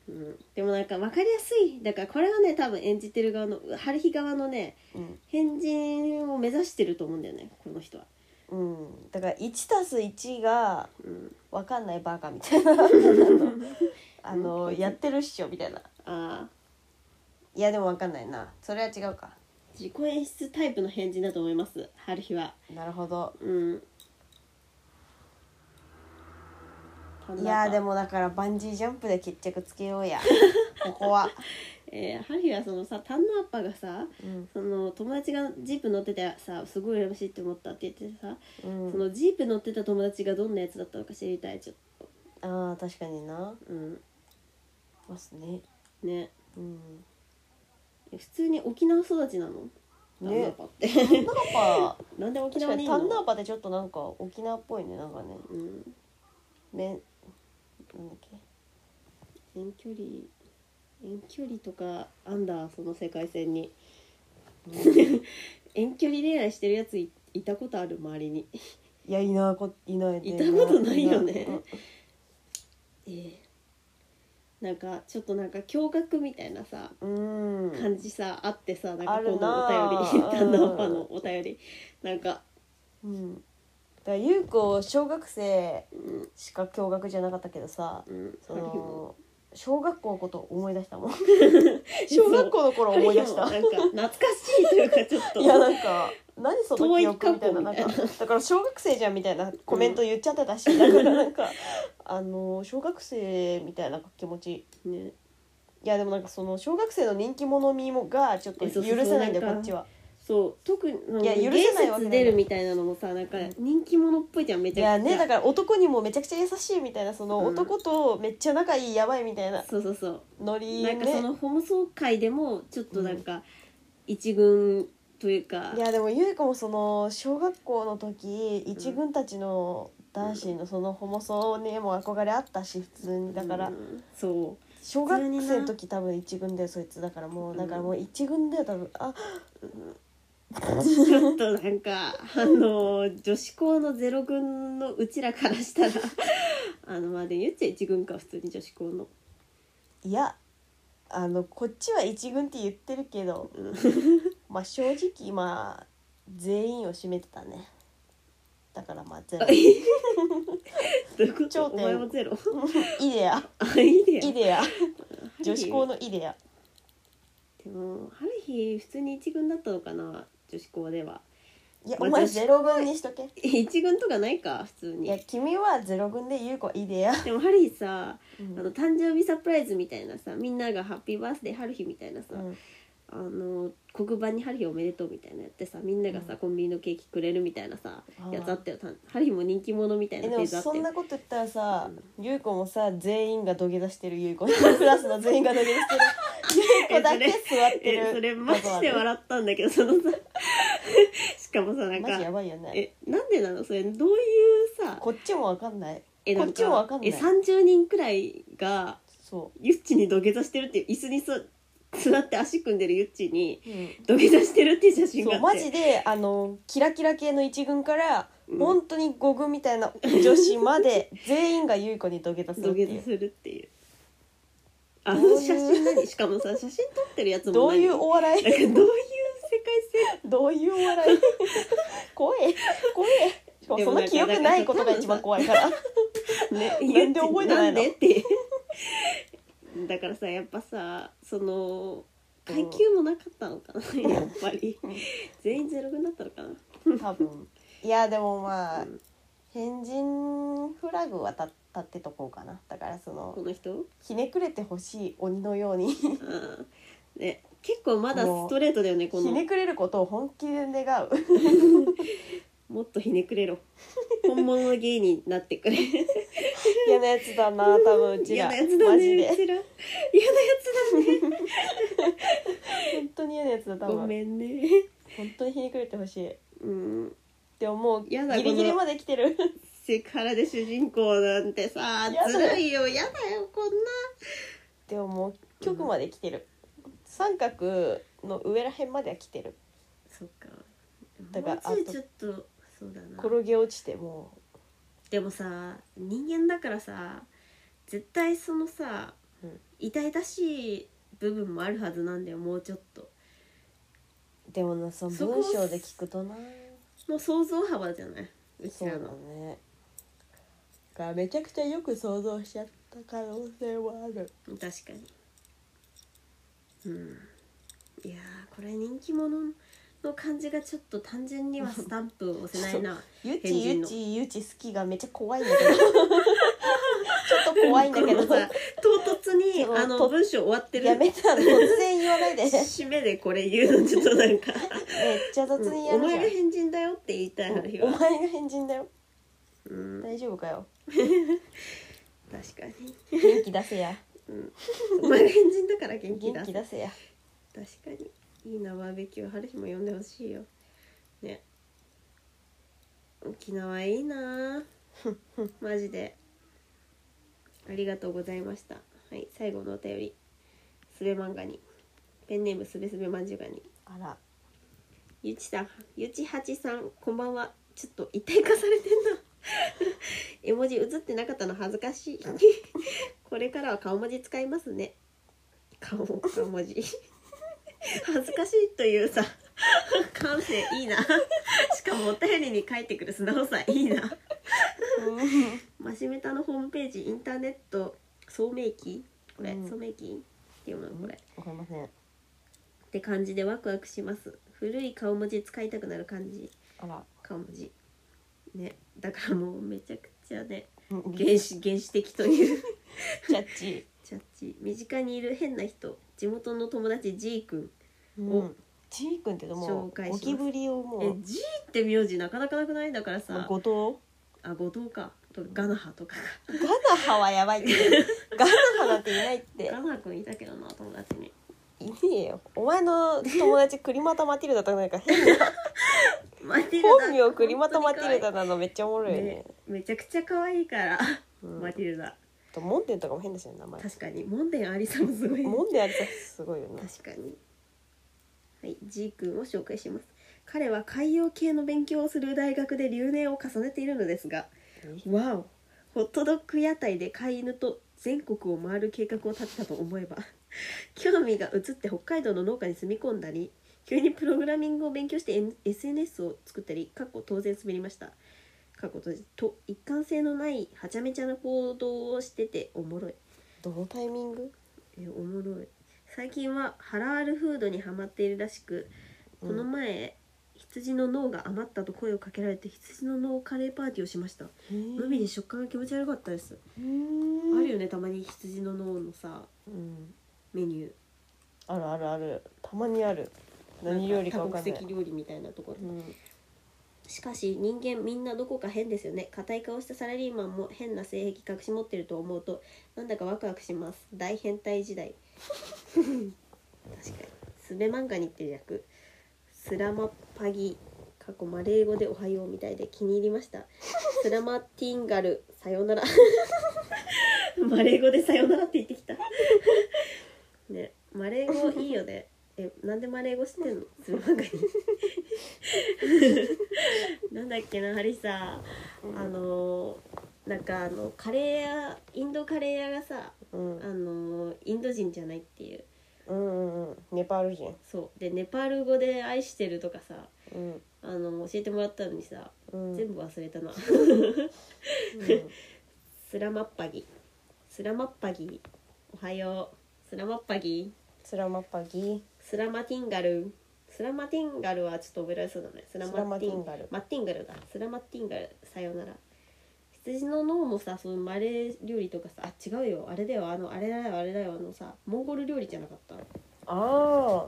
B: うん、でもなんか分かりやすいだからこれはね多分演じてる側の春日側のね
C: うん、
B: 変人を目指してると思うんだよねこの人は、
C: うん、だから1たす1が
B: うん、
C: 分かんないバカみたいなあのやってるっしょみたいな
B: ああ
C: いやでも分かんないなそれは違うか
B: 自己演出タイプの変人だと思います春日は
C: なるほど
B: うん
C: いやーでもだからバンジージャンプで決着つけよう やここは、
B: えー、ハリーはそのさタンナーパがさ
C: うん
B: その友達がジープ乗っててさすごい羨ましいって思ったって言ってさ、
C: うん
B: そのジープ乗ってた友達がどんなやつだったのか知りたいちょっ
C: ああ確かにな
B: とうん
C: ますね
B: ね
C: うん
B: え普通に沖縄育ちなのタンナーパって、
C: タンナーパ
B: なんで沖
C: 確か
B: 縄に
C: に
B: い
C: タ
B: る
C: ンナー
B: の
C: パってちょっとなんか沖縄っぽいねなんかね
B: うん
C: めなんだっけ
B: 遠距離遠距離とかあんだその世界線に 遠距離恋愛してるやついいたことある周りに
C: いやいないこいないね
B: いたことないよね
C: うん
B: ええなんかちょっとなんか驚愕みたいなさ
C: うん
B: 感じさ、あってさなん
C: あ
B: か
C: る
B: 今
C: な
B: 度お便り
C: うん
B: 旦那パパのお便りなんか
C: うんだから優子小学生
B: うん
C: しか共学じゃなかったけどさ
B: うん
C: そ
B: 春日も
C: の小学校のこと思い出したもん
B: そう
C: 小学校の頃思い出した
B: 春日もなんか懐かしいというかちょっ と
C: いやなんか何その
B: 遠い
C: 記憶みたいなな
B: 過
C: ん
B: 去みたい
C: か
B: な
C: だから小学生じゃんみたいなコメント言っちゃってた し、だからなんかあの小学生みたいな気持ち
B: ね
C: いやでもなんかその小学生の人気者みもがちょっと
B: えそ
C: 許
B: うそう
C: せないんだ
B: な
C: よ
B: んか
C: こっちは
B: そう特にその
C: いや許せないわけない
B: 言出るみたいなのもさなんか人気者っぽいじゃんめ
C: い
B: ち
C: や
B: ゃくちゃ
C: ねだから男にもめちゃくちゃ優しいみたいなその
B: うん
C: 男とめっちゃ仲いいやばいみたいな
B: そうそうそう
C: ノリ
B: なんかそ
C: ね
B: の放送会でもちょっとなんか一軍というか、
C: いやでもゆい子もその小学校の時一軍たちの男子のそのホモソにも憧れあったし普通にだから
B: うんそ
C: 小学生の時多分一軍だよそいつだからもうだからもう一軍だよ多分あ
B: うちょっとなんか あの女子校のゼロ軍のうちらからしたら あのまあでもゆっちゃん一軍か普通に女子校の
C: いやあのこっちは一軍って言ってるけ どまあ正直まあ全員を占めてたねだからまあゼロ
B: どういうこ
C: 頂
B: と
C: 点
B: お前もゼロ
C: イデア
B: あいいね
C: イデア女子校のイデア
B: でもある日普通に一軍だったのかな女子校ではい
C: や
B: ま
C: お
B: あ
C: 前
B: 女子校
C: ゼロ軍にしとけ
B: え一軍とかないか普通
C: いや
B: に
C: 君はゼロ軍で優子はイデア
B: でもハリーさ
C: うん
B: あの誕生日サプライズみたいなさみんながハッピーバースデーハルヒみたいなさ、
C: うん
B: あの黒板に「ハルヒおめでとう」みたいなやってさみんながさ、コンビニのケーキくれるみたいなさ
C: あー
B: やつあったよたハルヒも人気者みたい
C: え
B: な
C: で
B: フェ
C: も
B: ーズあった
C: そんな
B: よ
C: こと言ったらさ優子もさ全員が土下座してる優子クラスの全員が土下座してる優子だけ座ってる
B: えそれマジで笑ったんだけどそのさ しかもさなん
C: マジや
B: か
C: ばいよね
B: えなんでなのそれどういうさ
C: こっちもわかんない
B: え
C: こ
B: な
C: っ
B: ん
C: ちもわかんない
B: え30人くらいが
C: そ
B: ユッチに土下座してるっていう椅子にそ座って足組んでるユッチに
C: う、うん
B: 土下座してるっていう写真があ
C: そう
B: って
C: マジであのキラキラ系の一軍から、
B: うん
C: 本当に五軍みたいな女子ま で全員が優子に土下座する
B: 土
C: ってい
B: 下座
C: う
B: するっていうあ
C: ど
B: の
C: ういう
B: 写真何しかもさ写真撮ってるやつも
C: どういう
B: 何
C: お笑
B: なんかどうい
C: い
B: う世界
C: どういうお笑い怖え怖えしかもそんな記憶ないことが一番怖いから
B: 線ね
C: なんで覚えてないの
B: んでってだからさやっぱさその階級もなかったのかなやっぱり全員ゼロ軍だったのかな
C: 多分いやでもまあ、
B: うん
C: 変人フラグは立立ってとこうかなだからその
B: この人
C: ひねくれてほしい鬼のようにひ
B: うんね結構まだストレートだよ ねこの
C: ねくれることを本気で願う
B: もっとひねく れろ本物芸人になってくれ
C: 嫌なやつだな多分うち
B: 嫌
C: ら
B: なやつだ
C: マジ
B: ねう
C: で
B: ちら嫌なやつだね
C: 本当に嫌なやつだ多
B: ご
C: 分
B: めんね
C: 本当にひねくれてほしいっ
B: うん
C: て思うギ
B: やだ
C: リギ
B: こ
C: リ
B: の
C: まで来てる
B: セクハラで主人公なんてさ
C: やだ
B: ずるいよやだよこん
C: でももう局まで来てる、三角の上らへんまでは来てる
B: なそっか
C: だから
B: もう
C: あと
B: ちょいちょっとそうだな
C: 転げ落ちても
B: でもさ人間だからさ絶対そのさ、
C: うん
B: 痛々しい部分もあるはずなんだよもうちょっと
C: うでもなその
B: そこ
C: 文章で聞くとな
B: もう想像幅じゃないうち
C: そう
B: ら
C: だ
B: の
C: ねだからめちゃくちゃよく想像しちゃった可能性はある
B: 確かにうんいやーこれ人気者の感じがちょっと単純にはスタンプを押せな いな
C: ゆ
B: 変
C: ち
B: 人
C: ゆ
B: の
C: ちゆち好きがめっちゃ怖いんだけ どちょっと怖いんだけ ど
B: こ のさ唐突に
C: そう
B: あ
C: と
B: の文章終わってる
C: やめたの突然言わないでめっ
B: 締めでこれ言うのちょっとなん か
C: ちゃ雑
B: うん
C: にや
B: お
C: るじ
B: 前
C: ゃん
B: が変人だよって言いたいある日
C: お
B: は
C: 前が変人だよ
B: うん
C: 大丈夫かよ
B: 確かに
C: 元気出せや
B: お前が変人だから元気だ
C: 元気出せや
B: 確かにいいなバーベキュー春日も呼んでほしいよね沖縄いいな マジでありがとうございましたはい最後のお便りすべ漫画にペンネームすべすべまんじゅうがに
C: あら
B: ゆちさんゆちはちさんこんばんはちょっと一体化されてんな 絵文字映ってなかったの恥ずかしい これからは顔文字使いますね顔顔文字恥ずかしいというさ感性いいなしかもお便りに書いてくる素直さいいなマシメタのホームページインターネット聡明期これ、
C: うん
B: 聡明期っていうのこれ、
C: わかりません
B: って感じでワクワクします古い顔文字使いたくなる感じ
C: あら
B: 顔文字ねだからもうめちゃくちゃね
C: うん
B: 原始原始的という
C: キャッチ
B: チャッチ身近にいる変な人地元の友達 G 君
C: う
B: を
C: ん、ちーくんってのも
B: 紹介し
C: う
B: ま
C: ゴ
B: す
C: キブリをも
B: え
C: う
B: G って名字なかなかなくないだから
C: まあ
B: さ
C: 後藤
B: あ後藤かとガナハとか
C: ガナハはやばいってガナハなんていないって
B: ガナ君いたけどな友達に
C: いねえよお前の友達栗又マティルダとなんか変な
B: マティルダ
C: 本名栗又マティルダなのめっちゃおもろいよね
B: ねめちゃくちゃ可愛いから、
C: うん
B: マティルダ
C: とモンデンとかも変ですよね名前
B: 確かにモンデンありさもすごい
C: モンデンありさすごいよね
B: 確かにはい G 君を紹介します彼は海洋系の勉強をする大学で留年を重ねているのですがわおホットドッグ屋台で飼い犬と全国を回る計画を立てたと思えば 興味が移って北海道の農家に住み込んだり急にプログラミングを勉強して N- SNS を作ったり過去当然滑りました過去とと一貫性のないはちゃめちゃな行動をしてておもろい
C: どのタイミング
B: えおもろい最近はハラールフードにハマっているらしくこの前、羊の脳が余ったと声をかけられて羊の脳カレーパーティーをしました無味で食感が気持ち悪かったですあるよねたまに羊の脳のさ
C: うん
B: メニュー
C: あるあるあるたまにある何料理か
B: 多
C: 分か
B: 国
C: んない
B: 籍料理みたいなところ
C: うん
B: しかし人間みんなどこか変ですよね硬い顔したサラリーマンも変な性癖隠し持ってると思うとなんだかワクワクします大変態時代確かにスベ漫画に行ってる略スラマパギ過去マレー語でおはようみたいで気に入りましたスラマティンガルさよならマレー語でさよならって言ってきたねマレー語いいよねえなんでマレー語知ってんのスベ漫画になんだっけなハリさ、あのーなんかあのカレー屋インドカレー屋がさ、
C: うん
B: あのーインド人じゃないっていう
C: うんうんうんネパール人
B: そうでネパール語で「愛してる」とかさ
C: うん
B: あの教えてもらったのにさ、
C: うん
B: 全部忘れたなスラマッパギスラマッパギおはようスラマッパギ
C: スラマッパギ
B: スラマティンガルスラマティンガルはちょっと覚えられそうだねスラマテ
C: ス
B: ィン
C: ラマティンガル
B: マッティンガルだスラマティンガルさよなら羊の脳もさそのマレー料理とかさあ違うよあれだよあのあれだよあれだよあのさモンゴル料理じゃなかった
C: ああ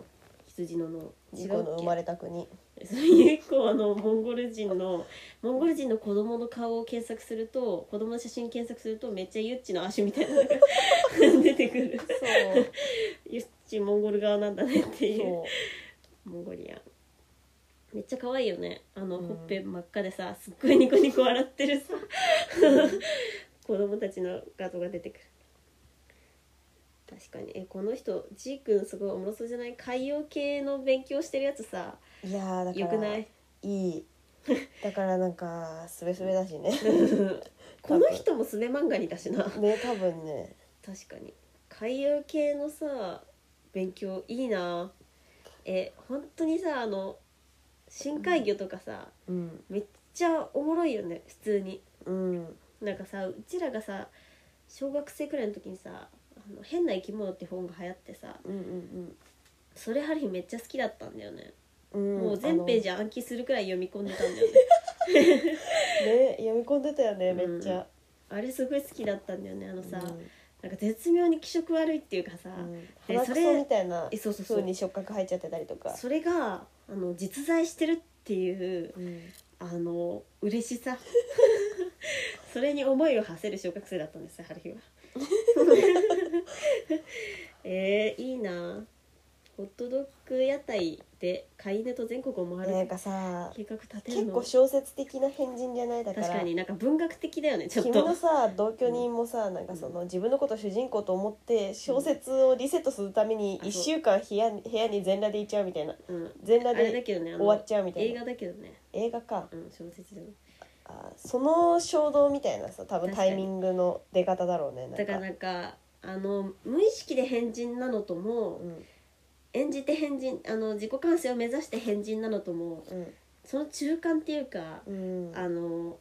B: 羊の脳違
C: 自己の
B: うっ
C: 生まれた国
B: けそういう子あのモンゴル人のモンゴル人の子供の顔を検索すると子供の写真検索するとめっちゃユッチの足みたいなのが 出てくる
C: そう
B: ユッチモンゴル側なんだねっていう
C: そう
B: モンゴリアンめっちゃ可愛いよねあの、
C: うん
B: ほっぺ真っ赤でさすっごいニコニコ笑ってるさ 子供たちの画像が出てくる確かにえこの人 G 君すごいおもろそうじゃない海洋系の勉強してるやつさ
C: いやーだから
B: よく ない
C: いいだからなんかスベスベだし ね
B: この人もスネ漫画にだしな確
C: ね多分ね
B: かに海洋系のさ勉強いいなえ本当にさあの深海魚とかさ、
C: うん
B: めっちゃおもろいよね普通に
C: うん
B: なんかさうちらがさ小学生くらいの時にさ「あの変な生き物」って本が流行ってさ
C: うんうん
B: それハリーめっちゃ好きだったんだよね、
C: うん
B: もう全ページ暗記するくらい読み込んでたんだよね
C: あのね読み込んでたよねめっちゃ、
B: あれすごい好きだったんだよねあの
C: うん、
B: さ、なんか絶妙に気色悪いっていうかさ、
C: うん
B: え
C: 鼻
B: そ
C: く
B: れ
C: そみたいな
B: えそうそうそう
C: 風に触覚入っちゃってたりとか
B: それがあの実在してるっていう
C: うん
B: あの嬉し さそれに思いを馳せる小学生だったんですよ春日 はえー、いいなホットドッグ屋台で飼い犬と全国を回
C: なん
B: る
C: かさ
B: 計画立てる
C: 結
B: の
C: 構小説的な変人じゃないだから
B: 確かになんか文学的だよねちょっ
C: 君
B: と
C: のさ同居人もさ、なんかその自分のことを主人公と思って小説をリセットするために
B: あそう
C: 1週間部屋に部屋に全裸でいちゃうみたいな
B: うん、
C: 全
B: あ
C: 裸
B: れだ
C: で
B: けどねあの
C: 終わっちゃうみたい
B: 映
C: な
B: 画だけどね、
C: 映画か
B: うん、小説じゃない
C: あその衝動みたいなさ多分
B: 確かに
C: タイミングの出方だろうねなんか
B: だからなんかあの無意識で変人なのとも
C: うん
B: 演じて変人あの自己完成を目指して変人なのともその中間っていうか
C: うんうん
B: あの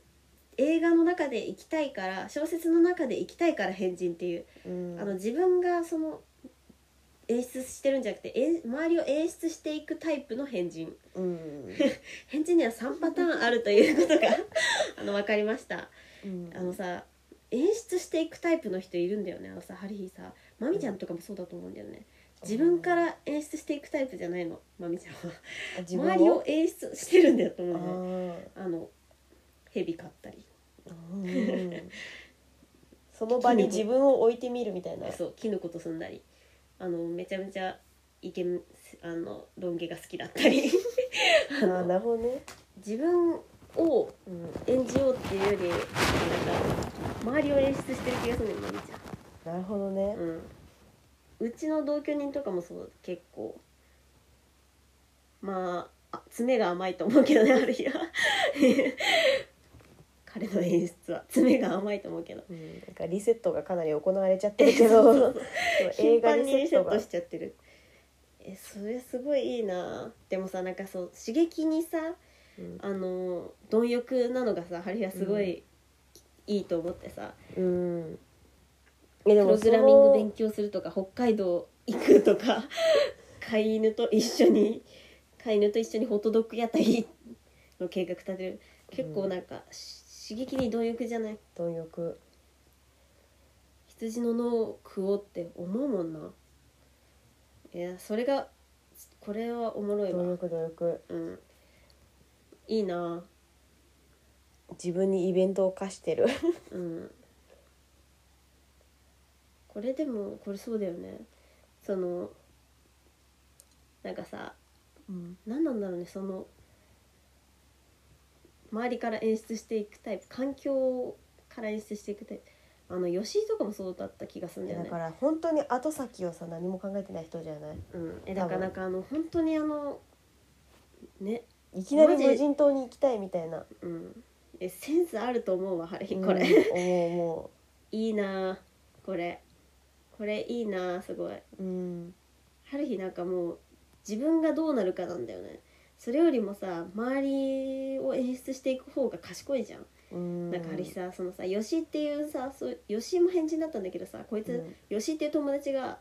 B: 映画の中で生きたいから小説の中で生きたいから変人っていう、
C: うん
B: あの自分がその演出してるんじゃなくてえ周りを演出していくタイプの変人
C: うん
B: 変人には3パターンあるという ことがあの分かりました
C: うん
B: あのさ演出していくタイプの人いるんだよねあのさハリヒさまみちゃんとかもそうだと思うんだよね自分から演出していくタイプじゃないのまみちゃんは
C: 自分
B: 周りを演出してるんだと思
C: あ
B: うんだよねあの蛇飼ったり
C: ーうんその場に自分を置いてみるみたいな
B: そうキノコと住んだりあのめちゃめちゃイケメンあのロン毛が好きだったり
C: あーなるほどね、
B: 自分を
C: うん、
B: 演じようっていうよりなんか周りを演出してる気がするねまみちゃん
C: なるほどね、
B: うん、うちの同居人とかもそう結構まああ爪が甘いと思うけどねあるいは彼の演出は爪が甘いと思うけど
C: うん、なんかリセットがかなり行われちゃってるけどそう
B: 頻
C: 映画
B: 繁
C: リ
B: にリ
C: セ
B: セ
C: ット
B: ット
C: が
B: しちゃってるえそれすごいいいなでもさなんかそう刺激にさ
C: うん
B: あの貪欲なのがさハリーはすごい、いいと思ってさ
C: うんえ
B: プ
C: で
B: ロ
C: も
B: グ
C: そ
B: ラミング勉
C: の
B: 強するとか北海道行くと か飼い犬と一緒に飼い犬と一緒にホットドッグ屋台の計画立てる結構なんか、し刺激に貪欲じゃない
C: 貪欲
B: 羊の脳を食おうって思うもんないやそれがこれはおもろい
C: 貪
B: わ
C: 欲貪欲
B: うんいいな
C: 自分にイベントを課してる
B: うんこれでもこれそうだよねそのなんかさ
C: うん
B: 何なんだろうねその周りから演出していくタイプ環境から演出していくタイプあの吉井とかもそうだった気がするんだよ
C: だ
B: ね
C: から本当に後先をさ何も考えてない人じゃない
B: うん、えだからなんかあの本当にあのね
C: いきなり
B: マジ
C: 無人島に行きたいみたいな、
B: うんえセンスあると思うわハリ
C: う
B: ー
C: ん
B: これ、
C: 思う思
B: いいなあこれこれいいなあすごいう
C: うん
B: 春日なんかもう自分がどうなるかなんだよねそれよりもさ周りを演出していく方が賢いじゃん
C: うん
B: なんかあれさそのさ吉井っていうさそう吉井も変人だったんだけどさこいつ、吉井っていう友達が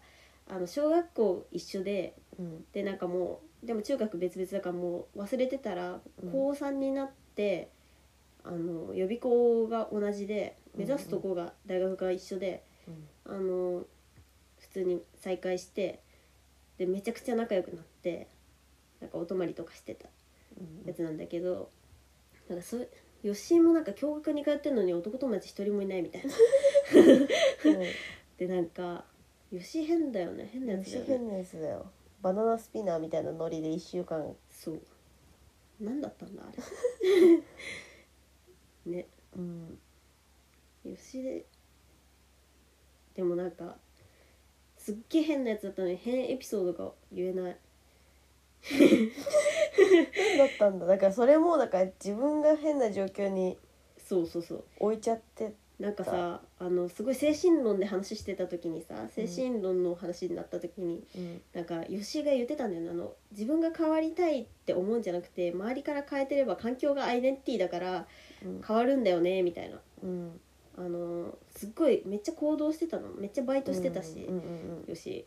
B: あの小学校一緒で
C: うん
B: でなんかもうでも中学別々だからもう忘れてたら
C: うん
B: 高3になって、あの予備校が同じで
C: うん
B: 目指すとこが大学が一緒で、
C: うん
B: あの普通に再会してでめちゃくちゃ仲良くなってなんかお泊まりとかしてたやつなんだけど、なんかそう吉井もなんか共学に通ってんのに男友達一人もいないみたいなでなんか吉井変だよね変な
C: う
B: や
C: ん
B: つだよ
C: 不
B: ね
C: 変なやつだよバナナスピナーみたいなノリで1週間
B: そう何だったんだあれね
C: うん
B: 吉ででもなんかすっげえ変なやつだったのに変エピソードが言えない
C: 変だったんだだからそれもだから自分が変な状況に
B: そうそうそう
C: 置いちゃって
B: なんかさあのすごい精神論で話してた時にさ精神論の話になった時に、
C: うん
B: なんか吉井が言ってたんだよねあの自分が変わりたいって思うんじゃなくて周りから変えてれば環境がアイデンティティだから
C: うん
B: 変わるんだよねみたいな
C: うん
B: あのーすっごいめっちゃ行動してたのめっちゃバイトしてたし、
C: うんうん
B: よし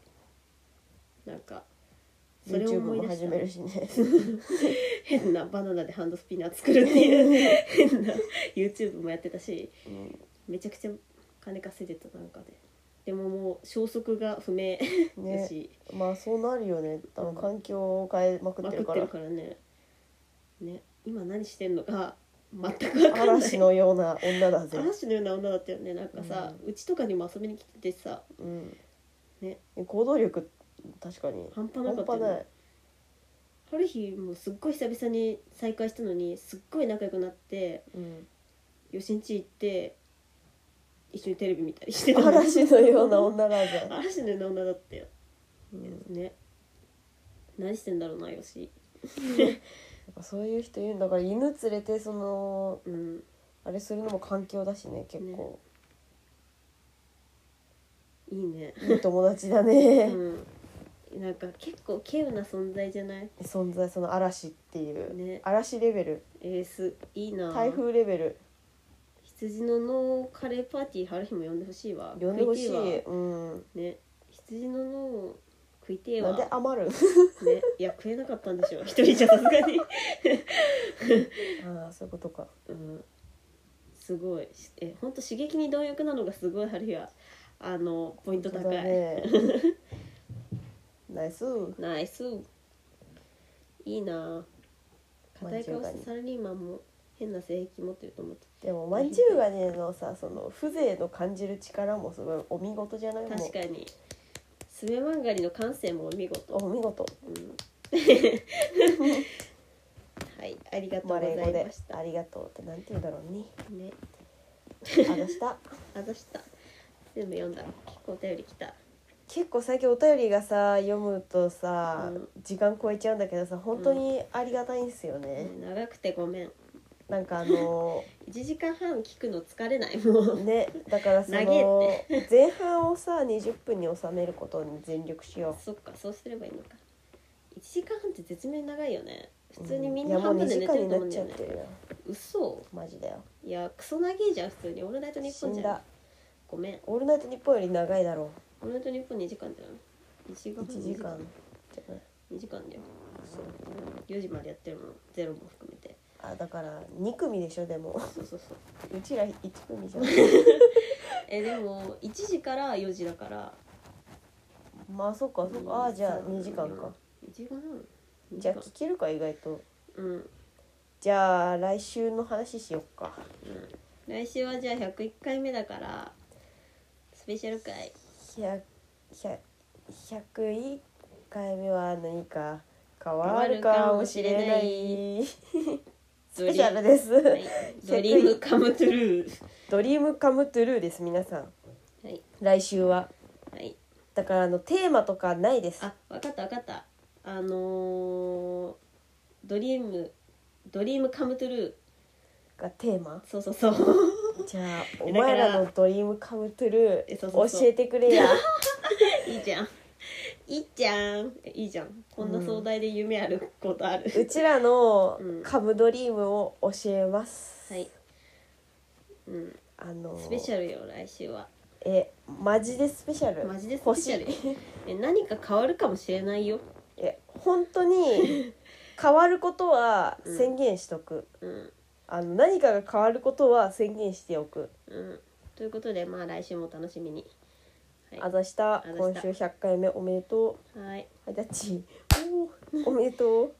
B: なんか
C: うん、
B: それを
C: YouTube
B: 思い
C: も
B: 出
C: 始
B: し
C: め
B: た
C: るしね
B: 変なバナナでハンドスピナー作るっていう 変な YouTube もやってたしめちゃくちゃ金稼いでたなんかででももう消息が不明だ
C: ね
B: し、
C: まあそうなるよねあの
B: うん
C: 環境を変えまくっ
B: ま
C: て
B: く
C: る
B: っ
C: か
B: て
C: ら
B: るからねね今何してんのか全く分かんない
C: 嵐のような女だぜ、
B: 嵐のような女だったよねなんかさ、うちとかにも遊びに来ててさ
C: うん
B: ね
C: 行動力確かに
B: 半端な
C: 半
B: かった
C: 端
B: よ
C: な
B: ね
C: い
B: ある日もうすっごい久々に再会したのにすっごい仲良くなって
C: うん
B: 吉んち行って一緒にテレビ見たりしてたの
C: 嵐のような女だぜ、
B: 嵐のような女だったよ、
C: うんなん
B: ね何してんだろうなよし
C: かそういう人いるんだから犬連れてその
B: うん
C: あれするのも環境だしね結構、
B: いいね
C: いい友達だね、
B: うんなんか結構稀有な存在じゃない
C: 存在その嵐っていう、
B: ね
C: 嵐レベル
B: エースいいな
C: 台風レベル
B: 羊の脳カレーパーティー春日も呼んでほしいわ
C: 呼んでほしい
B: 食てえわ
C: うん
B: ね羊の脳食いてえ
C: な
B: わ
C: んで余 る
B: ね、いや食えなかったんでしょう一人じゃさすがに
C: ああそういうことか
B: うんすごいしえ本当刺激に貪欲なのがすごい春日はあのポイント高い、
C: ねナイス
B: ナイスいいな硬い顔してサラリーマンも変な性癖持ってると思って
C: でもまんじゅうがねのさその風情の感じる力もすごいお見事じゃないもう
B: 確かにスベマンガリの感性もお見事、
C: お見事
B: うん、 はいありがとうご
C: マレ
B: ざ
C: ー語
B: い
C: で
B: ました
C: ありがとうってなんて言うんだろう ね
B: ね
C: あのした
B: あざした全部読んだ結構お便り来た
C: 結構最近お便りがさ読むとさ、
B: うん
C: 時間超えちゃうんだけどさ本当にありがたいんですよね、
B: ね長くてごめん
C: なんかあ の
B: 1時間半聞くの疲れないもう
C: ねだからそ
B: 長
C: の前半をさ20分に収めることに全力しよ
B: そっかそうすればいいのか1時間半って絶妙に長いよね
C: う
B: 普通にみん
C: いや
B: な
C: もう
B: 半分
C: 2
B: で
C: 時
B: 寝て
C: 間
B: る
C: にな
B: と思
C: っ
B: うんだ
C: ちゃ
B: よ
C: っ
B: ね
C: てるよ
B: 嘘
C: マジだよ
B: いやクソ長えじゃん普通に「オールナイトニッ
C: 死
B: ポン」
C: ん
B: じゃん
C: だ
B: ごめん
C: 「オールナイトニッポン」より長いだろ
B: 「オールナイトニッポン」2時間じゃん1時
C: う
B: 間
C: 1時間じゃない
B: 2時間だよそう4時までやってるのゼロも含めて
C: あだから2組でしょで も
B: そうそうそう
C: うちら1組じ ゃん
B: えでも1時から4時だから
C: まあそっかそっかあじゃあ2時間か
B: 1時間半
C: じゃあ聞けるか意外と
B: うん、うん、
C: じゃあ来週の話しよっか
B: 来週はじゃあ101回目だからスペシャル回
C: 100 100 101回目は何か変わるかもしれないスペシャルです、
B: はい、 ドリームカムトゥルー
C: ドリームカムトゥルーです皆さん
B: はい
C: 来週は
B: はい
C: だからあのテーマとかないです
B: あわかったわかったあのードリームドリームカムトゥルー
C: がテーマ
B: そうそうそう
C: じゃあ
B: え
C: お前らのドリームカムトゥル
B: え
C: ー
B: そうそうそう
C: 教えてく れや
B: いいじゃんいいじゃんえいいじゃんこんな壮大で夢あることある、
C: うちらの
B: うん
C: カムドリームを教えます
B: はい、うん、
C: あの
B: スペシャルよ来週は
C: えマジでスペシャル
B: マジでスペシャル
C: 欲しい
B: え何か変わるかもしれないよ、
C: え本当に変わることは
B: うん
C: 宣言しとく、
B: うん
C: あの何かが変わることは宣言しておく、
B: うん、ということでまあ来週もお楽しみにはい
C: あざした
B: あざした
C: 今週100回目おめでと
B: はいう
C: あざっちおーおめでとう